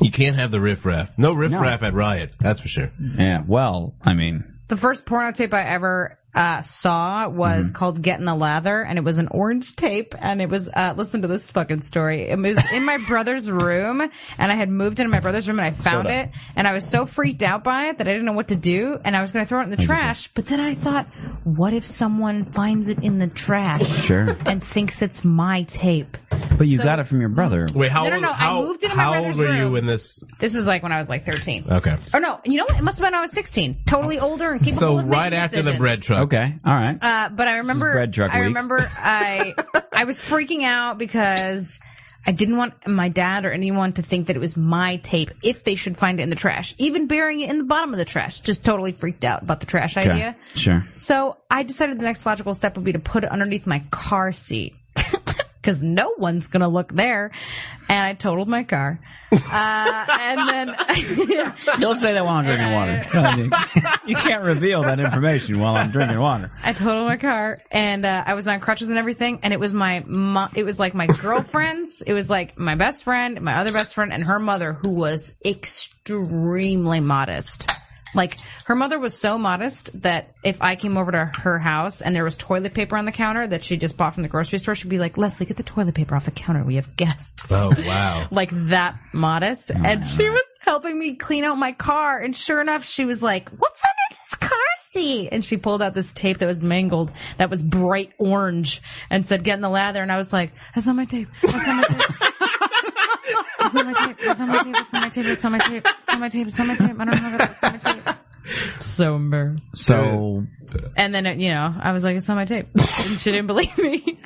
B: You can't have the riffraff. No riffraff at Riot, that's for sure.
F: Yeah. Well, I mean,
G: The first porno tape I ever uh, saw was
B: Mm-hmm.
G: called Get in the Lather, and it was an orange tape. And it was, uh, listen to this fucking story. It was in my
B: *laughs*
G: brother's room, and I had moved into my brother's room, and I found it. And I was so freaked out by it that I didn't know what to do, and I was going to throw it in the trash. But then I thought, what if someone finds it in the trash
F: sure,
G: and thinks it's my tape?
F: but you got it from your brother.
B: Wait, how
G: No, no,
B: old,
G: no, I
B: how,
G: moved into my
B: how old
G: brother's
B: were you
G: room.
B: in this?
G: This was like when I was like 13.
B: Okay.
G: Or no, you know what? It must have been when I was 16. Totally older and capable
B: So
G: of making
B: right after the
G: decisions.
B: bread truck.
F: Okay. All right.
G: Uh, but I remember,
F: bread truck
G: I
F: week.
G: remember,
F: *laughs*
G: I I was freaking out because I didn't want my dad or anyone to think that it was my tape if they should find it in the trash, even burying it in the bottom of the trash. Just totally freaked out about the trash
F: Okay.
G: idea. *laughs*
F: Sure.
G: So I decided the next logical step would be to put it underneath my car seat. *laughs* Because no one's going to look there. And I totaled my car. Uh,
F: *laughs*
G: and then *laughs*
F: Don't say that while I'm drinking *laughs* water. you can't reveal that information while I'm drinking water.
G: I totaled my car, and uh, I was on crutches and everything. And it was my mo- it was like my girlfriend's. It was like my best friend, my other best friend, and her mother, who was extremely modest. Like her mother was so modest that if I came over to her house and there was toilet paper on the counter that she just bought from the grocery store, she'd be like, "Leslie, get the toilet paper off the counter. We have guests."
B: Oh, wow.
G: like that modest. And she was helping me clean out my car. And sure enough, she was like, What's under this car seat? And she pulled out this tape that was mangled, that was bright orange, and said, Get in the lather. And I was like, That's not my tape. That's not my tape. *laughs* That's not my tape. That's not my tape. That's not my tape. That's not my tape. That's not my tape. That's not my tape. I don't know. That's not my tape. so embarrassed.
F: So
G: And then, you know, I was like, it's on my tape. *laughs* And she didn't believe me.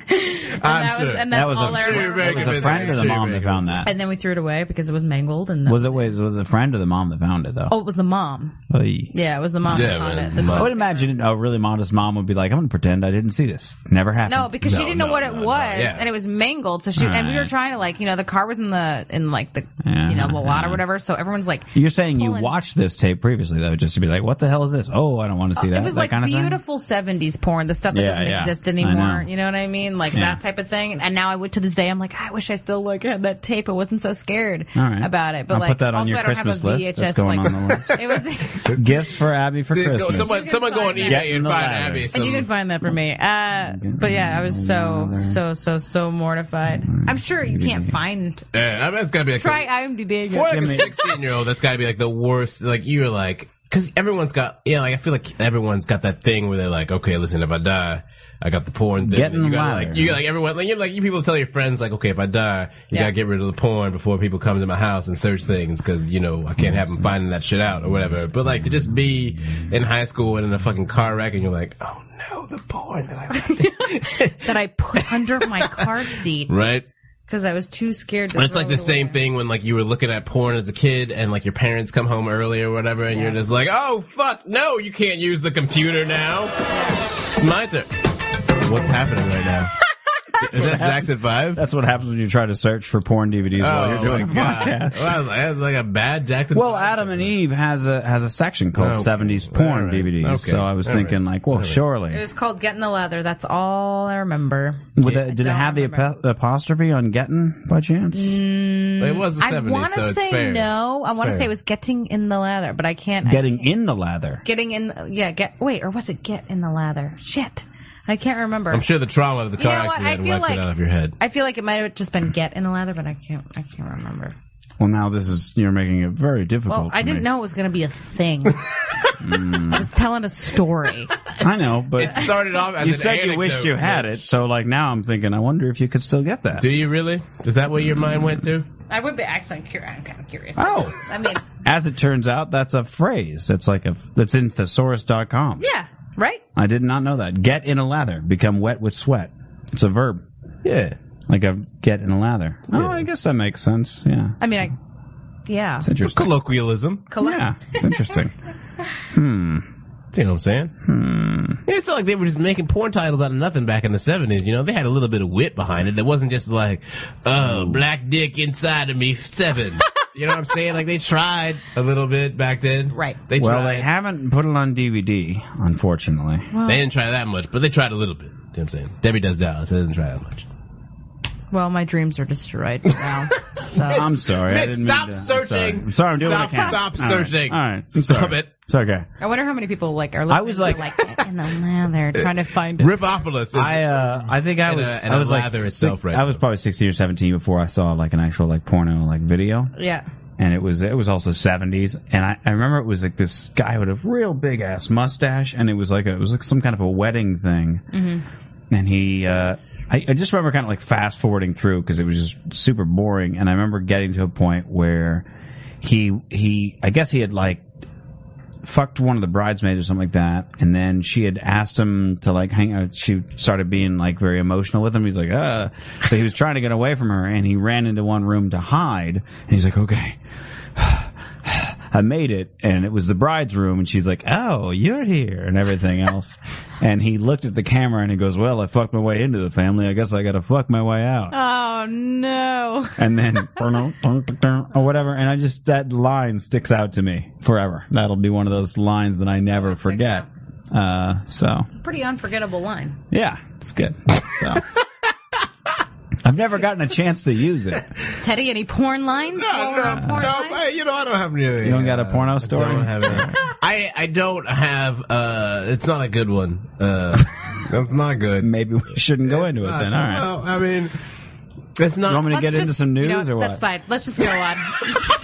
B: I'm
G: And that was,
B: sure.
G: and that's
F: that was a,
G: all I
F: that
G: remember.
F: was a friend of the mom that found that.
G: And then we threw it away because it was mangled. And
F: Was it was it a friend of the mom that found it though?
G: oh, it was the mom.
F: Oy.
G: Yeah, it was the mom
B: Yeah,
G: that found
B: man,
G: it. That's
B: mom.
F: I
G: what-
F: would imagine a really modest mom would be like, "I'm going to pretend I didn't see this. Never happened."
G: No, because she
B: No,
G: didn't know
B: no,
G: what it
B: no, no,
G: was,
B: yeah.
G: and it was mangled. So she and we were
F: Right.
G: trying to like, you know, the car was in the in like the you know the lot or whatever. So everyone's like,
F: You're saying you
G: Pulling-
F: watched this tape previously though, just to be like, "What the hell is this? Oh, I don't want to see that."
G: it was
F: that
G: like
F: kind of thing?
G: beautiful '70s porn, the stuff that
F: Yeah,
G: doesn't
F: yeah.
G: exist
F: I
G: anymore.
F: know.
G: You know what I mean? Like
F: Yeah.
G: that type of thing. And now I would to this day, I'm like, I wish I still like had that tape. I wasn't so scared
F: All right.
G: about it. But
F: I'll
G: like,
F: put that on
G: also
F: your
G: I don't
F: Christmas
G: have a
F: list.
G: VHS.
F: That's going
G: like,
F: on the list.
G: *laughs* it was.
F: Gifts for Abby for
B: Go,
F: Christmas.
B: someone,
G: can
B: someone go on
G: find
B: eBay
G: that.
B: and
F: No
B: find
F: ladder.
B: Abby. Some,
G: And you can find that for me. Uh, but yeah, I was so, so, so, so mortified. I'm sure you can't find.
B: yeah, I mean, it's gotta be like
G: Try IMDb.
B: for like
G: again.
B: a
F: Jimmy.
B: sixteen year old. That's gotta be like the worst. Like you're like because everyone's got yeah. Like I feel like everyone's got that thing where they're like, okay, listen, if I die. I got the porn thing.
F: Getting
B: you gotta
F: liar.
B: like you like everyone like you like you people tell your friends like okay if I die you
G: Yeah.
B: gotta get rid of the porn before people come to my house and search things because you know I can't have them finding that shit out or whatever. But like to just be in high school and in a fucking car wreck and you're like oh no the porn that I left
G: that I put under my car seat
B: right
G: because I was too scared. To
B: And it's like
G: throw
B: the
G: it
B: same
G: away.
B: thing when like you were looking at porn as a kid and like your parents come home early or whatever and
G: Yeah.
B: you're just like, oh fuck, no, you can't use the computer now. It's my turn. What's happening right
G: *laughs*
B: now? Is that Jackson 5?
F: That's what happens when you try to search for porn DVDs while
G: Oh,
F: you're doing a podcast.
B: Well, I was like, that's like a bad Jackson
F: Well,
B: 5.
F: Adam and Eve has a has a section called
B: Okay.
F: '70s porn
B: Oh, All right.
F: DVDs.
B: Okay.
F: So I was
B: All
F: thinking,
B: right.
F: like, well,
B: All right.
F: surely.
G: It was called Getting the Leather. That's all I remember.
F: With the- did it
G: don't
F: have the
G: remember. Mm.
F: apo- apostrophe on getting by chance?
B: It was the
G: I
B: 70s,
G: want to
B: so it's
G: say
B: fair.
G: no. I
B: It's
G: want to
B: fair.
G: say it was Getting in the Leather, but I can't. I
F: Getting in the lather.
G: getting in yeah get wait or was it get in the lather shit i can't remember
B: I'm sure the trauma of the
G: you
B: car
G: know what i
B: accident
G: feel
B: wiped
G: like
B: it out of your head.
G: i feel like it might have just been get in the lather but i can't i can't remember
F: Well, now this is you're making it very difficult.
G: well i
F: for
G: didn't
F: me.
G: know it was going to be a thing i
F: Mm.
G: was telling a story
F: I know, but
B: It started off as
F: you
B: an
F: said you
B: anecdote,
F: wished you had
B: but-
F: it. So, like now, I'm thinking, I wonder if you could still get that.
B: Do you really? Is that where your mind went to?
G: i would be acting curious i'm kind of curious
F: Oh.
G: i mean
F: As it turns out, that's a phrase. That's like a that's in thesaurus.com.
G: yeah right
F: I did not know that. Get in a lather, become wet with sweat. It's a verb,
B: Yeah.
F: like a get in a lather. Oh, I guess that makes sense. Yeah,
G: i mean i yeah
F: it's
B: It's a
F: interesting.
B: colloquialism.
G: Collect-
F: Yeah, it's *laughs* interesting.
B: You know what I'm saying?
F: Hmm.
B: It's not like they were just making porn titles out of nothing back in the 70s. You know, they had a little bit of wit behind it. It wasn't just like, oh, black dick inside of me,
F: *laughs*
B: seven. you know what I'm saying? Like they tried a little bit back then.
G: Right.
B: They
F: well,
B: tried.
F: they haven't put it on DVD, unfortunately.
B: They didn't try that much, but they tried a little bit. You know what I'm saying? Debbie does that, so they didn't try that much.
G: well my dreams are destroyed now
F: *laughs*
G: so
F: I'm sorry.
B: Mitch,
F: I didn't
B: stop
F: mean to-
B: searching.
F: I'm sorry. I'm, sorry. I'm doing
B: Stop-
F: what I can.
B: stop
F: All right.
B: searching.
F: All right. I'm
B: Stop
F: sorry.
B: it.
F: It's okay.
G: i wonder how many people like are
F: I was
G: listening to,
F: like- *laughs*
G: like in the lather trying to find it
B: Riffopolis is.
F: I uh, I think I
B: And
F: was
B: a- and
F: I
B: a
F: was like
B: lather
F: six,
B: itself right
F: I was
B: now.
F: probably 16 or 17 before I saw like an actual like porno like video.
G: yeah
F: and it was it was also 70s and I, I remember it was like this guy with a real big ass mustache and it was like a, it was like some kind of a wedding thing and he uh I, I just remember kind of like fast forwarding through because it was just super boring and I remember getting to a point where he he I guess he had like fucked one of the bridesmaids or something like that and then she had asked him to like hang out she started being like very emotional with him he's like uh so he was trying to get away from her and he ran into one room to hide and he's like okay *sighs* I made it, and it was the bride's room, and she's like, "Oh, you're here," and everything else. and he looked at the camera and he goes, "Well, I fucked my way into the family. I guess I got to fuck my way out."
G: oh no
F: And then or whatever. And I just that line sticks out to me forever. That'll be one of those lines that I never
G: sticks
F: forget. Uh, so
G: pretty unforgettable line.
F: yeah, it's good. So. *laughs* I've never gotten a chance to use it.
G: Teddy, any porn lines?
B: no, no,
G: porn
B: no, I- you know, I don't have really.
F: You don't got a porno story?
B: I don't have any. *laughs* I, I don't have, uh, it's not a good one. Uh,
F: *laughs*
B: that's not good.
F: Maybe we shouldn't go into it
B: Uh,
F: then. All right.
B: Well, I mean, it's
F: You want
B: not.
F: me to get into some news or what?
G: That's fine. Let's just go on.
F: *laughs*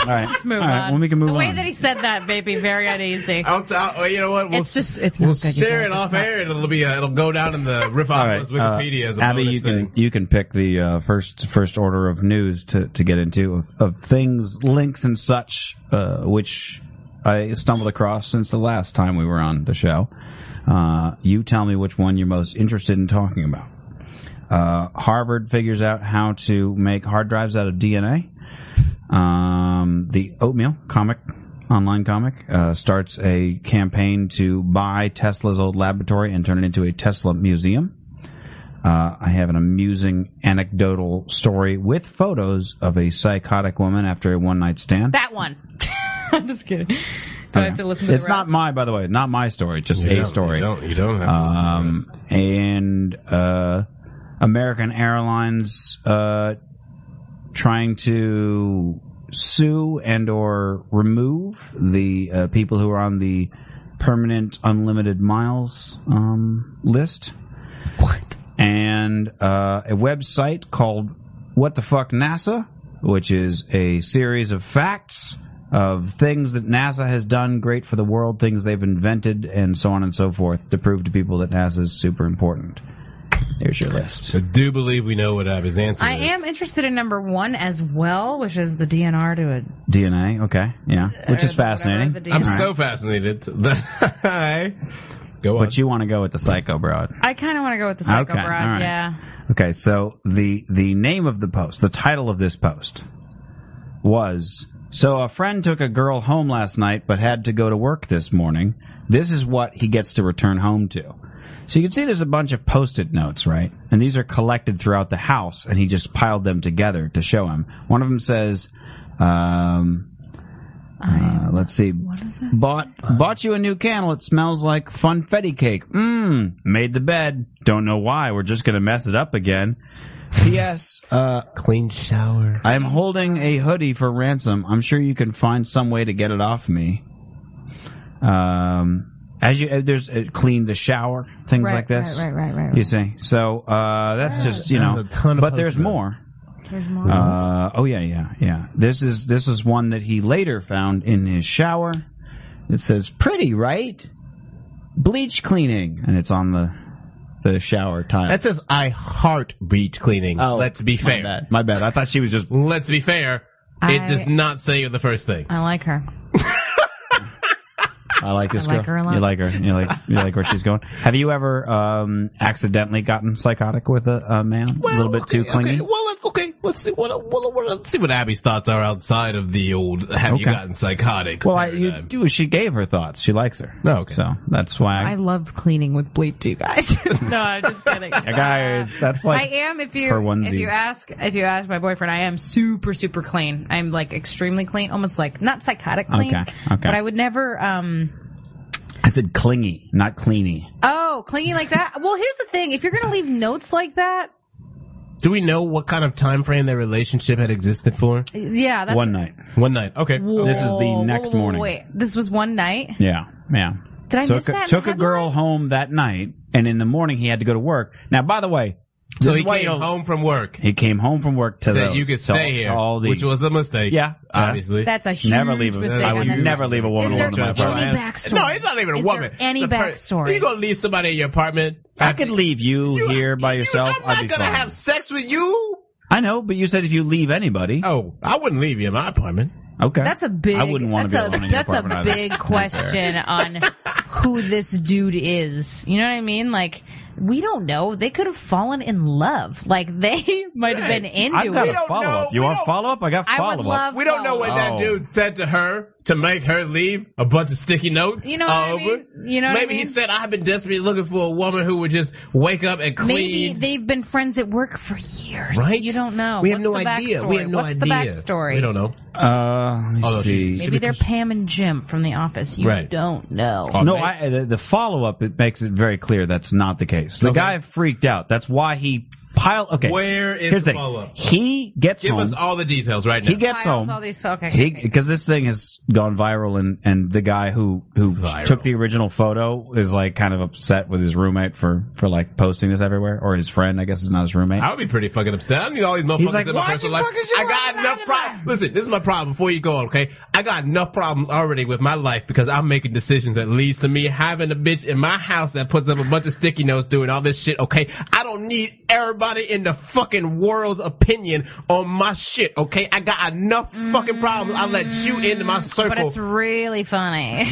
F: All right.
G: Let's move
F: All right.
G: on.
F: Well, we can move
G: the
F: on.
G: way that he said that made me very uneasy.
B: I'll t- I'll- you know what? We'll,
G: it's just, it's
B: we'll
G: not good. you
B: share
G: guys.
B: it
G: It's
B: off
G: not-
B: air, and it'll be a, it'll go down in the
F: All
B: Riffopolis
F: right,
B: Wikipedia
F: uh,
B: as a
F: Abby,
B: bonus
F: you
B: thing.
F: can you can pick the uh, first first order of news to, to get into of, of things, links, and such, uh, which I stumbled across since the last time we were on the show. Uh, you tell me which one you're most interested in talking about. Uh, Harvard figures out how to make hard drives out of DNA. Um, the Oatmeal comic, online comic, uh, starts a campaign to buy Tesla's old laboratory and turn it into a Tesla museum. Uh, I have an amusing anecdotal story with photos of a psychotic woman after a one night stand.
G: That one. *laughs* I'm just kidding. Do I have to listen to
F: it's
G: the
F: not
G: rest?
F: my, by the way, not my story, just
B: You
F: a
B: don't-
F: story.
B: You don't, you don't have to listen to the
F: Um,
B: rest.
F: and uh, American Airlines uh, trying to sue and or remove the uh, people who are on the permanent unlimited miles um, list. What? And uh, a website called What the Fuck NASA, which is a series of facts of things that NASA has done great for the world, things they've invented, and so on and so forth to prove to people that NASA is super important. There's your list.
B: I do believe we know what Abby's answer
G: I
B: is.
G: am interested in number one as well, which is the DNR to a
F: DNA, okay, yeah, which is
G: or the- Uh, whatever,
F: fascinating.
G: the
B: I'm
G: DNR.
B: so fascinated *laughs* that I go on.
F: But you want to go with the psycho broad.
G: I kind of want to go with the
F: Okay,
G: psycho broad.
F: all right.
G: Yeah.
F: Okay, so the the name of the post, the title of this post was So a friend took a girl home last night but had to go to work this morning. This is what he gets to return home to. So you can see there's a bunch of post-it notes, right? And these are collected throughout the house and he just piled them together to show him. One of them says um uh, let's see. Bought bought you a new candle. It smells like funfetti cake. Mmm. Made the bed. Don't know why. We're just gonna mess it up again. P.S. Uh,
C: Clean shower.
F: I am holding a hoodie for ransom. I'm sure you can find some way to get it off me. Um, as you uh, there's uh, clean the shower things
G: Right,
F: like this.
G: right, right, right, right,
F: You
G: right.
F: see, so uh, that's just you know.
C: There's a ton of
F: but there's
C: post-it.
F: more.
G: There's more.
F: Uh, oh yeah, yeah, yeah. This is this is one that he later found in his shower. It says "pretty, right?" Bleach cleaning, and it's on the the shower tile.
B: That says I heart beat cleaning.
F: Oh,
B: Let's be fair.
F: My bad. my bad. I thought she was just.
B: Let's be fair.
G: I-
B: It does not say the first thing.
G: I like her.
F: I like this
G: I like
F: girl.
G: her a lot.
F: You like her. You like you like where she's going. Have you ever um, accidentally gotten psychotic with a, a man? a little bit
B: okay,
F: too clingy.
B: Okay. Well, let's, okay. Let's see what, what, what- let's see what Abby's thoughts are outside of the old. Have you
F: Okay.
B: gotten psychotic?
F: Well, I, you
B: paradigm.
F: do. She gave her thoughts. She likes her.
B: Oh, okay.
F: So that's why I,
G: I love cleaning with bleep, you guys. *laughs* no, I'm just kidding.
F: guys. That's like
G: I am. If you
F: for onesies.
G: if you ask if you ask my boyfriend, I am super super clean. I'm like extremely clean, almost like not psychotic clean.
F: Okay, okay.
G: But I would never. um
F: I said, clingy, not cleany.
G: Oh, clingy like that. Well, here's the thing: if you're gonna leave notes like that,
B: Do we know what kind of time frame their relationship had existed for?
G: yeah, that's
F: One night.
B: One night. Okay.
F: This is the
G: Whoa,
F: next
G: whoa, whoa,
F: morning.
G: Wait, this was one night.
F: Yeah, yeah.
G: Did I
F: took
G: miss
F: a,
G: that? in
F: took
G: the
F: a girl
G: headline?
F: home that night, and in the morning he had to go to work. Now, by the way,
B: So
F: this
B: he
F: is why you
B: came
F: don't-
B: home from work.
F: He came home from work to
B: Said
F: those,
B: you could
F: to
B: stay
F: all- to
B: here,
F: all these.
B: which was a mistake.
F: Yeah, yeah.
B: obviously.
G: That's a huge
F: never leave.
G: mistake.
F: I
G: on that
F: would never leave a woman alone.
G: Is there
F: in my
B: Drive
F: apartment.
B: by.
G: any backstory?
B: No, it's not even a
G: Is there
B: woman.
G: any
B: The per-
G: backstory?
B: You gonna leave somebody in your apartment?
F: I could leave you, here by yourself.
B: I'm not
F: I'd be
B: gonna
F: fine.
B: have sex with you.
F: I know, but you said if you leave anybody,
B: Oh, I wouldn't leave you in my apartment.
F: okay.
G: That's a big.
F: I wouldn't want to
G: that's
F: be
G: a,
F: alone in your
G: That's a
F: apartment either.
G: big question on who this dude is. You know what I mean? Like, we don't know. They could have fallen in love. Like, they *laughs* might have been
F: I've
G: into
F: got a
G: it.
B: don't
F: follow up.
B: know.
F: You
B: We
F: want
B: don't-
F: follow up? I got
G: I
F: follow
G: would
F: up.
G: love.
B: We don't know what
G: follow-up.
B: that
F: Oh.
B: dude said to her to make her leave a bunch of sticky notes.
G: You know what I
B: all
G: mean? You know what I
B: Maybe he
G: mean?
B: said, "I've been desperately looking for a woman who would just wake up and
G: Maybe
B: clean."
G: they've been friends at work for years.
B: Right?
G: You don't know.
B: We have
G: What's
B: no
G: the
B: idea.
G: Backstory?
B: We have no
G: What's
B: idea.
G: the backstory?
B: We don't know.
F: Uh, let me
B: Although she's-
F: see.
B: she's
G: Maybe they're Pam and Jim from The Office. You
B: Right.
G: don't know.
B: Oh,
F: No,
B: Right?
F: I, the, the follow up it makes it very clear that's not the case. The
B: Okay.
F: guy freaked out. That's why he pile. Okay,
B: Where is
F: here's
B: the
F: thing.
B: follow-up?
F: He gets
B: Give
F: home.
B: us all the details right now.
F: he gets
G: Files,
F: home.
G: all these- okay.
F: He because this thing has gone viral, and and the guy who who
B: Viral.
F: took the original photo is like kind of upset with his roommate for for like posting this everywhere, or his friend. I guess is not his roommate.
B: I would be pretty fucking upset. I need all these motherfuckers
F: like,
B: in my
F: "Why'd
B: personal
F: you
B: life.
F: fucking
B: I
F: show
B: got
F: us
B: enough problems. Listen, this is my problem. Before you go on, okay? I got enough problems already with my life because I'm making decisions that leads to me having a bitch in my house that puts up a bunch of sticky notes doing all this shit, okay? I don't need everybody everybody in the fucking world's opinion on my shit, okay? I got enough fucking problems. I let you into
F: Mm,
B: my circle.
G: But it's really funny.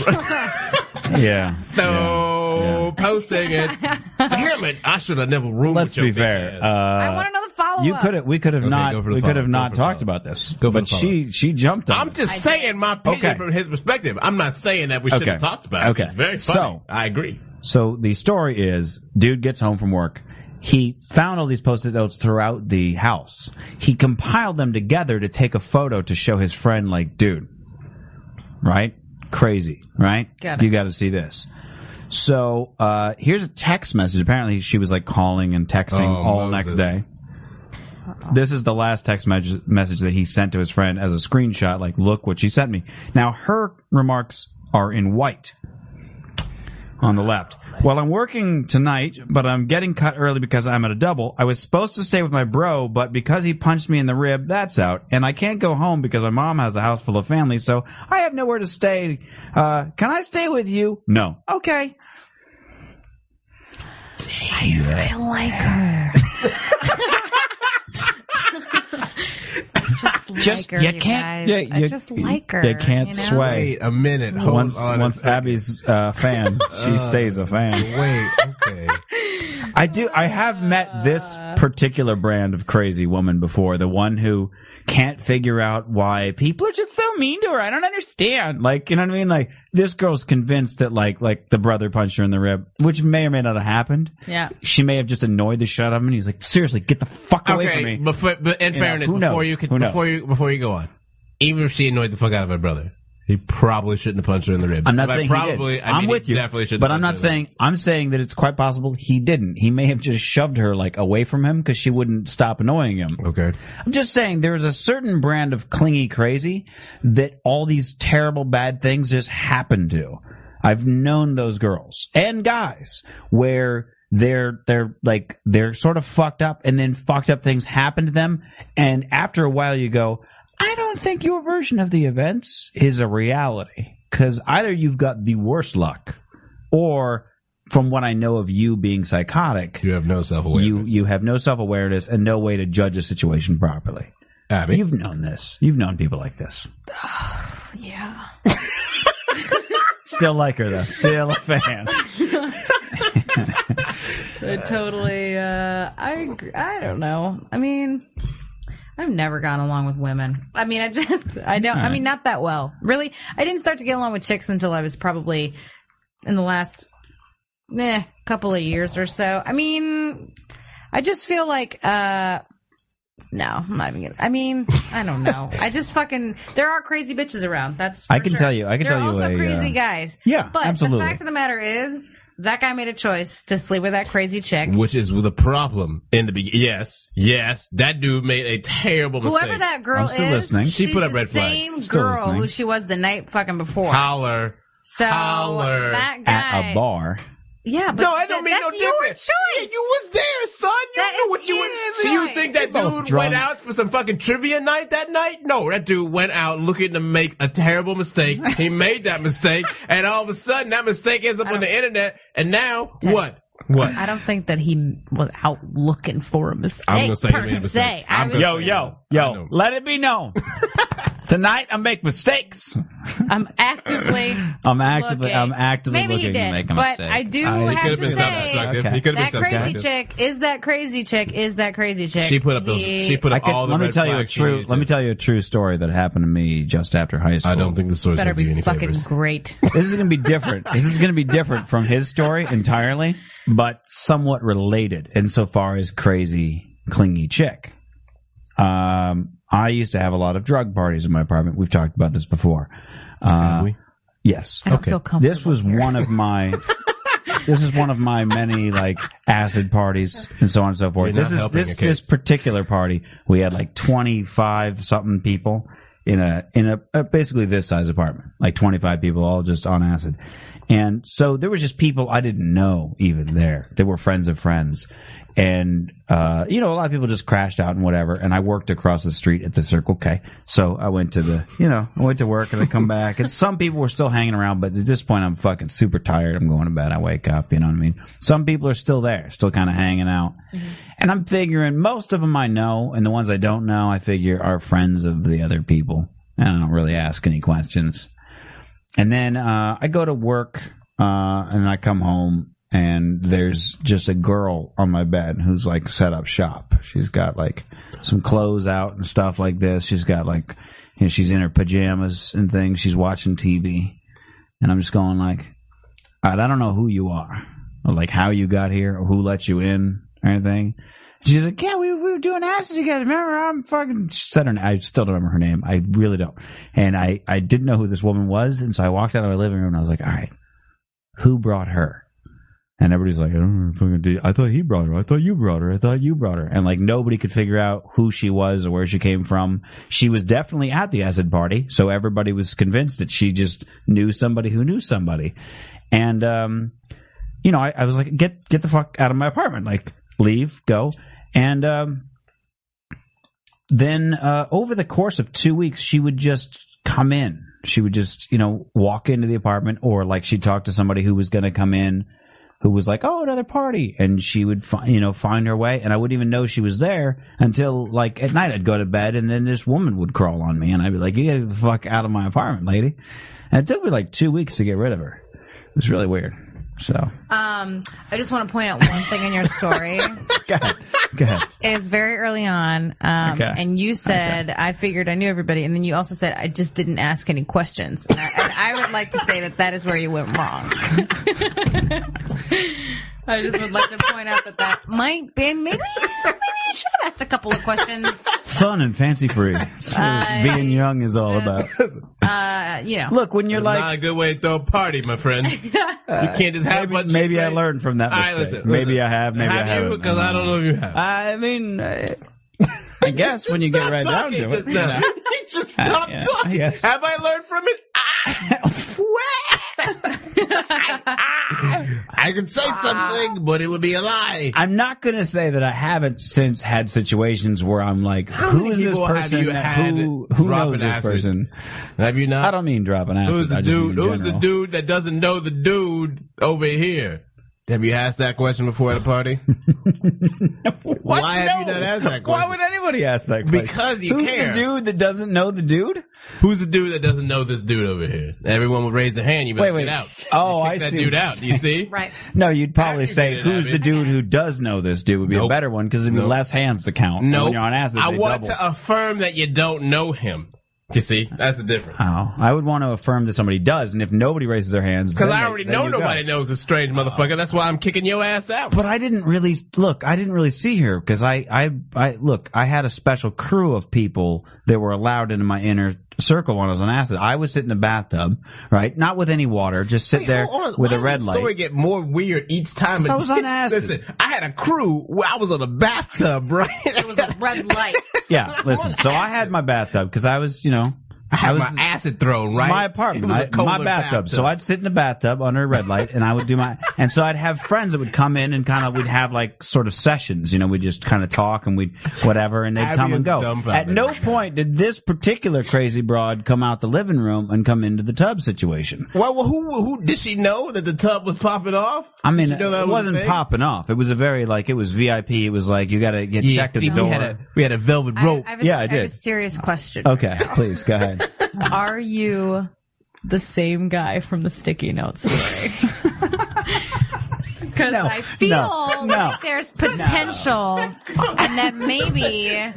F: Yeah.
B: *laughs* no posting
F: *laughs*
B: it. Damn it! I should have never roomed
F: Let's
B: with
F: be
B: your bitch
F: fair.
B: ass.
G: I
F: Uh,
G: want another follow up.
F: you could have. We could have
B: Okay,
F: not.
B: go for the
F: We could
B: follow.
F: have
B: Go
F: not
B: for the
F: talked
B: follow.
F: about this.
B: Go for
F: but
B: the follow.
F: she she jumped on.
B: I'm
F: it.
B: just saying my opinion
F: Okay.
B: from his perspective. I'm not saying that we should
F: Okay.
B: have talked about
F: Okay.
B: it. It's very
F: So-
B: funny. I agree.
F: So the story is, dude gets home from work. He found all these post-it notes throughout the house. He compiled them together to take a photo to show his friend, like, dude, right? Crazy, right?
G: Got it.
F: You got to see this. So uh, here's a text message. Apparently, she was like calling and texting
B: Oh,
F: all
B: Moses.
F: next day. This is the last text mes- message that he sent to his friend as a screenshot. Like, look what she sent me. Now her remarks are in white on the left. Well, I'm working tonight, but I'm getting cut early because I'm at a double. I was supposed to stay with my bro, but because he punched me in the rib, that's out. And I can't go home because my mom has a house full of family, so I have nowhere to stay. Uh, can I stay with you? No. Okay.
G: I like her. just like
F: Just-
G: her,
F: you
G: you,
F: can't-
G: guys.
F: yeah, you-
G: I just like her.
F: you can't
G: know?
F: sweat.
B: Wait a minute. Hold
F: once
B: on. a
F: once
B: second.
F: Abby's uh, fan, she stays a fan.
B: Wait.
F: *laughs*
B: Okay.
F: I do. I have met this
G: Uh.
F: particular brand of crazy woman before. The one who can't figure out why people are just so mean to her. I don't understand. Like, you know what I mean? Like, this girl's convinced that like, like the brother punched her in the rib, which may or may not have happened.
G: Yeah.
F: She may have just annoyed the shit out of him, and he was like, "Seriously, get the fuck away
B: okay.
F: from me."
B: But, for, but in
F: You know,
B: fairness,
F: who
B: before
F: knows?
B: you could,
F: Who knows?
B: before you before you go on, even if she annoyed the fuck out of her brother, he probably shouldn't have punched her in the ribs.
F: I'm not
B: But
F: saying
B: probably.
F: he did.
B: I mean,
F: I'm
B: he
F: with you,
B: Definitely shouldn't.
F: but
B: have
F: I'm not
B: punched her in the
F: saying I'm saying that it's quite possible he didn't. He may have just shoved her like away from him because she wouldn't stop annoying him.
B: ribs. Okay.
F: I'm just saying there is a certain brand of clingy crazy that all these terrible bad things just happen to. I've known those girls and guys where they're they're like they're sort of fucked up and then fucked up things happen to them and after a while you go I don't think your version of the events is a reality cuz either you've got the worst luck or from what I know of you being psychotic
B: You have no self awareness.
F: you you have no self awareness and no way to judge a situation properly.
B: Abby.
F: You've known this. You've known people like this.
D: Yeah.
F: Still like her though. Still a fan.
G: *laughs* I totally. Uh, I ag- I don't know. I mean, I've never gone along with women. I mean, I just I don't. I mean, not that well. Really, I didn't start to get along with chicks until I was probably in the last eh, couple of years or so. I mean, I just feel like. uh no, I'm not even. Gonna, I mean, I don't know. I just fucking. There are crazy bitches around. That's. for
F: I can
G: sure.
F: tell you- I can
G: there
F: tell you
G: are also
F: a,
G: crazy
F: uh,
G: guys.
F: Yeah,
G: but
F: absolutely.
G: the fact of the matter is, that guy made a choice to sleep with that crazy chick.
B: which is the problem in the beginning. Yes, yes, that dude made a terrible mistake.
G: Whoever that girl
F: I'm still
G: is,
F: listening.
G: she's
F: She
B: put up
G: the
B: red flags.
G: same
F: Still
G: girl
F: listening.
G: who she was the night fucking before.
B: holler.
G: so
B: holler
G: that guy,
F: At a bar.
G: yeah, but
B: No, I don't
G: that-
B: mean no
G: that's your
B: difference. Yeah,
G: choice.
B: you was there, son. You
G: That
B: knew
G: is
B: what you were.
G: his
B: So you
G: choice.
B: think that
F: You're both
B: dude
F: drunk.
B: went out for some fucking trivia night that night? No, that dude went out looking to make a terrible
G: *laughs*
B: mistake. He made that mistake, and all of a sudden that mistake ends up on
G: Oh.
B: the internet. And now what? What?
G: I don't think that he was out looking for a mistake.
B: I'm gonna say he
G: per
B: made a mistake.
G: se. I
B: I'm
G: was-
B: gonna- I know.
F: Let it be known. *laughs* Tonight I make mistakes.
G: I'm
B: *laughs*
G: actively.
F: I'm actively
G: Looking.
F: I'm actively
G: Maybe he
F: looking to
G: did,
F: make a
G: but
F: mistake.
G: I do
B: He
G: have
B: could have
G: to
B: been
G: say
B: self-destructive.
F: Okay.
B: He could have
G: that
B: been
G: crazy
B: self-destructive.
G: chick is that crazy chick is that crazy chick.
B: She put up those.
G: He-
B: She put
F: I
B: up
F: can,
B: all the
F: let me
B: red
F: tell you a
B: flags she
F: true.
B: needed
F: Let me
B: to.
F: tell you a true story that happened to me just after high school.
B: I don't think the story's
G: better
B: gonna do
G: be
B: any
G: fucking
B: favors.
G: great.
F: this is going to be different. This is going to be different from his story entirely, but somewhat related insofar as crazy, clingy chick. Um, I used to have a lot of drug parties in my apartment. We've talked about this before. Uh,
B: we?
F: Yes.
G: I don't feel comfortable.
F: This was one of my. this is one of my many like acid parties and so on and so forth.
B: You're not
F: This is
B: helping
F: this
B: the case.
F: this particular party. We had like twenty five something people in a in a, a basically this size apartment, like twenty five people all just on acid, And so there was just people I didn't know even there. They were friends of friends. And, uh, you know, a lot of people just crashed out and whatever. And I worked across the street at the Circle K. So I went to the, you know, I went to work and I come back. And some people were still hanging around, but at this point I'm fucking super tired. I'm going to bed. I wake up. You know what I mean? Some people are still there, still kind of hanging out. And I'm figuring most of them I know. And the ones I don't know, I figure are friends of the other people. And I don't really ask any questions. And then uh, I go to work uh, and I come home and there's just a girl on my bed who's like set up shop. She's got like some clothes out and stuff like this. She's got like you know, she's in her pajamas and things. She's watching TV. And I'm just going like, all right, I don't know who you are or like how you got here or who let you in or anything. She's like, yeah, we, we were doing acid together. Remember, I'm fucking. She said her. I still don't remember her name. I really don't. And I, I didn't know who this woman was, and so I walked out of my living room and I was like, all right, who brought her? And everybody's like, I don't know, fucking dude. I thought he brought her. I thought you brought her. I thought you brought her. And like nobody could figure out who she was or where she came from. She was definitely at the acid party, so everybody was convinced that she just knew somebody who knew somebody. And um, you know, I, I was like, get get the fuck out of my apartment, like leave, go. And um, then uh, over the course of two weeks, she would just come in. She would just, you know, walk into the apartment, or like she'd talk to somebody who was going to come in, who was like, "Oh, another party," and she would, fi- you know, find her way, and I wouldn't even know she was there until like at night. I'd go to bed, and then this woman would crawl on me, and I'd be like, "You gotta get the fuck out of my apartment, lady." And it took me like two weeks to get rid of her. It was really weird. So, *laughs*
G: Um, I just want to point out one thing in your story.
F: go ahead. Go ahead.
G: is very early on, um,
F: Okay.
G: and you said I figured I knew everybody, and then you also said I just didn't ask any questions. And I, and I would like to say that that is where you went
F: *laughs*
G: wrong. I just would like to point out that that might be and maybe maybe you should have asked a couple of questions.
F: Fun and fancy free. That's what
G: I
F: being young is all about.
G: Uh, you know,
F: Look, when you're like,
B: Not a good way to throw a party, my friend.
G: *laughs*
B: you can't just have
F: maybe,
B: much.
F: maybe I
B: straight-
F: learned from that
B: All
F: mistake.
B: right, listen,
F: maybe
B: listen.
F: I have. Maybe I
B: have
F: haven't.
B: you? Because I don't know if you have.
F: I mean, I,
B: *laughs*
F: I guess when you get right down to it.
B: just
F: you
B: now.
F: know.
B: *laughs* He just stopped
F: Ah, yeah,
B: talking.
F: yes.
B: Have I learned from it? Ah,
F: *laughs*
B: ah. I could say something, but it would be a lie.
F: I'm not going to say that I haven't since had situations where I'm like, who
B: many
F: is this
B: people have
F: person?
B: you
F: that-
B: had
F: who who
B: dropping
F: knows this
B: acid?
F: person?
B: Have you not?
F: I don't mean dropping acid.
B: Who's
F: I
B: the
F: just mean
B: dude?
F: in
B: Who's the
F: general.
B: dude that doesn't know the dude over here? Have you asked that question before at a party?
F: What?
B: Why have you not asked that
F: Why
B: question?
F: would anybody ask that question?
B: Because you
F: Who's
B: care.
F: the dude that doesn't know the dude?
B: Who's the dude that doesn't know this dude over here? Everyone would raise their hand. You better
F: Wait, wait.
B: get out.
F: *laughs* Oh,
B: Kick
F: I
B: that
F: see
B: dude
F: what
B: out. Do you see?
F: *laughs*
G: right?
F: No, you'd probably
B: After you
F: say
B: get it,
F: who's
B: Abby.
F: the dude who does know this dude would be a
B: Nope.
F: better one because there'd be
B: Nope.
F: less hands to count. And
B: No,
F: when you're on acid,
B: I
F: they
B: want
F: double.
B: to affirm that you don't know him. You see, that's the difference.
F: Oh, I would want to affirm that somebody does, and if nobody raises their hands,
B: Because
F: then
B: I
F: they-
B: already
F: then
B: know
F: you go.
B: nobody knows this strange motherfucker. That's why I'm kicking your ass out.
F: But I didn't really look. I didn't really see her because I, I, I look. I had a special crew of people that were allowed into my inner circle when I was on acid. I would sit in a bathtub, right, not with any water, just sit there
B: Hold on,
F: with
B: why
F: a
B: does
F: red
B: this
F: light.
B: Story get more weird each time. *laughs*
F: So I was on acid.
B: Listen, I had a crew. Where I was on a bathtub,
F: *laughs*
B: right?
G: It was a red light.
B: *laughs*
F: Yeah, listen. So I had my bathtub because I was, you know, I was
B: my acid thrown right.
F: my apartment,
B: It was a
F: my, my
B: colder
F: bathtub. So I'd sit in the bathtub under a red light, and I would do my. *laughs* and so I'd have friends that would come in and kind of we'd have like sort of sessions. You know, we'd just kind of talk and we'd whatever, and they'd
B: Abby
F: come
B: is
F: and go.
B: dumbfounded
F: At no
B: right now.
F: point did this particular crazy broad come out the living room and come into the tub situation.
B: well, well, who who did she know that the tub was popping off?
F: I mean,
B: Did she know that
F: it
B: was a
F: wasn't
B: thing?
F: popping off. It was a very like it was VIP. It was like you got to get
B: Yeah,
F: checked at the
B: we had
F: door.
B: a we had a velvet rope.
G: I, I have a,
F: Yeah, I
G: have a
F: did.
G: serious question.
F: Okay, please go ahead.
G: Are you the same guy from the sticky note story?
F: *laughs*
G: Because I feel
F: no, no.
G: like there's potential, and that maybe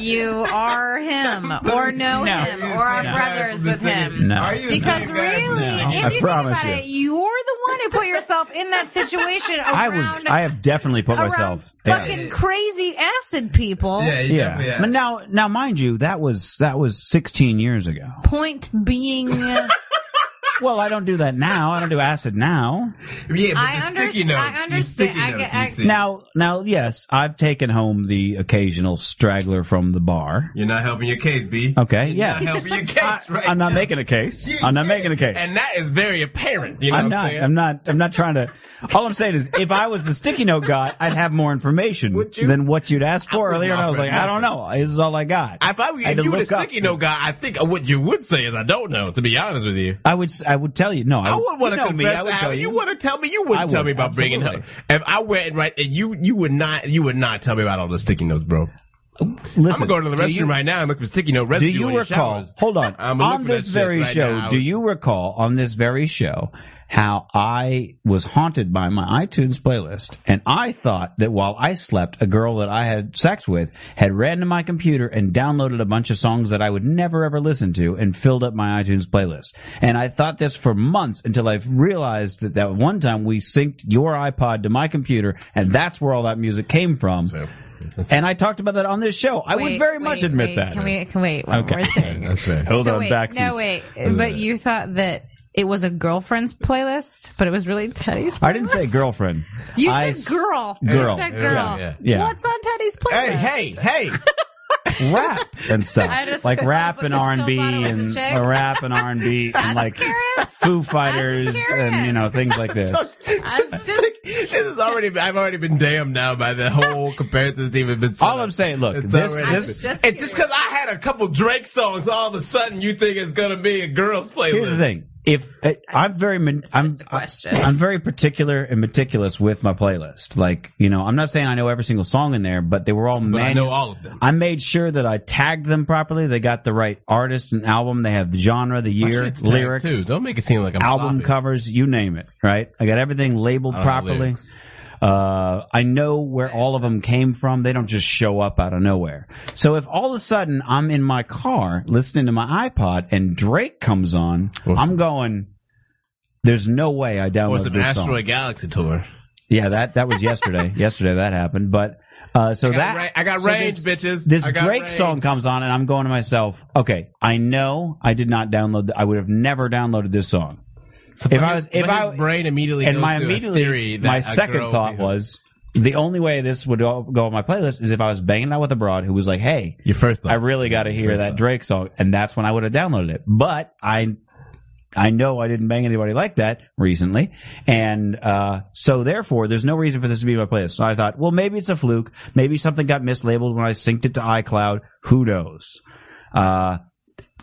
G: you are him, or know
F: No.
G: him, or are brothers with him.
F: No.
B: Are you the
G: Because
B: same guy?
G: really,
B: No.
G: if
F: I
G: you think
F: promise
G: about
F: you.
G: it, you're the one who put yourself in that situation
F: *laughs*
G: around,
F: I would. I have definitely put
G: around
F: myself. Yeah.
G: fucking crazy acid people.
B: Yeah, you
F: Yeah.
B: definitely had
F: But
B: it.
F: now, now, mind you, that was that was 16 years ago.
G: Point being.
F: Well, I don't do that now. I don't do acid now.
B: Yeah, but
G: I
B: the sticky
G: underst-
B: notes.
G: I
B: The
G: understand-
B: sticky
G: I
B: notes
G: get- I-
B: you see.
F: Now, now, yes, I've taken home the occasional straggler from the bar.
B: You're not helping your case, B.
F: Okay,
B: You're
F: yeah.
B: Not helping your case, right?
F: I'm not
B: now.
F: making a case.
B: You
F: I'm not
B: can't.
F: making a case.
B: And that is very apparent. You know
F: I'm
B: what I'm
F: not.
B: saying?
F: I'm not. I'm not trying to. All I'm saying is, if I was the sticky note guy, I'd have more information
B: Would you?
F: than what you'd asked for
B: I would
F: earlier. And I
B: not
F: was
B: for
F: like, I don't know. This is all I got.
B: If I
F: had
B: if
F: to
B: you were the
F: look up.
B: sticky note guy, I think what you would say is I don't know. To be honest with you,
F: I would. s- I would tell you. No,
B: I would want
F: Oh, you
B: to
F: know
B: confess.
F: me, I would
B: Al,
F: tell
B: you
F: you.
B: want to tell me? You
F: I
B: wouldn't tell
F: would,
B: me about bringing up.
F: absolutely.
B: If I went right, and you you would not you would not tell me about all the sticky notes, bro.
F: Listen,
B: I'm gonna go to the
F: do
B: restroom
F: you-
B: right now and look for sticky note
F: Do
B: residue. on
F: you
B: your
F: recall?
B: showers.
F: Hold on.
B: *laughs* I'm gonna look
F: on
B: for that
F: this
B: shit
F: very
B: right
F: show,
B: now.
F: do you recall on this very show how I was haunted by my iTunes playlist, and I thought that while I slept, a girl that I had sex with had ran to my computer and downloaded a bunch of songs that I would never ever listen to, and filled up my iTunes playlist. And I thought this for months until I realized that that one time we synced your iPod to my computer, and that's where all that music came from.
B: Fair.
F: And I talked about that on this show. I would
G: Wait,
F: very much
G: wait,
F: admit
G: wait,
F: that.
G: Can we? Can wait. One
F: Okay.
G: more thing.
B: That's fair.
F: *laughs*
B: *laughs*
F: Hold
G: so
F: on,
G: wait,
F: back
G: no wait.
F: Hold
G: But
F: on.
G: you thought that it was a girlfriend's playlist, but it was really Teddy's. Playlist?
F: I didn't say girlfriend.
G: You
F: I
G: said girl.
F: girl.
G: You said girl.
B: Yeah, yeah.
F: Yeah.
G: What's on Teddy's playlist?
B: Hey, hey, hey! *laughs*
F: rap
G: *laughs*
F: and stuff,
G: I just-
F: like rap
G: but
F: and
G: you
F: R and
G: still
F: B
G: thought it was a
F: and
G: chick?
F: or rap and R and
G: *laughs*
F: B and like
G: curious.
F: *laughs* Foo Fighters
G: curious.
F: and you know things like
G: *laughs*
F: this.
G: I was just
B: this is already. I've already been damned now by the whole comparison that's even been. set
F: All
B: up.
F: I'm saying, look,
B: It's
F: this,
B: already-
G: I'm
F: this
G: just
B: And just because I had a couple Drake songs, all of a sudden you think it's gonna be a girls' playlist.
F: here's the thing. If I- I'm very, min- I'm,
G: just a question.
F: I'm very particular and meticulous with my playlist. Like, you know, I'm not saying I know every single song in there, but they were all
B: But I
F: manual.
B: know all of them.
F: I made sure that I tagged them properly. They got the right artist and album. They have the genre, the year, lyrics,
B: Don't make it seem like I'm
F: album covers, you name it, right? I got everything labeled
B: I don't know
F: properly.
B: lyrics.
F: Uh, I know where all of them came from. They don't just show up out of nowhere. So if all of a sudden I'm in my car listening to my iPod and Drake comes on,
B: Or
F: I'm
B: some-
F: going. There's no way I
B: Or
F: downloaded
B: some
F: this
B: Asteroid
F: song.
B: Galaxy tour.
F: Yeah, that that
B: *laughs*
F: was yesterday. yesterday that happened, but uh, so
B: I got,
F: that
B: ra- I got
F: so
B: range,
F: this-
B: bitches.
F: this
B: I got
F: Drake
B: range.
F: song comes on, and I'm going to myself, okay, I know I did not download. The, I would have never downloaded this song.
B: So
F: if
B: but
F: I was-
B: his-
F: if
B: but
F: I-
B: his brain immediately
F: and
B: goes
F: my
B: to a
F: immediately
B: theory that
F: my
B: a
F: second
B: girl
F: thought
B: being-
F: was the only way this would go go on my playlist is if I was banging out with a broad who was like, "Hey,
B: your first thought.
F: I really got to hear
B: First
F: that
B: thought.
F: Drake song," and that's when I would have downloaded it. But I, I know I didn't bang anybody like that recently, and uh, so therefore, there's no reason for this to be in my playlist. So I thought, well, maybe it's a fluke. Maybe something got mislabeled when I synced it to iCloud. Who knows? Uh,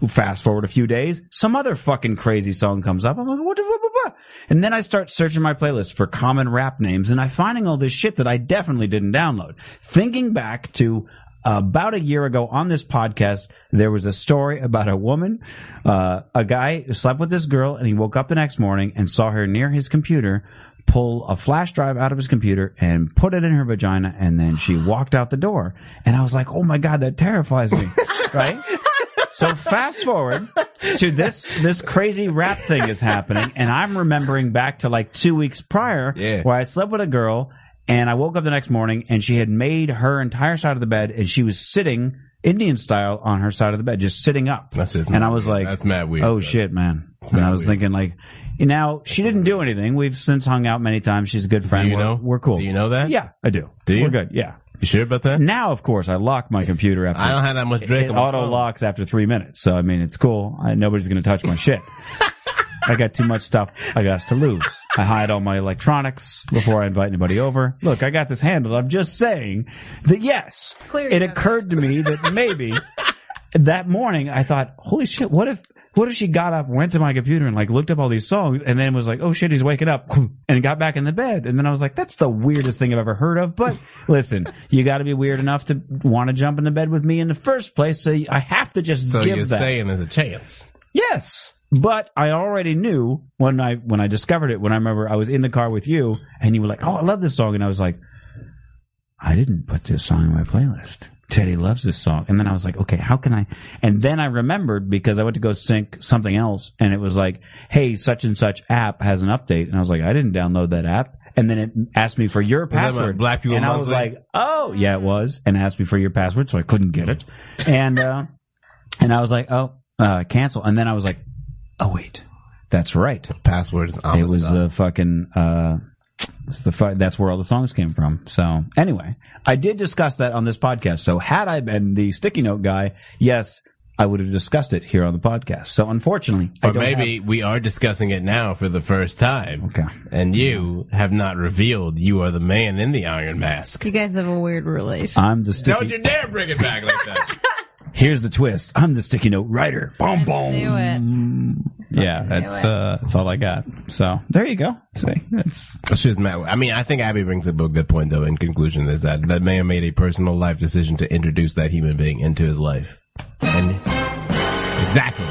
F: Fast forward a few days, some other fucking crazy song comes up. I'm like, what? the- what- what- what? And then I start searching my playlist for common rap names, and I'm finding all this shit that I definitely didn't download. Thinking back to about a year ago on this podcast, there was a story about a woman, uh, a guy who slept with this girl, and he woke up the next morning and saw her near his computer. Pull a flash drive out of his computer and put it in her vagina, and then she walked out the door. And I was like, "Oh my god, that terrifies me!" right? So fast forward to this this crazy rap thing is happening, and I'm remembering back to like two weeks prior
B: Yeah.
F: where I slept with a girl and I woke up the next morning and she had made her entire side of the bed and she was sitting Indian style on her side of the bed, just sitting up.
B: That's just
F: and
B: mad
F: I was
B: weird.
F: like,
B: That's mad weird,
F: Oh
B: Doug.
F: shit, man. And I
B: mad
F: was
B: weird.
F: thinking like now she didn't do anything. We've since hung out many times. She's a good friend.
B: Do you
F: we're,
B: know?
F: we're cool.
B: Do you know that?
F: Yeah, I do.
B: Do you?
F: We're good. Yeah.
B: You sure about that?
F: Now, of course, I lock my computer after
B: I don't have that much Drake.
F: it
B: on my
F: auto
B: phone.
F: locks after three minutes. So I mean, it's cool. I, nobody's going to touch my shit. I got too much stuff I got to lose. I hide all my electronics before I invite anybody over. Look, I got this handled. I'm just saying that yes,
G: clear you
F: it
G: have
F: occurred to me that maybe that morning I thought, holy shit, what if what if she got up, went to my computer and like looked up all these songs and then was like, oh shit, he's waking up *laughs* and got back in the bed. And then I was like, that's the weirdest thing I've ever heard of. But *laughs* listen, you got to be weird enough to want to jump into bed with me in the first place. So I have to just
B: So
F: give
B: you're
F: that.
B: saying there's a chance?
F: Yes, but I already knew when I when I discovered it. When I remember I was in the car with you, and you were like, "Oh, I love this song," and I was like, "I didn't put this song in my playlist." Teddy loves this song, and then I was like, "Okay, how can I?" And then I remembered because I went to go sync something else, and it was like, "Hey, such and such app has an update," and I was like, "I didn't download that app." And then it asked me for your
B: that
F: password.
B: what, Black People
F: and I was
B: Monthly?
F: like, "Oh, yeah, it was," and asked me for your password, so I couldn't get it, and. Uh, and I was like, oh, uh, cancel. And then I was like, oh wait, That's right.
B: Password is
F: It was
B: Amistad.
F: a fucking. Uh, it's the fu- that's where all the songs came from. So anyway, I did discuss that on this podcast. So had I been the sticky note guy, yes, I would have discussed it here on the podcast. So unfortunately, I
B: or
F: don't
B: maybe we are discussing it now for the first time.
F: Okay.
B: And you have not revealed you are the man in the iron mask.
G: You guys have a weird relation.
F: have- I'm the sticky.
B: Don't you dare bring it back like that.
F: Here's the twist. I'm the sticky note writer. Boom,
G: I
F: boom.
G: knew it.
F: Yeah, that's uh, that's all I got. So there you go. See, that's
B: It's just Matt. I mean, I think Abby brings up a good point, though, in conclusion, is that that man made a personal life decision to introduce that human being into his life. And *laughs* exactly.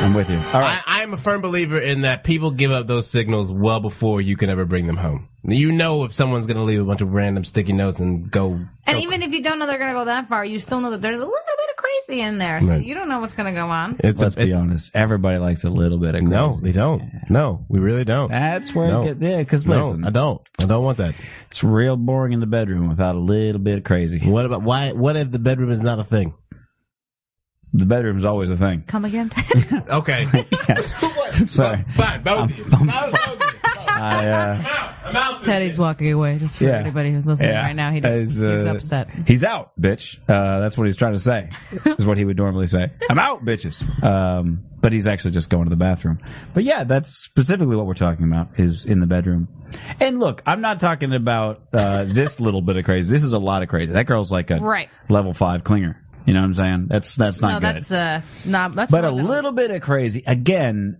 F: I'm with you. All right.
B: I, I am a firm believer in that people give up those signals well before you can ever bring them home. You know if someone's going to leave a bunch of random sticky notes and go.
G: And
B: go-
G: even if you don't know they're going to go that far, you still know that there's a little bit of crazy in there. So
B: Right.
G: you don't know what's going to go on.
B: it's
F: Let's be
B: it's-
F: honest. Everybody likes a little bit of crazy.
B: No, they don't. No, we really don't.
F: That's where
B: No.
F: it get yeah. Because
B: no,
F: listen,
B: I don't. I don't want that.
F: it's real boring in the bedroom without a little bit of crazy.
B: What about why? What if the bedroom is not a thing?
F: The bedroom's always
B: *laughs*
F: a thing.
G: Come again. *laughs*
B: Okay.
F: Sorry, *laughs*
B: Fine, Oh, both of you.
F: I'm-
G: Oh.
B: Both of you.
F: I uh,
G: *laughs*
B: I'm out.
G: Teddy's walking away. Just for
F: Yeah.
G: anybody who's listening
F: Yeah.
G: right now, he just,
F: As, uh,
G: he's upset.
F: he's out, bitch. Uh, that's what he's trying to say. Is what he would normally
G: *laughs*
F: say. I'm out, bitches. Um, but he's actually just going to the bathroom. But yeah, that's specifically what we're talking about is in the bedroom. And look, I'm not talking about uh, *laughs* this little bit of crazy. This is a lot of crazy. That girl's like a
G: Right.
F: level five clinger. You know what I'm saying? That's that's
G: No,
F: not good.
G: that's uh, not. That's
F: but
G: more
F: a
G: than-
F: little bit of crazy again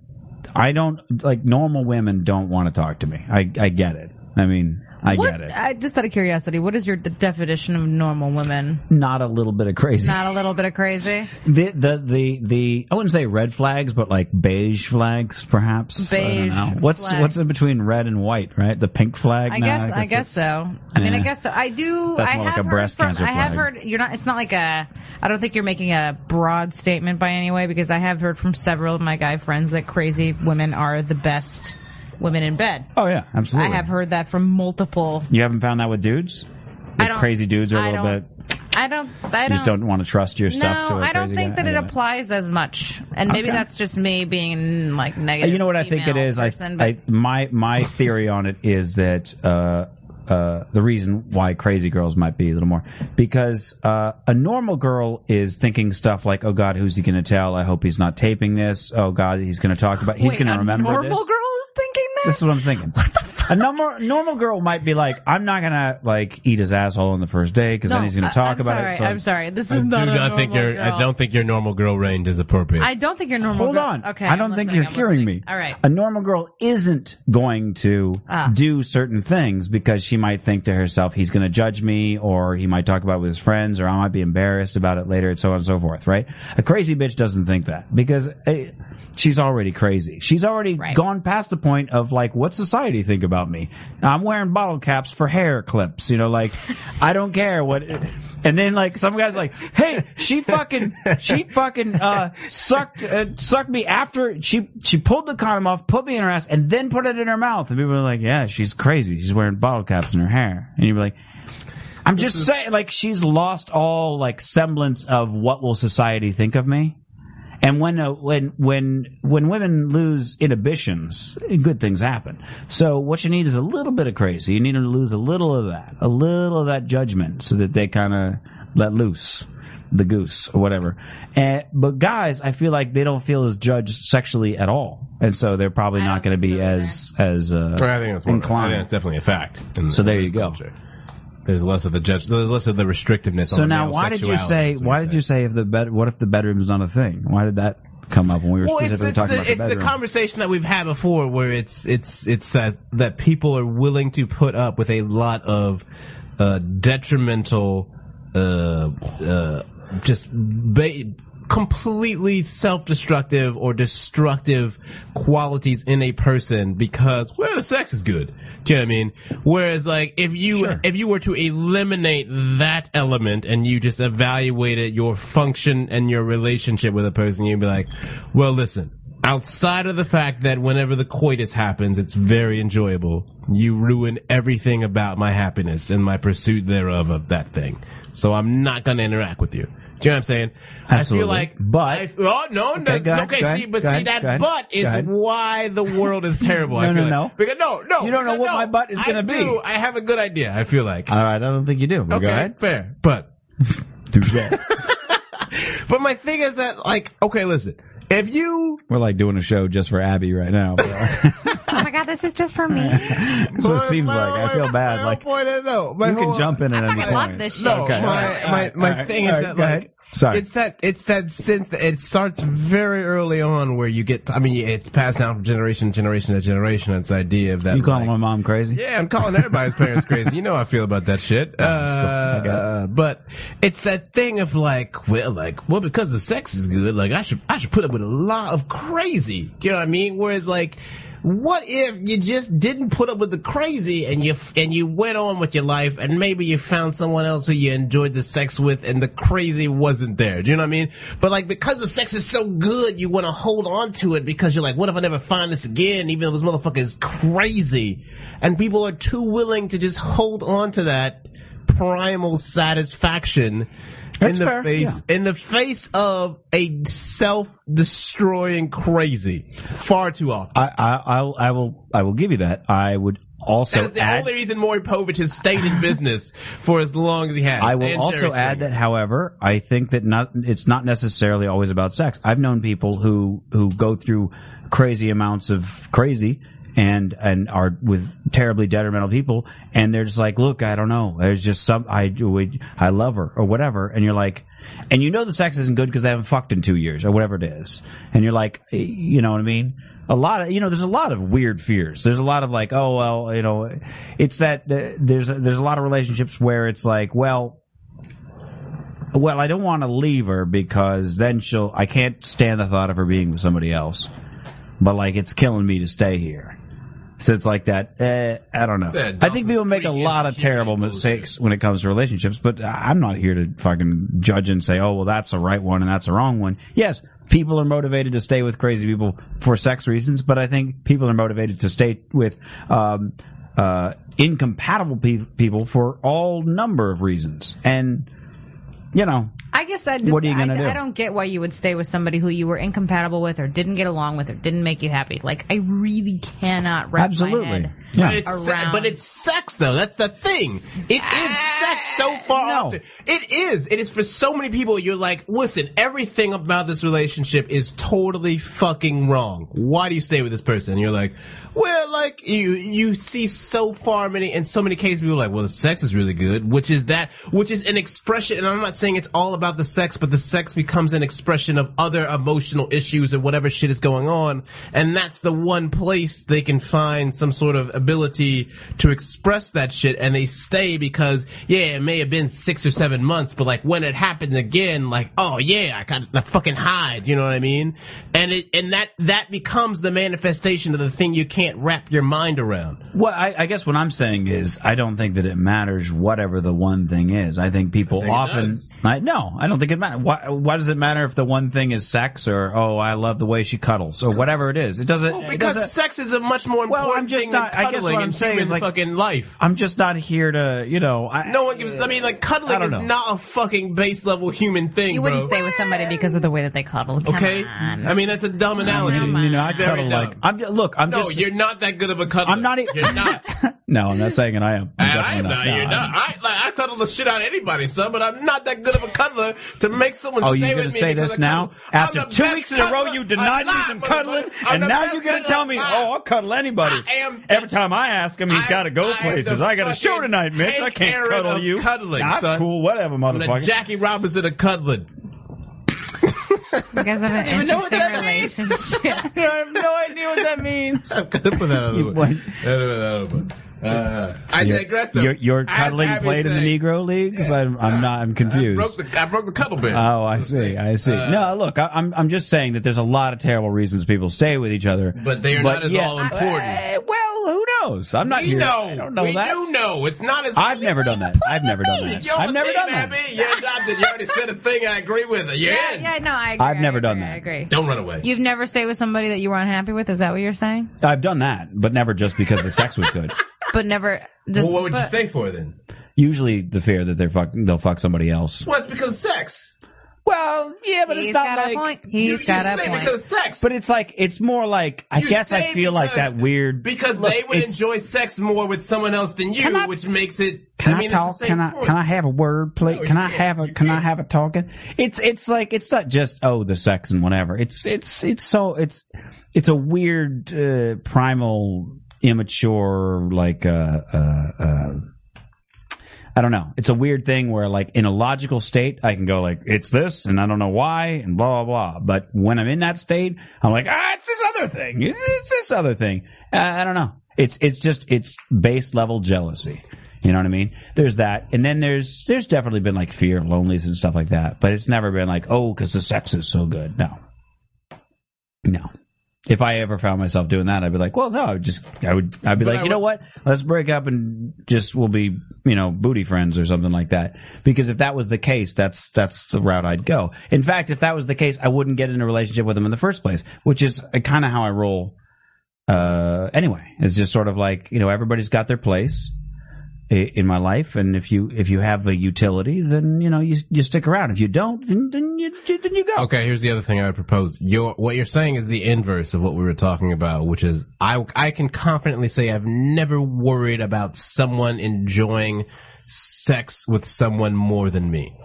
F: i don't like normal women don't want to talk to me i i get it i mean i
G: What-
F: get it
G: I, just out of curiosity, what is your the definition of normal women?
F: not a little bit of crazy
G: Not a little bit of crazy.
F: the, the the the i wouldn't say red flags but like beige flags perhaps I don't
G: Beige
F: know. what's
G: flags.
F: what's in between red and white right the pink flag *laughs*
G: I
F: No,
G: guess. I guess
F: that's-
G: so. I mean, I
F: yeah.
G: guess so. I do.
F: eh, That's
G: I
F: more like
G: have
F: a
G: heard
F: breast
G: from,
F: cancer
G: I have
F: flag.
G: heard. You're not. It's not like a. I don't think you're making a broad statement by any way because I have heard from several of my guy friends that crazy women are the best women in bed.
F: oh yeah absolutely
G: I have heard that from multiple.
F: you haven't found that with dudes
G: I
F: The
G: don't-
F: crazy dudes are a
G: I
F: little bit
G: don't- I don't. I
F: you just don't want to trust your stuff to
G: No,
F: a
G: I don't
F: crazy
G: think
F: guy.
G: that it
F: Anyway.
G: applies as much, and maybe
F: Okay. Uh,
G: that's just me being like negative.
F: you know what I think it
G: female
F: is.
G: person,
F: I,
G: but-
F: I my my theory on it is that uh, uh, the reason why crazy girls might be a little more because uh, a normal girl is thinking stuff like, "Oh God, who's he going to tell? I hope he's not taping this. Oh God, he's going to talk about. He's
G: Wait,
F: going to
G: a
F: remember
G: Normal
F: this."
G: girl is thinking that.
F: This is what I'm thinking. A normal normal girl might be like, "I'm not going to like eat his asshole on the first day because then he's going to talk
G: uh, I'm
F: about
G: sorry,
F: it." So
G: I'm sorry. This is
B: I do
G: not. a
B: not think
G: normal
B: your
G: girl.
B: I don't think your normal girl range is appropriate.
G: I don't think you're normal.
F: Hold
G: girl.
F: on.
G: Okay.
F: I
G: I'm
F: don't think
G: listening,
F: you're
G: I'm
F: hearing
G: listening.
F: me.
G: All right.
F: A normal girl isn't going to
G: Ah.
F: do certain things because she might think to herself, he's going to judge me, or he might talk about it with his friends, or I might be embarrassed about it later, and so on and so forth, right? A crazy bitch doesn't think that because eh, she's already crazy. She's already
G: Right.
F: gone past the point of like, what society think about me? I'm wearing bottle caps for hair clips, you know, like, *laughs* I don't care what. And then like some guy's like, hey, she fucking, she fucking, uh, sucked, uh, sucked me after she, she pulled the condom off, put me in her ass and then put it in her mouth. And people are like, yeah, she's crazy. She's wearing bottle caps in her hair. And you're like, I'm just saying, like, she's lost all like semblance of what will society think of me. And when uh, when when when women lose inhibitions, good things happen. So what you need is a little bit of crazy. You need them to lose a little of that, a little of that judgment, so that they kind of let loose the goose or whatever. And, but guys, I feel like they don't feel as judged sexually at all, and so they're probably
G: I
F: not
G: don't
F: going to
G: think
F: be
G: so either.
F: as as uh,
B: I think that's one. I
F: inclined.
B: think that's definitely a fact. in-
F: So there
B: in
F: you
B: this
F: go.
B: There's less of the judge. There's less of the restrictiveness.
F: So
B: on the
F: now,
B: male
F: why did you
B: sexuality,
F: say?
B: is what
F: Why
B: I'm
F: did you
B: saying.
F: say if the bed? What if the bedroom's not a thing? Why did that come up when we were
B: Well, it's,
F: specifically
B: it's,
F: talking
B: the,
F: about the
B: it's the
F: bedroom?
B: conversation that we've had before, where it's it's it's that that people are willing to put up with a lot of uh, detrimental, uh, uh, just ba- completely self-destructive or destructive qualities in a person because well, the sex is good. Do you know what I mean? Whereas, like, if you if you were to eliminate that element and you just evaluated your function and your relationship with a person, you'd be like, well, listen. Outside of the fact that whenever the coitus happens, it's very enjoyable, you ruin everything about my happiness and my pursuit thereof of that thing. So I'm not gonna interact with you. Do you know what I'm saying?
F: Absolutely.
B: I feel like,
F: But-
B: I f- oh no, no,
F: go ahead,
B: okay.
F: go
B: see,
F: ahead,
B: but
F: go
B: see
F: ahead,
B: that
F: go ahead,
B: butt is
F: go ahead.
B: why the world is terrible. I
F: *laughs* No,
B: feel
F: no,
B: like.
F: no.
B: Because no, no,
F: You don't know
B: because
F: what
B: no,
F: my butt is
B: I
F: gonna be.
B: do. I have a good idea. I feel like.
F: All right, I don't think you do. But
B: okay,
F: Go ahead.
B: fair, but
F: Do that.
B: but my thing is that like, okay, listen, if you
F: *laughs* We're like doing a show just for Abby right
B: *laughs*
F: now. That's
G: Oh my god, this is
F: *laughs*
G: just for me.
F: what it seems
B: My-
F: like. I feel
B: my-
F: bad.
B: my
F: Like you
B: whole point is, no, my
F: can
B: whole-
F: jump in at
G: I
F: any
G: fucking love
F: point.
G: this shit.
B: No,
F: Okay, all
B: my,
F: right, all
B: my,
F: right,
B: my
F: all right,
B: thing is
F: all right,
B: that
F: go
B: like
F: ahead. Sorry.
B: it's that it's that sense that it starts very early on where you get I mean it's passed down from generation to generation to generation. It's the idea of that.
F: You calling
B: like-
F: my mom crazy?
B: yeah, I'm calling everybody's parents crazy. You know how I feel about that
F: *laughs*
B: shit. Uh,
F: cool. I got
B: uh, but it's that thing of like, well, like, well, because the sex is good, like I should, I should put up with a lot of crazy. Do you know what I mean? Whereas like, what if you just didn't put up with the crazy and you f- and you went on with your life and maybe you found someone else who you enjoyed the sex with and the crazy wasn't there? Do you know what I mean? But like because the sex is so good, you want to hold on to it because you're like, what if I never find this again? Even though this motherfucker is crazy, and people are too willing to just hold on to that primal satisfaction in the
F: fair,
B: face in the face of a self-destroying crazy far too often.
F: I, I, I'll, I will, I will give you that. I would also
B: That is the
F: add.
B: only reason Maury Povich has stayed in business for as long as he has.
F: I
B: And
F: will also
B: Jerry
F: add
B: Springer.
F: that, however, I think that not it's not necessarily always about sex. I've known people who who go through crazy amounts of crazy and and are with terribly detrimental people, and they're just like, look, I don't know, there's just some I we- I love her or whatever, and you're like, and you know the sex isn't good because they haven't fucked in two years or whatever it is, and you're like, eh, you know what I mean. A lot of you know, there's a lot of weird fears. There's a lot of like, oh well, you know, it's that uh, there's a, there's a lot of relationships where it's like, well, well, I don't want to leave her because then she'll. I can't stand the thought of her being with somebody else. But like, it's killing me to stay here. So it's like that. Eh, I don't know.
B: That
F: I think people make a
B: Dawson's Creek
F: lot of
B: insecurity
F: terrible
B: bullshit.
F: mistakes when it comes to relationships, but I- I'm not here to fucking judge and say, oh, well, that's the right one and that's the wrong one. Yes, people are motivated to stay with crazy people for sex reasons, but I think people are motivated to stay with um, uh, incompatible pe- people for all number of reasons. And, you know,
G: I guess I just,
F: What are you
G: I,
F: gonna do?
G: I don't get why you would stay with somebody who you were incompatible with or didn't get along with or didn't make you happy. Like I really cannot wrap my
F: Absolutely.
G: head.
B: But
F: Yeah.
B: it's, se-
G: Around.
B: but it's sex though. That's the thing. It is sex so far.
F: no.
B: off. It is. It is for so many people. You're like, listen, everything about this relationship is totally fucking wrong. Why do you stay with this person? And you're like, well, like you you see so far many in so many cases people are like, well, the sex is really good, which is that, which is an expression. And I'm not saying it's all about the sex, but the sex becomes an expression of other emotional issues and whatever shit is going on. And that's the one place they can find some sort of ability to express that shit and they stay because, yeah, it may have been six or seven months, but like when it happens again, like, oh yeah, I got the fucking hide, you know what I mean? And it, and that, that becomes the manifestation of the thing you can't wrap your mind around.
F: Well, I, I guess what I'm saying is, I don't think that it matters whatever the one thing is. I think people
B: it
F: often.
B: does.
F: I, no, I don't think it matters. Why, why does it matter if the one thing is sex or oh, I love the way she cuddles or whatever it is? It doesn't. it
B: Oh, Because
F: doesn't-
B: sex is a much more
F: Well,
B: important
F: I'm just
B: thing
F: not-
B: than
F: I guess
B: cuddling
F: what I'm
B: in
F: saying is,
B: human
F: like-
B: fucking life.
F: I'm just not here to, you know. I,
B: No one gives. I mean, like
F: I
B: cuddling
F: don't
B: is
F: know.
B: not a fucking base level human thing,
G: You
B: bro.
G: wouldn't stay with somebody because of the way that they cuddled. Come
B: okay,
G: on.
B: I mean that's a dumb analogy.
G: on.
F: You know, I
B: Very
F: cuddle like
B: dumb.
F: I'm. ju- Look, I'm
B: no,
F: just.
B: you're not that good of a cuddler.
F: I'm not e-
B: You're not.
F: *laughs* no, I'm not saying it. I am. I'm
B: And I am
F: definitely
B: not.
F: No,
B: you're
F: I'm-
B: not. I, like, I cuddle the shit out of anybody, son, but I'm not that good of a cuddler to make someone
F: Oh,
B: stay
F: you're
B: with
F: gonna
B: me.
F: say
B: because
F: this
B: I
F: now?
B: cuddle. I'm
F: After
B: the
F: two
B: best
F: weeks in a row,
B: cuddler
F: you denied me
B: alive,
F: some cuddling,
B: motherfucker. I'm
F: and
B: the
F: now
B: best
F: you're going to
B: cuddler
F: tell me,
B: alive.
F: "Oh, I'll cuddle anybody."
B: I am-
F: Every time I ask him, he's
B: I-
F: got to
B: I
F: go
B: am
F: places.
B: the
F: I got a show
B: fucking
F: tonight, Mitch. I
B: Hank
F: can't
B: Aaron
F: cuddle
B: of
F: you.
B: cuddling,
F: That's
B: son.
F: cool. Whatever,
B: I'm the
F: motherfucker.
B: Jackie Robinson of
F: *laughs*
B: cuddling.
G: *laughs* you guys have an interesting relationship. *laughs*
F: I have no idea what that *laughs* means.
B: I'm gonna put that
F: You
B: on
F: what? *laughs*
B: Uh, I digress. though.
F: Your, your
B: As
F: cuddling
B: Abby
F: played in the
B: said,
F: Negro Leagues. I'm, I'm not. I'm
B: I
F: confused.
B: broke the, I broke the cuddle bit. *laughs*
F: Oh, I see. I see. no, look, I, I'm I'm just saying that there's a lot of terrible reasons people stay with each other,
B: but they are not as
F: yeah,
B: all important.
F: Uh, well, who knows? I'm not
B: we
F: here.
B: know.
F: I don't know
B: we
F: that.
B: do know. It's not as.
F: I've never done that. I've never done that.
B: You're on
F: I've
B: the
F: never
B: team,
F: done that.
B: Abby. You're adopted. You already said a thing. I agree with her. You're
G: yeah,
B: in.
G: yeah, no, I agree.
F: I've
G: I
F: never
G: agree,
F: done that.
G: I agree.
B: Don't run away.
G: You've never stayed with somebody that you were unhappy with? Is that what you're saying?
F: I've done that, but never just because the sex was
B: *laughs*
F: good.
G: But never. Just,
B: well, what would you
G: but-
B: stay for then?
F: Usually, the fear that they're fuck, they'll fuck somebody else.
B: Well, it's because of sex.
F: Well, yeah, but
G: He's
F: it's not
G: got
F: like.
G: a point. He's got a point.
B: sex.
F: But it's like it's more like I
B: You
F: guess I
B: say
F: feel like
B: because-
F: that weird.
B: because
F: Look,
B: they would
F: it's-
B: enjoy sex more with someone else than you, which makes it.
F: Can I,
B: mean,
F: talk?
B: It's the same
F: Can I
B: point.
F: can I have a word, please?
B: No, you
F: can I
B: can't.
F: have a
B: You
F: can I
B: can't.
F: have a talking? It's it's like it's not just oh the sex and whatever. It's it's it's so it's it's a weird uh, primal immature like uh, uh, uh, I don't know. It's a weird thing where like in a logical state I can go like it's this and I don't know why and blah blah blah. But when I'm in that state I'm like ah it's this other thing. It's this other thing. Uh, I don't know. It's it's just it's base level jealousy. You know what I mean? There's that, and then there's there's definitely been like fear of loneliness and stuff like that, but it's never been like oh, because the sex is so good. No, no. If I ever found myself doing that, I'd be like, well, no, I would just I would I'd be like,
B: I
F: you know what? Let's break up and just we'll be you know booty friends or something like that. Because if that was the case, that's that's the route I'd go. In fact, if that was the case, I wouldn't get in a relationship with them in the first place, which is kind of how I roll. Uh, anyway, it's just sort of like you know everybody's got their place i- in my life and if you if you have a utility then you know you you stick around if you don't then then you you- then you go
B: Okay, here's the other thing I would propose. Your what you're saying is the inverse of what we were talking about, which is I I can confidently say I've never worried about someone enjoying sex with someone more than me.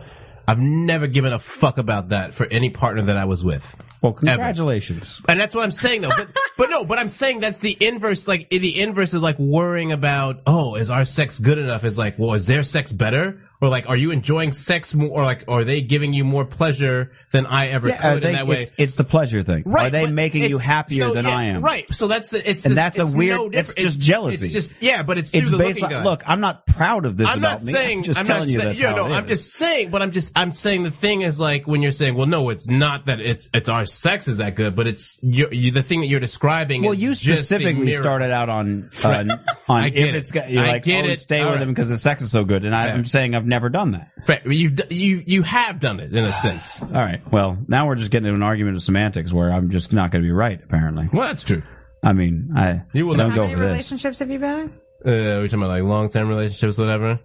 B: I've never given a fuck about that for any partner that I was with.
F: well congratulations
B: And that's what I'm saying though. But, *laughs* but no, but I'm saying that's the inverse. Like i- the inverse is like worrying about, oh, is our sex good enough? Is like, well, is their sex better? Or like, are you enjoying sex more? Or like, are they giving you more pleasure than I ever
F: Yeah, I
B: could in
F: think
B: that way?
F: it's, it's the pleasure thing are they
B: but
F: making you
B: it's-
F: happier
B: so,
F: than
B: yeah,
F: i am
B: Right. So that's the it's
F: And
B: the-
F: that's a
B: it's
F: weird-
B: No
F: it's
B: different.
F: just jealousy.
B: It's just yeah, but it's through
F: it's
B: the
F: based
B: looking
F: on
B: glass.
F: look i'm not proud of this
B: I'm
F: about
B: not
F: me
B: saying
F: i'm just
B: I'm
F: telling
B: not
F: you
B: saying
F: that's
B: yeah,
F: how
B: no,
F: it
B: I'm
F: is.
B: just saying, but I'm just I'm saying the thing is like when you're saying, well, no, it's not that it's it's our sex is that good, but it's you, you the thing that you're describing.
F: well,
B: is
F: you
B: just the
F: specifically
B: mirror.
F: started out on on, on
B: *laughs* I
F: if
B: get it.
F: it's got, you're
B: I
F: like
B: get
F: oh,
B: it.
F: stay
B: All
F: with
B: right.
F: them because the sex is so good, and I,
B: Yeah.
F: I'm saying I've never done that.
B: Fact, You've d- you you have done it in a
F: *sighs*
B: sense.
F: All right, well now we're just getting into an argument of semantics where I'm just not going to be right apparently.
B: Well, that's true.
F: I mean, I
B: You will
F: I
B: not.
F: don't
G: How
F: go
G: many
F: for this.
G: relationships have you been in?
B: Uh, are we talking about like long term relationships, whatever?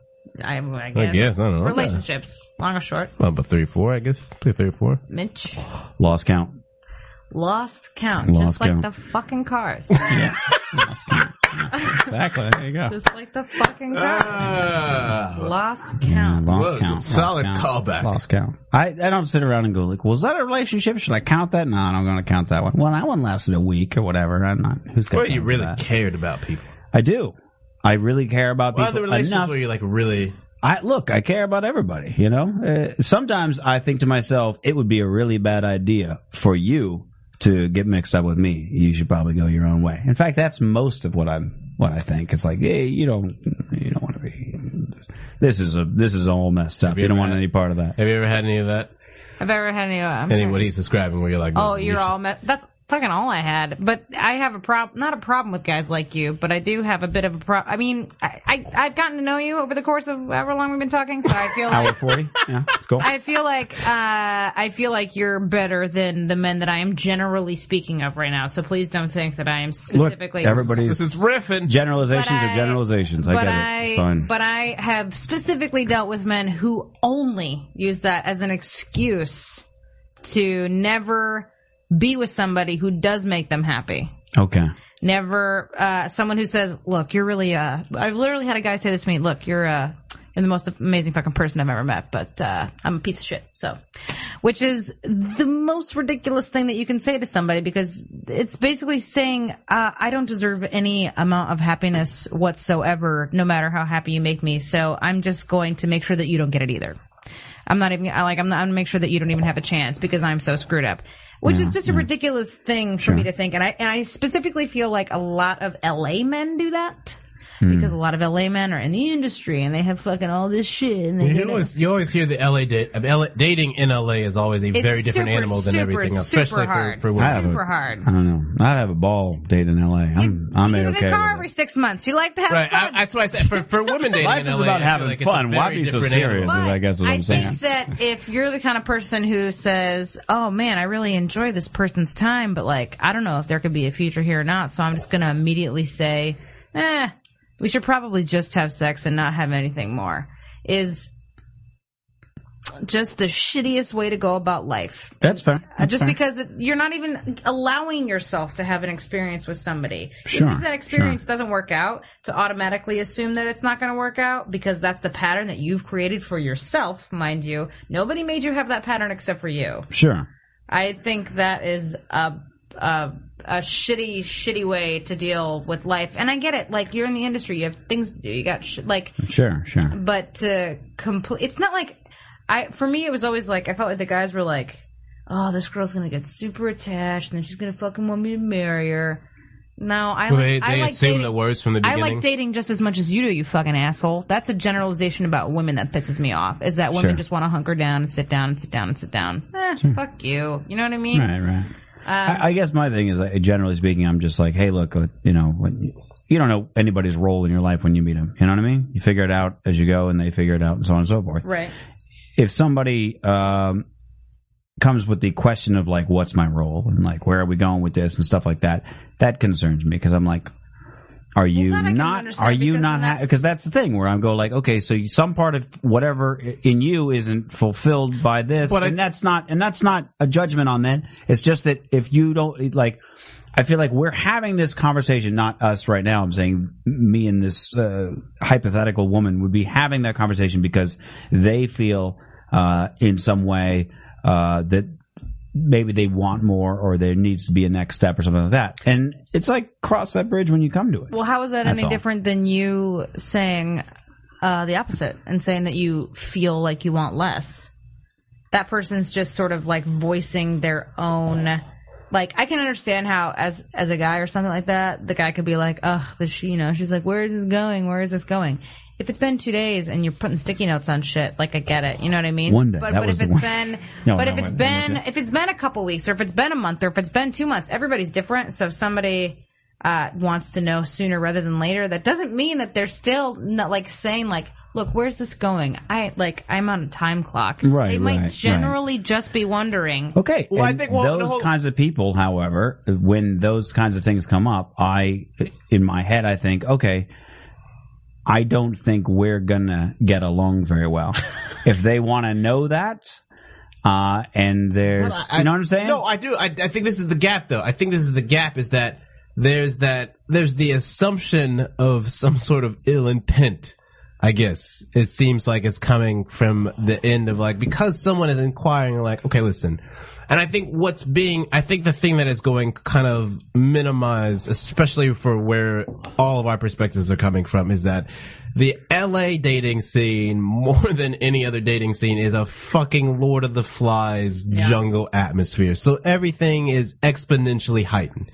G: I, I, guess.
B: I guess I don't know.
G: Relationships, long or short.
B: Well, but three, four, I guess. Three, three, four.
G: Mitch
F: Lost count.
G: lost count,
F: Lost
G: just like
F: count.
G: the fucking cars, *laughs*
F: Exactly. There you go.
G: just like the fucking cars. Ah.
B: Uh.
G: lost count.
F: lost
B: Whoa,
F: count.
B: solid
F: lost
B: callback.
F: Count, lost count. I, I don't sit around and go like, was that a relationship? Should I count that? No, I'm going to count that one. Well, that one lasted a week or whatever. I'm not. Who's going
B: Well,
F: to?
B: you really
F: That?
B: cared about people.
F: I do. I really care about
B: Well, the
F: people
B: relationships
F: enough.
B: where you like really
F: I look. I care about everybody. You know. Uh, sometimes I think to myself, it would be a really bad idea for you to get mixed up with me. You should probably go your own way. In fact, that's most of what I'm. What I think. It's like, hey, you don't. You don't want to be. This is a. This is all messed up.
B: you
F: You don't
B: ever
F: want
B: had-
F: any part of that.
B: Have you ever had any of that?
G: I've ever had any. uh, I'm
B: Any
G: sorry.
B: what he's describing where you're like,
G: Oh,
B: listen,
G: you're
B: you should-
G: all me- that's fucking all I had. But I have a problem, not a problem with guys like you, but I do have a bit of a problem. I mean, I, I I've gotten to know you over the course of however long we've been talking, so I
F: *laughs*
G: feel
F: Hour
G: like.
F: forty. Yeah, it's cool.
G: I feel like uh, I feel like you're better than the men that I am generally speaking of right now. So please don't think that I am
F: Look,
G: specifically
B: This
F: everybody's
B: is riffing.
F: generalizations
G: But
F: are
G: I-
F: generalizations. I
G: but
F: get
G: I
F: it. Fine.
G: but I have specifically dealt with men who only use that as an excuse to never be with somebody who does make them happy.
F: okay.
G: Never uh, someone who says, "Look, you're really uh." I literally had a guy say this to me. Look, you're uh, you're the most amazing fucking person I've ever met, but uh, I'm a piece of shit. So, which is the most ridiculous thing that you can say to somebody because it's basically saying, uh, "I don't deserve any amount of happiness whatsoever, no matter how happy you make me." So I'm just going to make sure that you don't get it either. I'm not even I like I'm not, I'm gonna make sure that you don't even have a chance because I'm so screwed up, which
B: Mm-hmm.
G: is just a ridiculous thing for me to think. And I and I specifically feel like a lot of LA men do that
B: Hmm.
G: because a lot of LA men are in the industry and they have fucking all this shit. And they
B: You
G: get
B: always, you always hear the LA, da- uh, LA dating in LA is always a
G: It's
B: very different
G: super,
B: animal than
G: super,
B: everything else,
G: super
B: especially
G: hard.
B: for for women.
F: I have a-
G: super hard.
F: I don't know. I have a ball date in L.A. I'm I'm
G: you get
F: okay.
G: in a car
F: with
G: every
F: it.
G: six months. You like to have
B: Right, I,
G: fun.
B: that's why I said for, for *laughs* women dating
F: Life
B: in
F: is
B: LA,
F: about
B: I feel
F: having
B: like it's a
F: fun. Why
B: very
F: be so
B: different
F: serious?
B: animal.
F: is, I guess, what
G: I
F: I'm saying.
G: think that if you're the kind of person who says, "Oh man, I really enjoy this person's time, but like, I don't know if there could be a future here or not," so I'm just gonna immediately say, "Eh, we should probably just have sex and not have anything more." Is just the shittiest way to go about life.
F: That's fair.
G: Uh, just because it, you're not even allowing yourself to have an experience with somebody.
F: Sure,
G: Even if that experience doesn't work out, to automatically assume that it's not going to work out because that's the pattern that you've created for yourself, mind you. Nobody made you have that pattern except for you.
F: Sure.
G: I think that is a a, a shitty, shitty way to deal with life. And I get it. Like you're in the industry, you have things to do. You got sh- like
F: Sure. Sure.
G: but to complete it's not like i for me it was always like i felt like the guys were like oh this girl's gonna get super attached and then she's gonna fucking want me to marry her no i
B: Well, they
G: like, I
B: they
G: like
B: assume
G: dating,
B: the worst from the
G: I
B: beginning.
G: like dating just as much as you do, you fucking asshole. That's a generalization about women that pisses me off. Is that women
F: Sure.
G: just want to hunker down and sit down and sit down and sit down? Eh, fuck you. You know what I mean? Um,
F: Right, right. I, I guess my thing is, like, generally speaking, I'm just like, hey, look, uh, you know, when, you don't know anybody's role in your life when you meet them. You know what I mean? You figure it out as you go, and they figure it out, and so on and so forth.
G: Right.
F: If somebody um, comes with the question of like, what's my role, and like, where are we going with this, and stuff like that, that concerns me because I'm like. Are you
G: that I can
F: not?
G: understand
F: Are you
G: because
F: not?
G: then
F: ha-
G: that's-
F: Because that's the thing where I'm go like, okay, so some part of whatever i- in you isn't fulfilled by this,
B: But I-
F: and that's not, and that's not a judgment on that. It's just that if you don't like, I feel like we're having this conversation, not us right now. I'm saying me and this uh, hypothetical woman would be having that conversation because they feel uh, in some way uh, that maybe they want more or there needs to be a next step or something like that. And it's like cross that bridge when you come to it.
G: Well, how is that
F: That's
G: any
F: all.
G: different than you saying uh, the opposite and saying that you feel like you want less? That person's just sort of like voicing their own. Like I can understand how, as as a guy or something like that, the guy could be like, "Ugh, but she, you know, she's like, where is this going? Where is this going?" If it's been two days and you're putting sticky notes on shit, like I get it, you know what I mean.
F: One day,
G: but,
F: that
G: but
F: was
G: if
F: the
G: it's
F: one.
G: been,
F: No,
G: but
F: no,
G: if it's
F: I'm with
G: been, if it's been a couple weeks, or if it's been a month, or if it's been two months, everybody's different. So if somebody uh, wants to know sooner rather than later. That doesn't mean that they're still not like saying like, look, where's this going? I like I'm on a time clock.
F: Right,
G: They might
F: right,
G: generally just be wondering.
F: Okay.
B: Well, I
F: and
B: think- well, no,
F: those
B: hold-
F: kinds of people, however, when those kinds of things come up, I, in my head, I think, okay, I don't think we're gonna get along
B: *laughs*
F: very well. if they want to know that, uh, and there's,
B: Well, I-
F: you know what I'm saying?
B: No, I do. I, I think this is the gap, though. I think this is the gap is that there's that there's the assumption of some sort of ill intent. I guess it seems like it's coming from the end of like because someone is inquiring, like, okay, listen. And I think what's being, I think the thing that is going kind of minimized, especially for where all of our perspectives are coming from, is that the LA dating scene, more than any other dating scene, is a fucking Lord of the Flies jungle atmosphere. So everything is exponentially heightened.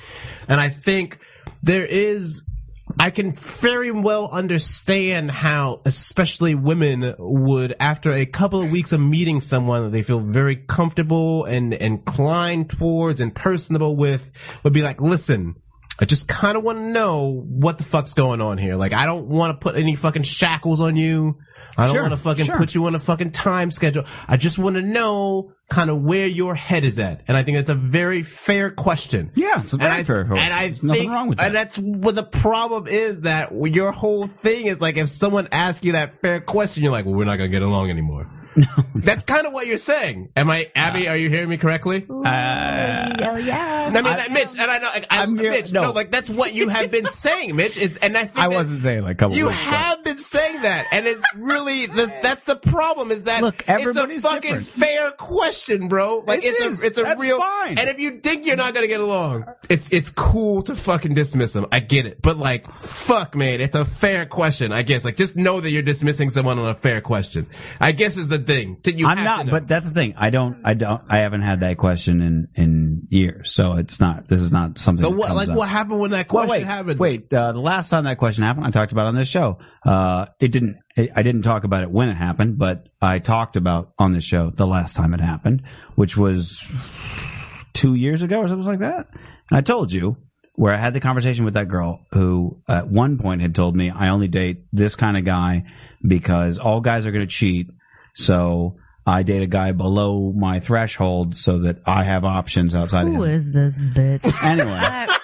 B: And I think there is, I can very well understand how, especially women would, after a couple of weeks of meeting someone that they feel very comfortable and inclined towards and personable with, would be like, listen, I just kind of want to know what the fuck's going on here. Like, I don't want to put any fucking shackles on you. I don't
F: Sure,
B: want to fucking
F: sure.
B: put you on a fucking time schedule. I just want to know kind of where your head is at. And I think that's a very fair question.
F: Yeah, it's a very
B: and I,
F: fair question.
B: And I
F: There's nothing
B: think-
F: wrong with that.
B: And that's what the problem is that your whole thing is like if someone asks you that fair question, you're like, well, we're not going to get along
F: *laughs*
B: anymore. That's kind of what you're saying. Am I, Abby, are you hearing me correctly?
D: Oh, yeah.
B: I mean, that, Mitch, and I know, I, I,
F: I'm here-
B: Mitch, no.
F: no.
B: like that's what you have been saying, Mitch, is, and I think
E: I
B: that-
E: wasn't saying like a couple.
B: you
E: weeks, but-
B: have been saying that, and it's really the, that's the problem. Is that
F: Look,
B: it's a
F: everybody's
B: fucking
F: different.
B: fair question, bro? Like
F: It
B: it's
F: is.
B: a it's a
F: That's
B: real.
F: fine.
B: And if you think you're not gonna get along, it's it's cool to fucking dismiss them. I get it, but like, fuck, man, it's a fair question. I guess like just know that you're dismissing someone on a fair question. I guess is the thing. That you
F: I'm
B: have to
F: not,
B: know.
F: but that's the thing. I don't, I don't, I haven't had that question in in years. So it's not. This is not something.
B: so
F: that
B: what
F: comes
B: like
F: up.
B: what happened when that
F: Well,
B: question
F: wait,
B: happened?
F: wait. Uh, the last time that question happened, I talked about it on this show. Uh, it didn't. It, I didn't talk about it when it happened, but I talked about on this show the last time it happened, which was two years ago or something like that. And I told you where I had the conversation with that girl who at one point had told me I only date this kind of guy because all guys are going to cheat. So I date a guy below my threshold so that I have options outside
G: Who
F: of him.
G: is this
F: *laughs*
G: bitch?
F: Anyway.
G: That-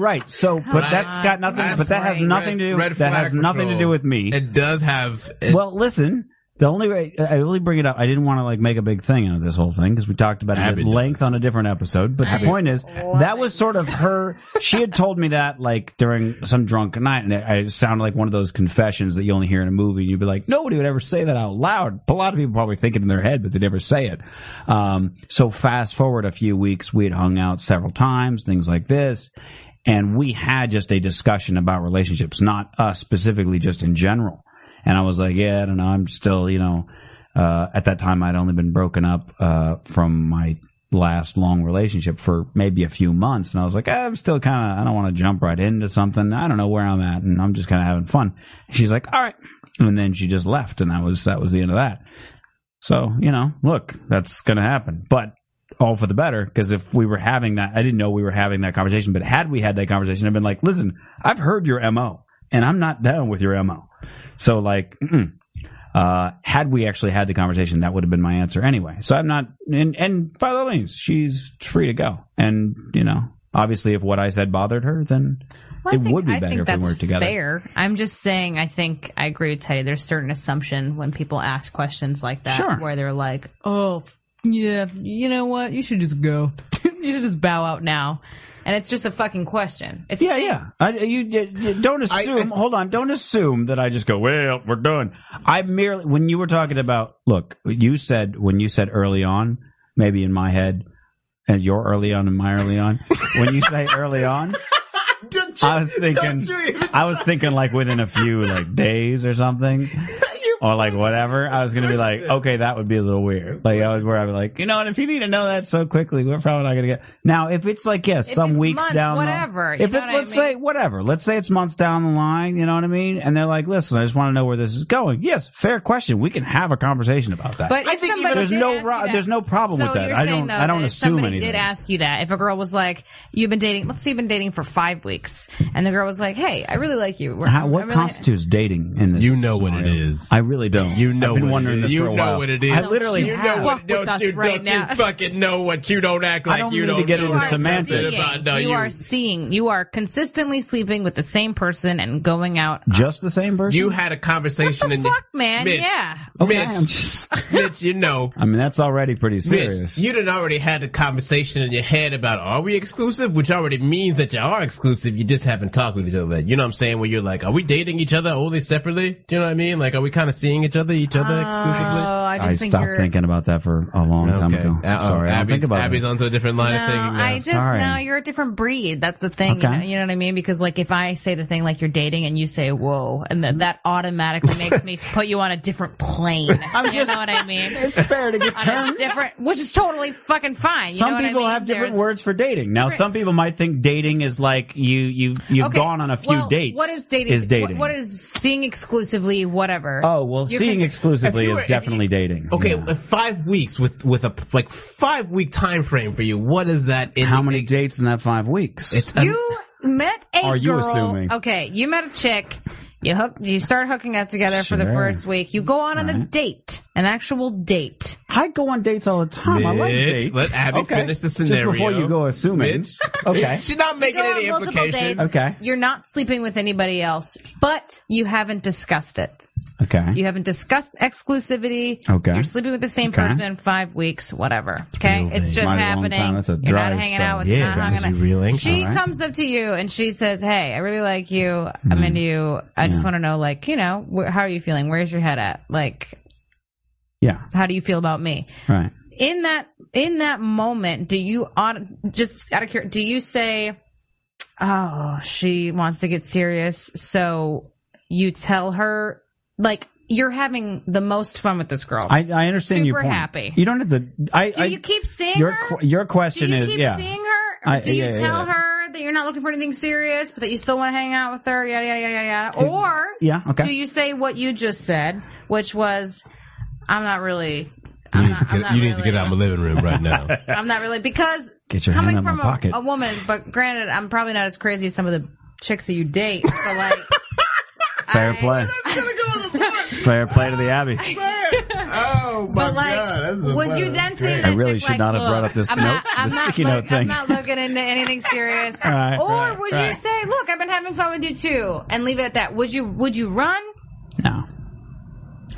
F: Right. So, but
G: on.
F: that's got nothing.
G: That's
F: but that has
G: right.
F: nothing to do.
B: Red
F: that
B: flag
F: has nothing to
B: patrol.
F: do with me.
B: It does have.
F: well, listen. The only way I really bring it up, I didn't want to like make a big thing out of this whole thing because we talked about it
B: Abby
F: at length
B: does.
F: on a different episode. But the point is,
G: love
F: that
G: it.
F: was sort of her. She had told me that like during some drunk night, and it, it sounded like one of those confessions that you only hear in a movie. You'd be like, nobody would ever say that out loud. A lot of people probably think it in their head, but they never say it. Um, so fast forward a few weeks, we had hung out several times, things like this. And we had just a discussion about relationships, not us specifically, just in general. And I was like, yeah, I don't know. I'm still, you know, uh, at that time I'd only been broken up uh, from my last long relationship for maybe a few months. And I was like, I'm still kind of, I don't want to jump right into something. I don't know where I'm at. And I'm just kind of having fun. She's like, all right. And then she just left. And that was, that was the end of that. So, you know, look, that's going to happen. But all for the better because if we were having that, I didn't know we were having that conversation, but had we had that conversation, I've been like, listen, I've heard your MO and I'm not down with your MO. So, like, mm-mm. Uh, had we actually had the conversation, that would have been my answer anyway. So I'm not, and, and by all means, she's free to go. And, you know, obviously if what I said bothered her, then
G: Well, I
F: it
G: think-
F: would be
G: I
F: better
G: think
F: if we
G: that's
F: weren't together.
G: Fair. I'm just saying. I think I agree with Teddy. There's certain assumption when people ask questions like that,
F: Sure.
G: where they're like, "Oh, f- yeah, you know what? You should just go. *laughs* you should just bow out now." And it's just a fucking question. It's
F: Yeah, yeah. I, you, you don't assume. hold on. Don't assume that I just go. Well, we're done. I merely when you were talking about. Look, you said when you said early on, maybe in my head, and your early on and my early on. when you say early on, I was thinking. I was thinking like within a few like days or
G: *laughs*
F: something. Or like whatever, I was gonna be like, okay, that would be a little weird. Like I was where I'd be like, you know, and if you need to know that so quickly, we're probably not gonna get. Now, if it's like, yes,
G: If
F: some
G: it's
F: weeks
G: months,
F: down, the-
G: whatever, you
F: If
G: know
F: it's
G: what I
F: let's
G: mean?
F: say whatever, let's say it's months down the line, you know what I mean? And they're like, listen, I just want to know where this is going. Yes, fair question. We can have a conversation about that.
G: But
F: I
G: if
F: think
G: somebody
F: there's
G: did
F: no
G: ask
F: ro-
G: you that-
F: there's no problem
G: so
F: with that.
G: You're
F: I
G: saying,
F: don't
G: though,
F: I don't
G: that if
F: assume
G: somebody
F: anything.
G: did ask you that. If a girl was like, "You've been dating," let's say you've been dating for five weeks, and the girl was like, "Hey, I really like you." We're-
F: How,
G: I
F: Uh-huh, what
G: really-
F: constitutes dating in this?
B: You know what it
F: scenario?
B: is.
F: I really don't.
B: You know
F: I've been
B: what it
F: wondering
B: is.
F: this
B: You
F: for a
B: know
F: while.
B: what it is.
F: I literally
G: You know
F: have.
G: what- Fuck with us
B: dude,
G: right
B: don't
G: now.
B: you fucking know what you don't act
F: I
B: like
F: don't
B: you
F: need to
B: don't
F: get
B: know
G: You
F: into
G: are,
B: nothing
F: semantics.
G: seeing,
B: about no,
G: you
B: you
G: are seeing. You are consistently sleeping with the same person and going out.
F: Just the same person.
B: you had a conversation
G: What the
B: in
G: fuck, man?
B: Mitch,
G: Yeah.
F: okay,
B: Mitch.
F: I'm just.
B: *laughs*
F: *laughs*
B: Mitch, you know.
F: I mean, that's already pretty
B: Mitch,
F: serious.
B: you didn't already had the conversation in your head about are we exclusive, which already means that you are exclusive. You just haven't talked with each other. You know what I'm saying? Where you're like, are we dating each other only separately? Do you know what I mean? Like, are we kind of seeing each other, each other exclusively?
G: Oh, I just
F: I
G: think
F: stopped
G: you're.
F: thinking about that for a long time ago.
B: Uh-oh.
F: Sorry, I don't
B: Abby's,
F: think about
B: Abby's
F: it.
B: onto a different line
G: No,
B: of thinking now.
G: I just
F: Sorry.
G: no. You're a different breed. That's the thing. You,
F: Okay.
G: know, you know what I mean? Because like, if I say the thing like you're dating and you say whoa, and then that automatically
F: *laughs*
G: makes me put you on a different plane. you know what I mean?
F: It's fair
G: *laughs*
F: to get
G: On a different, which is totally fucking fine. You
F: some
G: know what I
F: people
G: mean?
F: have different
G: There's-
F: words for dating. Now, some people might think dating is like you you you've
G: Okay,
F: gone on a few
G: well,
F: dates.
G: What is dating?
F: Is dating?
G: What, what is seeing exclusively? Whatever.
F: Oh well,
G: You're
F: seeing
G: cons-
F: exclusively
B: If you were-
F: is
B: if you-
F: definitely dating.
B: Okay,
F: Yeah.
B: uh, five weeks with with a like five week time frame for you. What is that? In
F: How many dates in that five weeks?
B: It's
G: You met a
F: Are you
G: girl.
F: assuming?
G: Okay, you met a chick. You hook. You start hooking up together for the
F: Sure.
G: first week. You go on, on a
F: Right.
G: date, an actual date.
F: I go on dates all the time. I like
B: Mitch,
F: dates.
B: let Abby finish the scenario.
F: Just before you go assuming.
B: Mitch.
F: *laughs*
B: *laughs*
F: Okay.
B: she's not
G: You
B: making
G: go
B: any
G: on multiple dates.
B: implications.
F: Okay.
G: You're not sleeping with anybody else, but you haven't discussed it.
F: Okay.
G: You haven't discussed exclusivity.
F: Okay.
G: You're sleeping with the same
F: Okay.
G: person five weeks, whatever. Okay.
B: real
G: It's
B: vague.
F: Might
G: just
F: be a long
G: happening.
F: time. That's a
G: You're not
F: dry
G: hanging
F: spell.
G: out with
B: Yeah,
G: not
B: because
G: hanging
B: you're real anxious.
G: She
F: All right. Hmm.
G: comes up to you and she says, Hey, I really like you. I'm into you. I just want to know, like, you know, wh- how are you feeling? Where's your head at? Like,
F: yeah.
G: how do you feel about me?
F: Right.
G: in that in that moment do you on just out of curiosity do you say oh she wants to get serious so you tell her like you're having the most fun with this girl
F: I, I understand your
G: Super
F: point.
G: happy.
F: You don't have to. I,
G: do
F: I,
G: you keep seeing
F: your
G: her
F: qu- your
G: do
F: question
G: you
F: is
G: keep
F: yeah.
G: seeing her
F: I-
G: do you
F: yeah, yeah,
G: tell
F: yeah.
G: her that you're not looking for anything serious but that you still want to hang out with her yada yada yada yada or
F: yeah. Okay.
G: do you say what you just said which was i'm not really
B: You
G: I'm
B: need,
G: not,
B: to
G: I'm
B: get,
G: not
B: you need to
G: really-
B: get out of my living room right
F: *laughs*
B: now.
G: I'm not really because
F: Get your
G: coming
F: hand out of
G: from
F: my
G: a,
F: pocket.
G: a woman, but granted, I'm probably not as crazy as some of the chicks that you date. So like,
F: *laughs* Fair
G: I- *laughs*
F: play. *laughs* Fair play to the Abbey.
B: oh my
G: But like, would you then say
F: I really should
G: like,
F: not have
G: "Look,
F: brought up this
G: I'm
F: note,
G: Not, I'm,
F: the
G: not
F: sticky
G: look-
F: note thing."
G: I'm not looking into anything serious.
F: *laughs* Right,
G: or
F: right,
G: would you
F: right.
G: say, "Look, I've been having fun with you too," and leave it at that? Would you? Would you run?
F: No.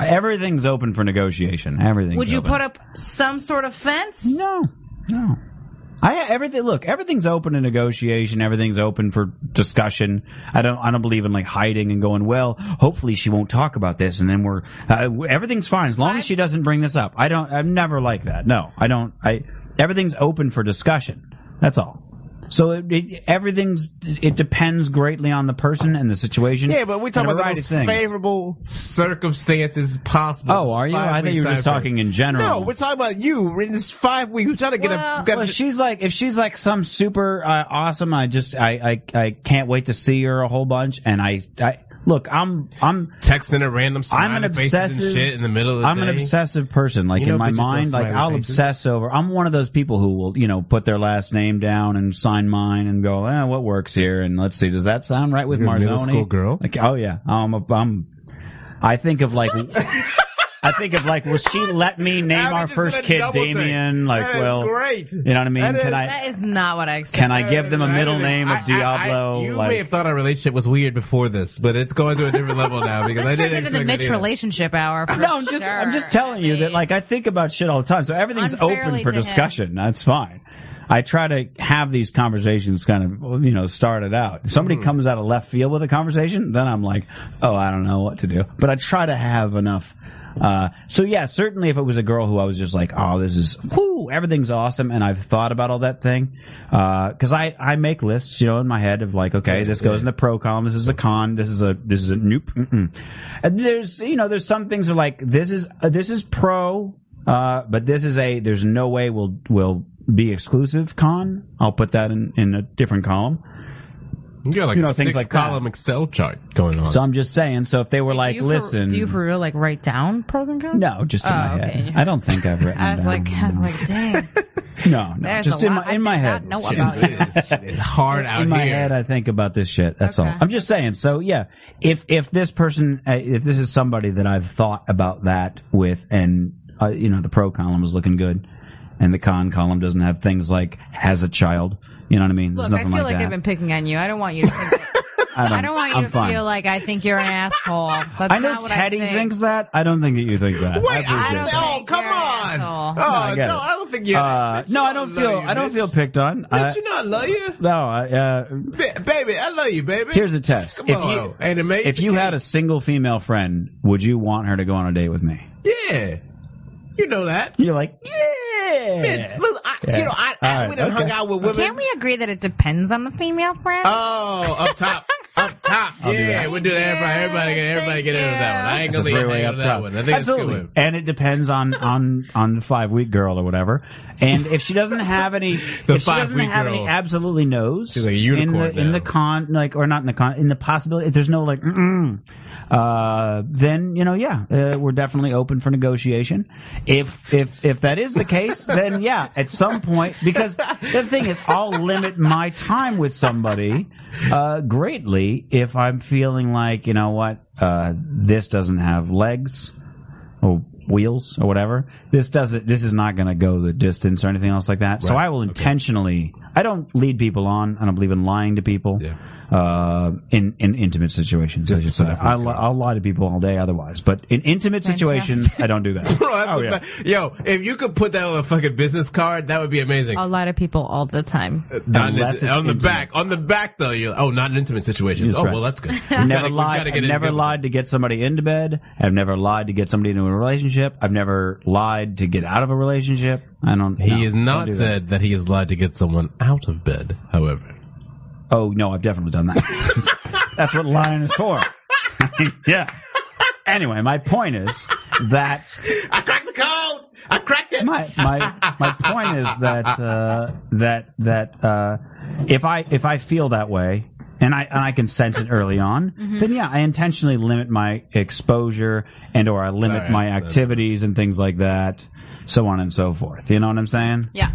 F: Everything's open for negotiation. Everything.
G: Would you
F: open.
G: put up some sort of fence?
F: No, no. I everything. Look, everything's open to negotiation. Everything's open for discussion. I don't. I don't believe in like hiding and going. Well, hopefully she won't talk about this, and then we're uh, everything's fine as long as she doesn't bring this up. I don't. I'm never like that. No, I don't. I everything's open for discussion. That's all. So it, it, everything's. It depends greatly on the person and the situation.
B: Yeah, but we talk
F: and a
B: about the
F: variety
B: most
F: of things.
B: favorable circumstances possible.
F: Oh, are you?
B: Five
F: I thought you
B: weeks
F: were just
B: out of it.
F: talking in general.
B: No, we're talking about you. We're in this five weeks. We're trying to get
G: Well-
B: a. Get a-
F: Well, if she's like if she's like some super uh, awesome, I just I, I I can't wait to see her a whole bunch. And I, I look, I'm I'm
B: texting her random smiley
F: I'm an
B: faces
F: obsessive-
B: and shit in the middle of the
F: I'm
B: day.
F: an obsessive person. Like
B: You know
F: in my
B: bitches love
F: mind, like
B: smiley
F: I'll
B: faces.
F: obsess over. I'm one of those people who will you know put their last name down and sign mine and go, eh, what works here? And let's see, does that sound right with
B: You're a
F: Marzoni?
B: middle school girl?
F: Like oh yeah, I'm a, I'm I think of like. *laughs* I think of like, will she let me name
B: Abby
F: our
B: just
F: first
B: did a
F: kid
B: double take.
F: Damien? Like,
B: That is
F: well,
B: great.
F: you know what I mean?
B: That
F: Can
B: is-
F: I?
G: That is not what I expected.
F: Can I give them a middle name of Diablo?
B: you
F: like,
B: may have thought our relationship was weird before this, but it's going to a different level now because I
G: This turned
B: didn't
G: into the
B: expect
G: Mitch
B: it either.
G: relationship hour. For
F: no, I'm just
G: sure.
F: I'm just telling you that like I think about shit all the time, so everything's
G: Unfairly
F: open for
G: to him.
F: discussion. That's fine. I try to have these conversations kind of you know started out. If somebody comes out of left field with a conversation, then I'm like, oh, I don't know what to do. But I try to have enough. Uh, so yeah, certainly if it was a girl who I was just like, oh, this is whoo, everything's awesome, and I've thought about all that thing, because I I make lists, you know, in my head of like, okay, this goes in the pro column, this is a con, this is a this is a nope. Mm-mm. And there's you know there's some things that are like this is uh, this is pro, uh, but this is a there's no way we'll will be exclusive con. I'll put that in in a different column.
B: You got like
F: You know,
B: a
F: things
B: six
F: like that.
B: column Excel chart going on.
F: So I'm just saying. So if they were like,
G: do you
F: listen,
G: For, do you for real like write down pros and cons?
F: no, just in
G: Oh,
F: my
G: okay.
F: head. I don't think I've written.
G: *laughs* I was
F: down.
G: like, I was
F: *laughs*
G: like, dang.
F: no, no,
G: There's
F: just
G: a
F: in
G: lot
F: my
G: I
F: in my
G: did not
F: head.
G: know
F: Shit.
G: about.
F: *laughs*
B: It's- it's, it's hard out
F: in my
B: here.
F: head, I think about this shit. That's all.
G: Okay.
F: I'm just saying. So yeah, if if this person, uh, if this is somebody that I've thought about that with, and uh, you know the pro column is looking good, and the con column doesn't have things like has a child. You know what I mean? There's
G: Look, I
F: nothing
G: feel like,
F: that.
G: I've been picking on you. I don't want you to. Think
F: *laughs*
G: that, I don't want you
F: I'm
G: to
F: fine.
G: feel like I think you're an asshole. That's
F: I know
G: not what
F: Teddy
G: I think.
F: thinks that. I don't think that you think that. Uh,
B: Wait,
F: I
B: I
F: appreciate
G: don't
F: that.
B: oh,
G: think
B: come
G: you're an
B: on! Oh,
G: asshole.
F: No, I get
B: no,
F: it.
B: I don't think you're.
F: Uh,
B: bitch,
F: no,
B: you
F: I don't
B: love
F: feel.
B: you,
F: I don't
B: bitch.
F: feel picked on. I-
B: Bitch, you not love you,
F: no, I, uh,
B: Ba- baby. I love you, baby.
F: here's a test.
B: Come
F: if
B: on.
F: you
B: and it made
F: if you had a single female friend, would you want her to go on a date with me?
B: yeah, you know that.
F: You're like, yeah.
B: Bitch, look, I, you know, I, I
F: All
B: we
F: right,
B: done
F: okay.
B: hung out with women.
G: Can't we agree that it depends on the female friend?
B: Oh, up top. Up top, yeah,
F: that.
B: we'll do that. Everybody, everybody, get, everybody get in on that one. I ain't
F: It's
B: gonna
F: a
B: leave anybody
F: three-way up
B: on that
F: top.
B: one. I think
F: Absolutely.
B: it's good.
F: And it depends on on on the five week girl or whatever. And if she doesn't have
B: *laughs*
F: any,
B: The
F: if she doesn't
B: five-week
F: have
B: girl.
F: any, absolutely knows.
B: She's like a unicorn
F: in the in
B: now.
F: the con like or not in the con in the possibility. If there's no like, mm uh, then you know, yeah, uh, we're definitely open for negotiation. If if if that is
B: *laughs*
F: the case, then yeah, at some point, because the thing is, I'll limit my time with somebody uh, greatly if I'm feeling like you know what, uh, this doesn't have legs or wheels or whatever. This doesn't. This is not going to go the distance or anything else like that. So
B: Right.
F: I will intentionally. I don't lead people on. I don't believe in lying to people.
B: Yeah.
F: Uh, in in intimate situations,
B: Just
F: I
B: the
F: say.
B: stuff we
F: I li-
B: got.
F: I'll lie to people all day otherwise, but in intimate situations, I don't do that.
B: *laughs* Bro, that's
F: Oh,
B: the
F: yeah.
B: best. Yo, if you could put that on a fucking business card, that would be amazing.
G: A lot of people all the time.
B: Not in- on
F: Unless it's
B: the
F: intimate.
B: back, on the back though. You oh, not in intimate situations.
F: That's
B: oh
F: right.
B: well, that's good. We've
F: I've
B: gotta- *laughs*
F: never
B: we've
F: lied.
B: gotta
F: I've
B: get into
F: never
B: good
F: lied to get somebody into bed. I've never lied to get somebody into a relationship. I've never lied to get out of a relationship. I
B: one.
F: don't. no,
B: He has
F: don't
B: not
F: do that.
B: said that he has lied to get someone out of bed. However,
F: Oh no, I've definitely done that. *laughs* That's what lying is for. *laughs* yeah. Anyway, my point is that
B: I cracked the code. I cracked it.
F: my my my point is that uh, that that uh, if I if I feel that way and I and I can sense it early on, then yeah, I intentionally limit my exposure and or I limit
B: Alright.
F: my activities and things like that, so on and so forth. You know what I'm saying?
G: Yeah.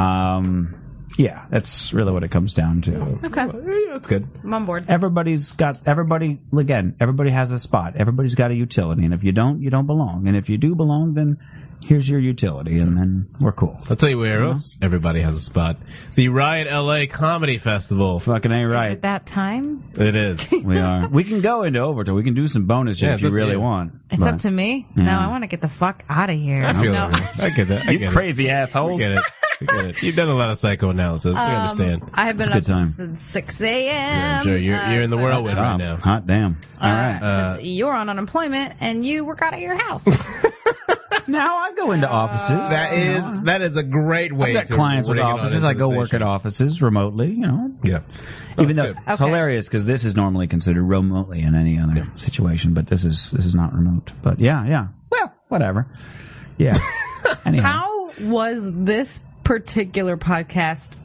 F: Um, yeah, that's really what it comes down to.
G: Okay.
B: Yeah, that's good.
G: I'm on board.
F: everybody's got everybody again everybody has a spot everybody's got a utility and if you don't you don't belong and if you do belong then here's your utility, and then we're cool.
B: I'll tell you where
F: Uh-huh.
B: else everybody has a spot. The Riot LA Comedy Festival.
F: Fucking ain't
G: Is
F: right.
G: it that time?
B: It is.
F: *laughs* We are. We can go into overtime. We can do some bonus shit
B: Yeah,
F: if
B: it's
F: you
B: up to
F: really
B: you.
F: want.
G: It's
F: But-
G: up to me. No,
F: Yeah.
G: I want to get the fuck out of here.
B: I feel
G: no.
B: it. I get that. *laughs* I
F: You
B: get
F: crazy asshole.
B: It. I get it. I get it.
F: *laughs*
B: You've done a lot of psychoanalysis. We
G: Um,
B: understand.
G: I have been
F: a good
G: up
F: time.
G: since 6 a.m.
B: Yeah, I'm sure you're,
G: Uh,
B: you're in the
G: so-
B: whirlwind right
F: Job.
B: now.
F: Hot damn. All
G: Uh,
F: right.
G: 'cause you're on unemployment and you work out of
F: *laughs*
G: your house.
F: now I go
B: Uh,
F: into offices.
B: That is that is a great
F: Uh, I've
B: way
F: got
B: to
F: clients with
B: bring it on
F: offices.
B: into
F: I
B: the
F: go work at
B: station.
F: offices remotely. You know,
B: Yeah.
F: even
B: it's
F: though
B: good.
F: it's
G: Okay.
F: hilarious because this is normally considered remotely in any other situation, but this is this is not remote. But yeah, yeah. Well, whatever.
G: *laughs*
F: Yeah. Anyhow,
G: How was this particular podcast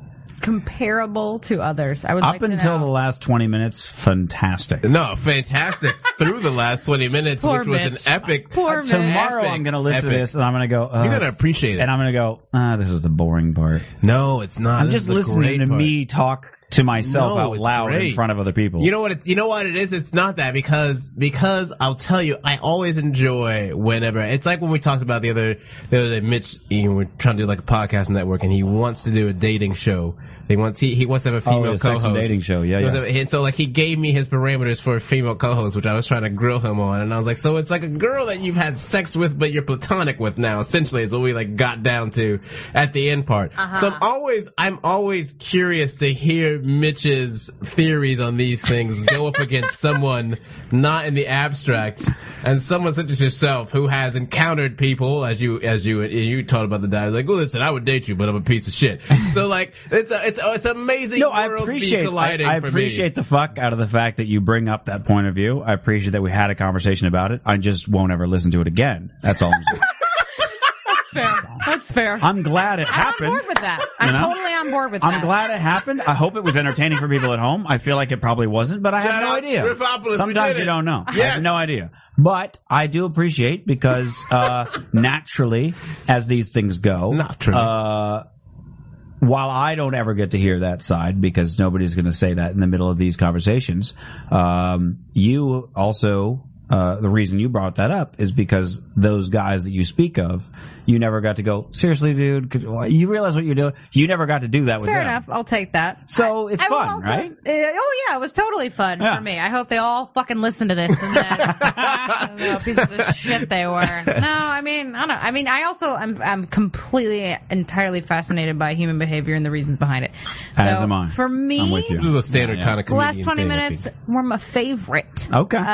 G: comparable to others? I would
F: up
G: like to
F: until the
G: know.
F: last twenty minutes, fantastic.
B: No, fantastic. Through the last 20 minutes,
G: Poor
B: which was
G: Mitch.
B: an epic.
G: Poor man.
F: Tomorrow I'm going to listen to
B: Epic.
F: this and I'm going to go. Uh,
B: You're gonna appreciate it.
F: And I'm going to go. Ah, this is the boring part.
B: No, it's not.
F: I'm
B: This
F: just
B: is the
F: listening
B: great
F: to
B: part.
F: me talk to myself
B: No,
F: out
B: it's
F: loud in
B: great.
F: front of other people.
B: You know what? It, you know what it is. It's not that because because I'll tell you. I always enjoy whenever it's like when we talked about the other the other day. Mitch, you know, we're trying to do like a podcast network, and he wants to do a dating show. He wants he, he wants to have a female
F: Oh, the sex and
B: co-host
F: dating show. Yeah,
B: He wants
F: yeah.
B: to have- and so like he gave me his parameters for a female co-host, which I was trying to grill him on, and I was like, so it's like a girl that you've had sex with, but you're platonic with now. Essentially, is what we like got down to at the end part. So I'm always I'm always curious to hear Mitch's theories on these things go up against someone not in the abstract, and someone such as yourself who has encountered people as you as you you taught about the guy like, well, listen, I would date you, but I'm a piece of shit. so like it's a, it's a, it's amazing.
F: no, I
B: worlds be
F: appreciate. I,
B: colliding
F: I
B: for me.
F: appreciate the fuck out of the fact that you bring up that point of view. I appreciate that we had a conversation about it. I just won't ever listen to it again. That's all. I'm
B: *laughs*
F: saying.
G: That's fair. That's fair. I'm,
F: I'm glad it
G: on
F: happened.
G: board with that. I'm
F: You know?
G: totally on board with that.
F: I'm glad it happened. I hope it was entertaining for people at home. I feel like it probably wasn't, but I have
B: Shout
F: no
B: out
F: idea.
B: Riffopolis, we
F: Sometimes
B: did
F: you
B: it.
F: don't know. I
B: Yes.
F: have no idea. But I do appreciate because
B: *laughs*
F: uh, naturally, as these things go,
B: Naturally.
F: Uh, while I don't ever get to hear that side because nobody's going to say that in the middle of these conversations, um, you also. Uh, the reason you brought that up is because those guys that you speak of, you never got to go. Seriously, dude, could, you realize what you're doing. You never got to do that with
G: fair
F: them.
G: enough. I'll take that.
F: So it's
G: I will
F: fun,
G: also-
F: right?
G: uh, oh yeah, it was totally fun
F: Yeah.
G: for me. I hope they all fucking listen to this and
F: *laughs*
G: that oh, pieces of shit they were. No, I mean, I don't. I mean, I also I'm I'm completely entirely fascinated by human behavior and the reasons behind it. So
F: As am I.
G: For me,
F: I'm with you.
B: This is a standard
F: Yeah, yeah.
B: kind of
G: the
B: comedian
G: last twenty
B: thing, I
G: minutes
B: think.
G: were my favorite.
F: Okay.
G: Uh,
F: Oh, All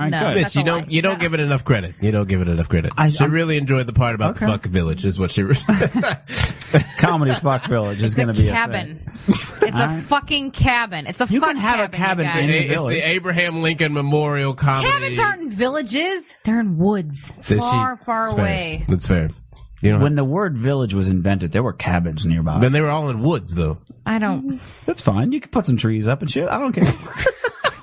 F: right,
G: no,
B: Mitch, you
F: good.
G: That's a
B: don't
G: lie.
B: you don't give it enough credit. You don't give it enough credit.
F: I-
B: she
F: I'm-
B: really enjoyed the part about the
F: Okay.
B: fuck village, is what she.
F: *laughs*
B: Re-
F: Comedy
G: *laughs*
F: fuck village is
G: It's
F: going
G: a
F: to be
G: cabin.
F: A thing. *laughs*
G: It's a
F: right.
G: fucking cabin. It's a
F: You
G: fuck
F: can have a
G: cabin, you
F: cabin in
G: guys.
F: the
B: it's
F: village.
B: the Abraham Lincoln Memorial Comedy.
G: Cabins aren't in villages; they're in woods,
B: That she-
G: far, far
B: it's fair.
G: away.
B: That's fair. You know,
F: When the word village was invented, there were cabins nearby.
B: then they were all in woods though. *laughs*
G: I don't.
F: That's fine. You can put some trees up and shit. I don't care.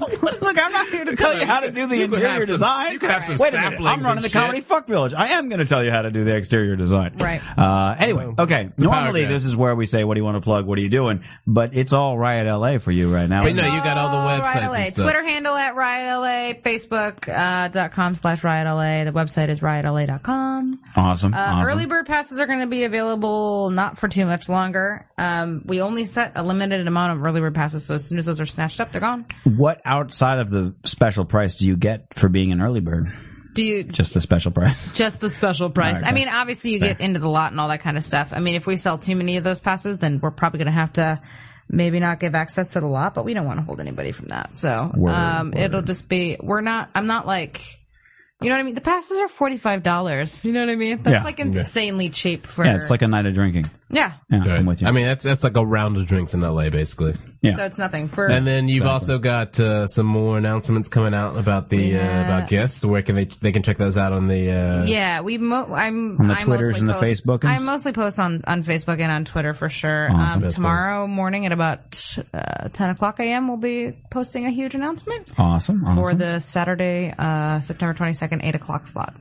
F: Look, I'm not here to tell you how to do the
B: You could
F: interior
B: have some-
F: design.
B: you could have some
F: Wait a minute.
B: saplings
F: I'm running
B: and
F: the comedy
B: shit.
F: fuck village. I am going to tell you how to do the exterior design.
G: Right.
F: Uh, anyway,
B: Oh,
F: okay. Normally,
B: paragraph.
F: this is where we say, "What do you want to plug? What are you doing?" But it's all Riot LA for you right now.
B: But no, you got all the
G: Oh,
B: websites
G: Riot LA.
B: and stuff.
G: Twitter handle at RiotLA, Facebook.com uh, slash RiotLA. The website is RiotLA.com.
F: awesome.
G: Uh,
F: awesome.
G: Early bird passes are going to be available not for too much longer. Um, we only set a limited amount of early bird passes, so as soon as those are snatched up, they're gone.
F: What outside of the special price do you get for being an early bird?
G: Do you just,
F: Just the special price.
G: the special price?
F: Alright,
G: I mean, obviously you get into the lot and all that kind of stuff. I mean, if we sell too many of those passes, then we're probably going to have to maybe not give access to the lot, but we don't want to hold anybody from that. So
F: Word,
G: um,
F: word.
G: it'll just be we're not. I'm not like. You know what I mean? The passes are forty five dollars. You know what I mean? That's
F: Yeah.
G: like insanely cheap for
F: Yeah, it's like a night of drinking.
G: yeah.
F: Yeah, I'm with you.
B: I mean, that's that's like a round of drinks in LA, basically.
F: yeah.
G: So it's nothing for
B: And then you've also got uh, some more announcements coming out about the
G: Yeah.
B: uh, about guests. Where can they they can check those out on the uh,
G: yeah. We mo- I'm
F: On the
G: I
F: Twitters
G: mostly
F: and the
G: post-
F: Facebookings?
G: I mostly post on on Facebook and on Twitter for sure.
F: Awesome.
G: Um, tomorrow morning at about uh, ten o'clock a.m. We'll be posting a huge announcement
F: awesome. awesome.
G: for the Saturday, uh, September twenty second, eight o'clock slot.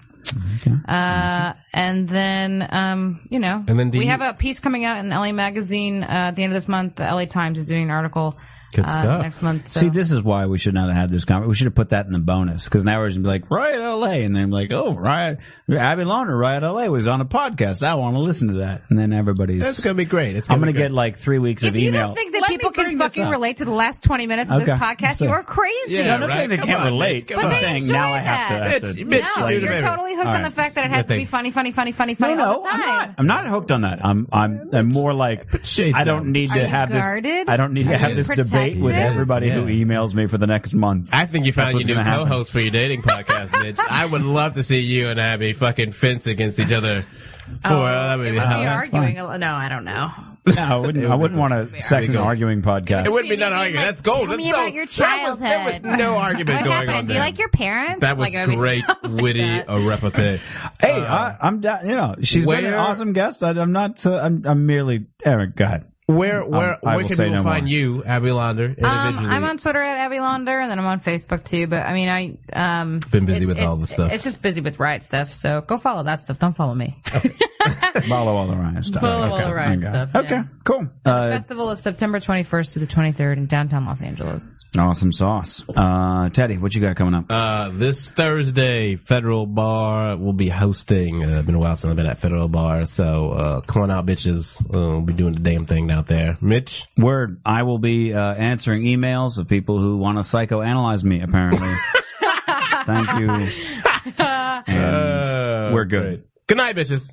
G: Uh, and then, um, you know,
B: And then do
G: we
B: you-
G: have a piece coming out in LA Magazine uh, at the end of this month. The LA Times is doing an article
B: Good
G: uh,
B: stuff.
G: next month. So.
F: See, this is why we should not have had this conversation. We should have put that in the bonus because now we're just gonna be like Riot LA, and then I'm like, oh, Riot Abby Loner, Riot LA was on a podcast. I want to listen to that, and then everybody's.
B: That's gonna be great. It's
F: I'm
B: gonna
F: gonna
B: be great.
F: get like three weeks
G: if
F: of
G: you
F: email.
G: don't think that
F: Let me
G: people can
F: bring this
G: fucking
F: up.
G: relate to the last 20 minutes of
F: Okay.
G: this podcast,
F: So-
G: you are crazy.
B: Yeah,
F: I'm not
B: right.
F: saying they
B: Come
F: can't
B: on,
F: relate.
B: bitch.
F: I'm
G: But they
F: saying
G: enjoy
F: now I have to.
G: that.
F: I have to-
B: Bitch, bitch,
G: No,
B: do the
G: you're
B: baby.
G: totally hooked
F: All
G: on the
F: right.
G: fact that it has to be
B: Nothing.
G: funny, funny, funny, funny, funny all the
F: I'm
G: time.
F: not. I'm not hooked on that. I'm. I'm. I'm more like.
B: Put shades
F: I don't
B: on.
F: need
G: Are
F: to
G: you
F: have this.
G: guarded?
F: I don't need to
G: Are
F: have
G: you
F: this debate with
G: protective?
F: everybody who
B: Yeah.
F: emails me for the next month.
B: I think you
F: That's
B: found your
F: what's
B: new
F: gonna happen.
B: co-host for your dating *laughs* podcast, Mitch. I would love to see you and Abby fucking fence against each other for. uh,
G: Oh,
B: I
G: it
B: mean,
G: would be
B: how-
G: arguing. a- No, I don't know.
F: No, I wouldn't. I wouldn't want a sex and
B: cool.
F: arguing podcast.
B: it wouldn't be
G: Maybe
B: not arguing.
G: like,
B: That's gold.
G: tell
B: That's
G: me
B: no-
G: about your
B: that was- There was,
G: childhood.
B: no argument
G: What
B: going
G: happened?
B: on
G: Do
B: there.
G: you like your parents?
B: that was
G: Like, it would be
B: great, *laughs*
G: *laughs* stuff like
B: witty
G: that.
B: a repartee.
F: Hey,
G: Uh,
F: I, I'm down. You know, she's been an
B: where-
F: awesome guest. I, I'm not. Uh, I'm. I'm merely. Eric, go ahead.
B: Where where
F: I
B: where
F: will
B: can
F: say
B: people
F: no
B: find
F: more.
B: you, Abby Launder,
G: Um,
B: individually?
G: I'm on Twitter at Abby Launder, and then I'm on Facebook too. But I mean, I um
B: Been busy
G: it's-
B: with all
G: it's-
B: the stuff.
G: It's just busy with riot stuff. So go follow that stuff. Don't follow me.
F: Follow all the Ryan stuff.
G: Follow all
F: okay.
G: the Ryan
F: Okay.
G: stuff,
F: Okay,
G: yeah.
F: cool.
G: the
F: Uh,
G: festival is September 21st through the 23rd in downtown Los Angeles.
F: awesome sauce. Uh, Teddy, what you got coming up?
B: Uh, this Thursday, Federal Bar will be hosting. Uh, been a while since I've been at Federal Bar, so uh, come on out, bitches. Uh, we'll be doing the damn thing out there. Mitch,
F: Word. I will be uh, answering emails of people who want to psychoanalyze me.
G: *laughs*
F: Apparently. Thank you. And we're good.
B: Good night, bitches.